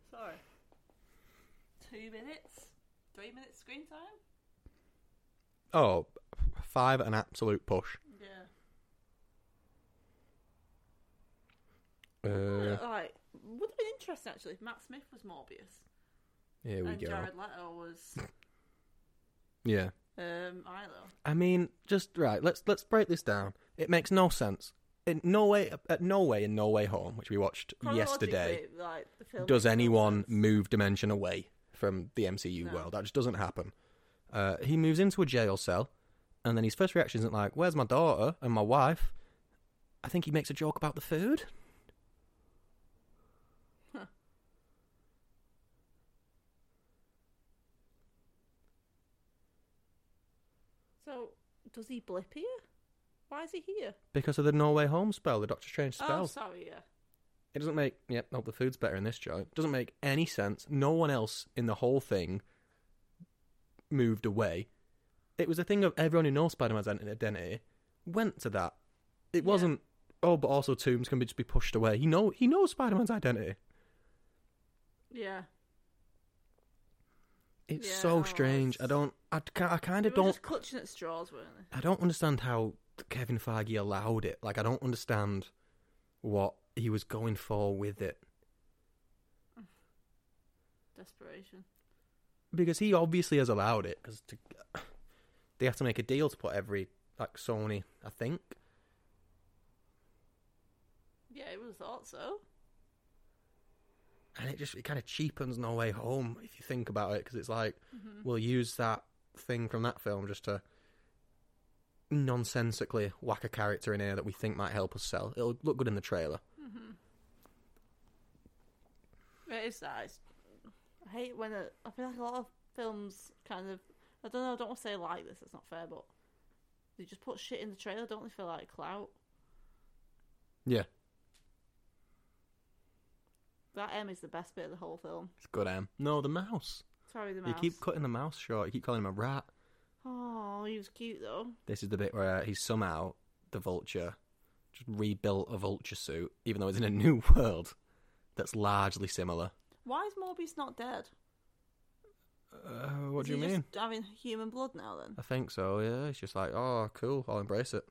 Speaker 2: sorry, two minutes, three minutes screen time.
Speaker 1: Oh, five an absolute push.
Speaker 2: Yeah,
Speaker 1: Uh,
Speaker 2: like would have been interesting actually if Matt Smith was Morbius
Speaker 1: here we
Speaker 2: and
Speaker 1: go.
Speaker 2: Jared Leto
Speaker 1: <laughs>
Speaker 2: was
Speaker 1: Yeah.
Speaker 2: um Ilo.
Speaker 1: I mean, just right. Let's let's break this down. It makes no sense. In no way, at no way, in no way home, which we watched yesterday,
Speaker 2: Chronologically, like the film
Speaker 1: does
Speaker 2: makes no
Speaker 1: anyone
Speaker 2: sense.
Speaker 1: move dimension away from the MCU
Speaker 2: No.
Speaker 1: world? That just doesn't happen. Uh, he moves into a jail cell, and then his first reaction isn't like, "Where's my daughter and my wife?" I think he makes a joke about the food.
Speaker 2: Huh. So does he blip here? Why is he here?
Speaker 1: Because of the No Way Home spell, the Doctor Strange spell.
Speaker 2: Oh, sorry, yeah.
Speaker 1: It doesn't make. Yep, nope. The food's better in this joint. Doesn't make any sense. No one else in the whole thing moved away. It was a thing of everyone who knows Spider-Man's ident- identity went to that. It
Speaker 2: Yeah.
Speaker 1: wasn't. Oh, but also Tombs can be just be pushed away. You know, he knows Spider-Man's identity.
Speaker 2: Yeah.
Speaker 1: It's
Speaker 2: Yeah,
Speaker 1: so
Speaker 2: no,
Speaker 1: strange. I
Speaker 2: it's-
Speaker 1: don't. I, ca- I kind
Speaker 2: They
Speaker 1: of
Speaker 2: were
Speaker 1: don't.
Speaker 2: just clutching at straws, weren't they?
Speaker 1: I don't understand how Kevin Feige allowed it. Like, I don't understand what he was going for with it.
Speaker 2: Desperation.
Speaker 1: because he obviously has allowed it because to, they have to make a deal to put every like Sony, I think.
Speaker 2: Yeah, it would have thought so.
Speaker 1: and it just it kind of cheapens No Way Home if you think about it because it's like
Speaker 2: Mm-hmm.
Speaker 1: we'll use that thing from that film just to nonsensically whack a character in here that we think might help us sell. It'll look good in the trailer.
Speaker 2: It is that. It's, I hate when a, I feel like a lot of films kind of. I don't know. I don't want to say like this. That's not fair, but they just put shit in the trailer, don't they? For like clout.
Speaker 1: Yeah,
Speaker 2: That M is the best bit of the whole film.
Speaker 1: it's good. Em. No, the mouse.
Speaker 2: Sorry, the
Speaker 1: You
Speaker 2: mouse.
Speaker 1: keep cutting the mouse short. You keep calling him a rat.
Speaker 2: Oh, he was cute though.
Speaker 1: This is the bit where he's somehow the vulture, just rebuilt a vulture suit, even though it's in a <laughs> new world that's largely similar.
Speaker 2: Why is Morbius not dead?
Speaker 1: Uh, what
Speaker 2: Is
Speaker 1: do you
Speaker 2: he
Speaker 1: mean? Uh.
Speaker 2: Just having human blood now, then.
Speaker 1: I think so, yeah. It's just like, oh, cool, I'll embrace it.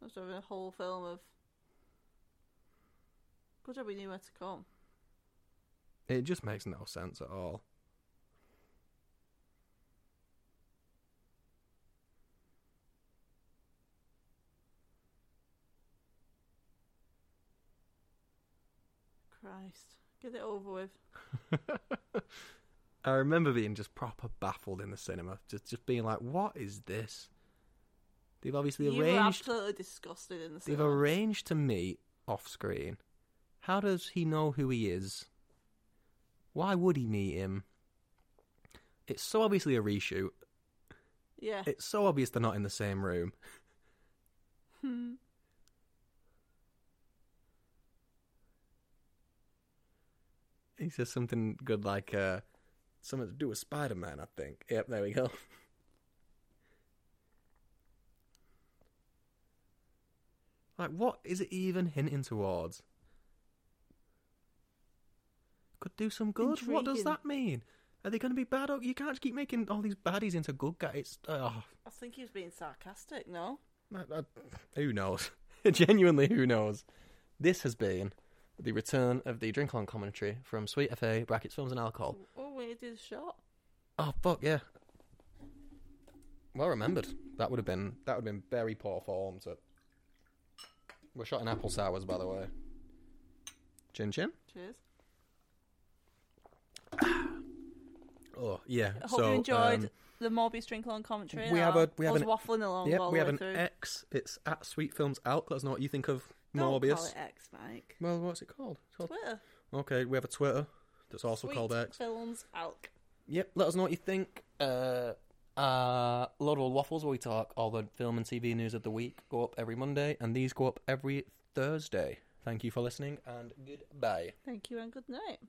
Speaker 2: That's having a whole film of. Good job we knew where to come.
Speaker 1: It just makes no sense at all. <laughs>
Speaker 2: Christ, get it over with.
Speaker 1: I remember being just proper baffled in the cinema, just just being like, what is this? They've obviously
Speaker 2: you were
Speaker 1: arranged.
Speaker 2: absolutely disgusted in the
Speaker 1: They've
Speaker 2: cinema.
Speaker 1: arranged to meet off screen. How does he know who he is? Why would he meet him? It's so obviously a reshoot.
Speaker 2: Yeah.
Speaker 1: It's so obvious they're not in the same room.
Speaker 2: <laughs> Hmm.
Speaker 1: He says something good like, uh, something to do with Spider Man, I think. Yep, there we go. <laughs> Like, what is it even hinting towards? Could do some good. What does
Speaker 2: Intriguing.
Speaker 1: that mean? Are they going to be bad? Or you can't just keep making all these baddies into good guys. It's, oh,
Speaker 2: I think he was being sarcastic. No.
Speaker 1: I- I- who knows? <laughs> Genuinely, who knows? This has been the return of the drink on commentary from Sweet FA brackets films and alcohol.
Speaker 2: Oh, when he did the shot.
Speaker 1: Oh fuck yeah. Well remembered. That would have been that would have been very poor form. To... We're shot in apple sours, by the way. Chin chin.
Speaker 2: Cheers.
Speaker 1: Oh yeah.
Speaker 2: I hope
Speaker 1: so,
Speaker 2: you enjoyed
Speaker 1: um,
Speaker 2: the Morbius drink along commentary.
Speaker 1: we have a- we
Speaker 2: I
Speaker 1: have
Speaker 2: was
Speaker 1: an-
Speaker 2: waffling along
Speaker 1: Yep,
Speaker 2: all
Speaker 1: we
Speaker 2: the
Speaker 1: have
Speaker 2: way
Speaker 1: an
Speaker 2: through.
Speaker 1: X. It's at Sweet Films Out. Let us know what you think of
Speaker 2: Don't
Speaker 1: Morbius.
Speaker 2: Call it X, Mike.
Speaker 1: Well, what's it called? It's called-
Speaker 2: Twitter.
Speaker 1: Okay, we have a Twitter that's also
Speaker 2: Sweet
Speaker 1: called X.
Speaker 2: Films Alk.
Speaker 1: Yep, let us know what you think. Uh, uh, Lord of Waffles, where we talk all the film and TV news of the week, go up every Monday, and these go up every Thursday. Thank you for listening, and goodbye.
Speaker 2: Thank you and good night.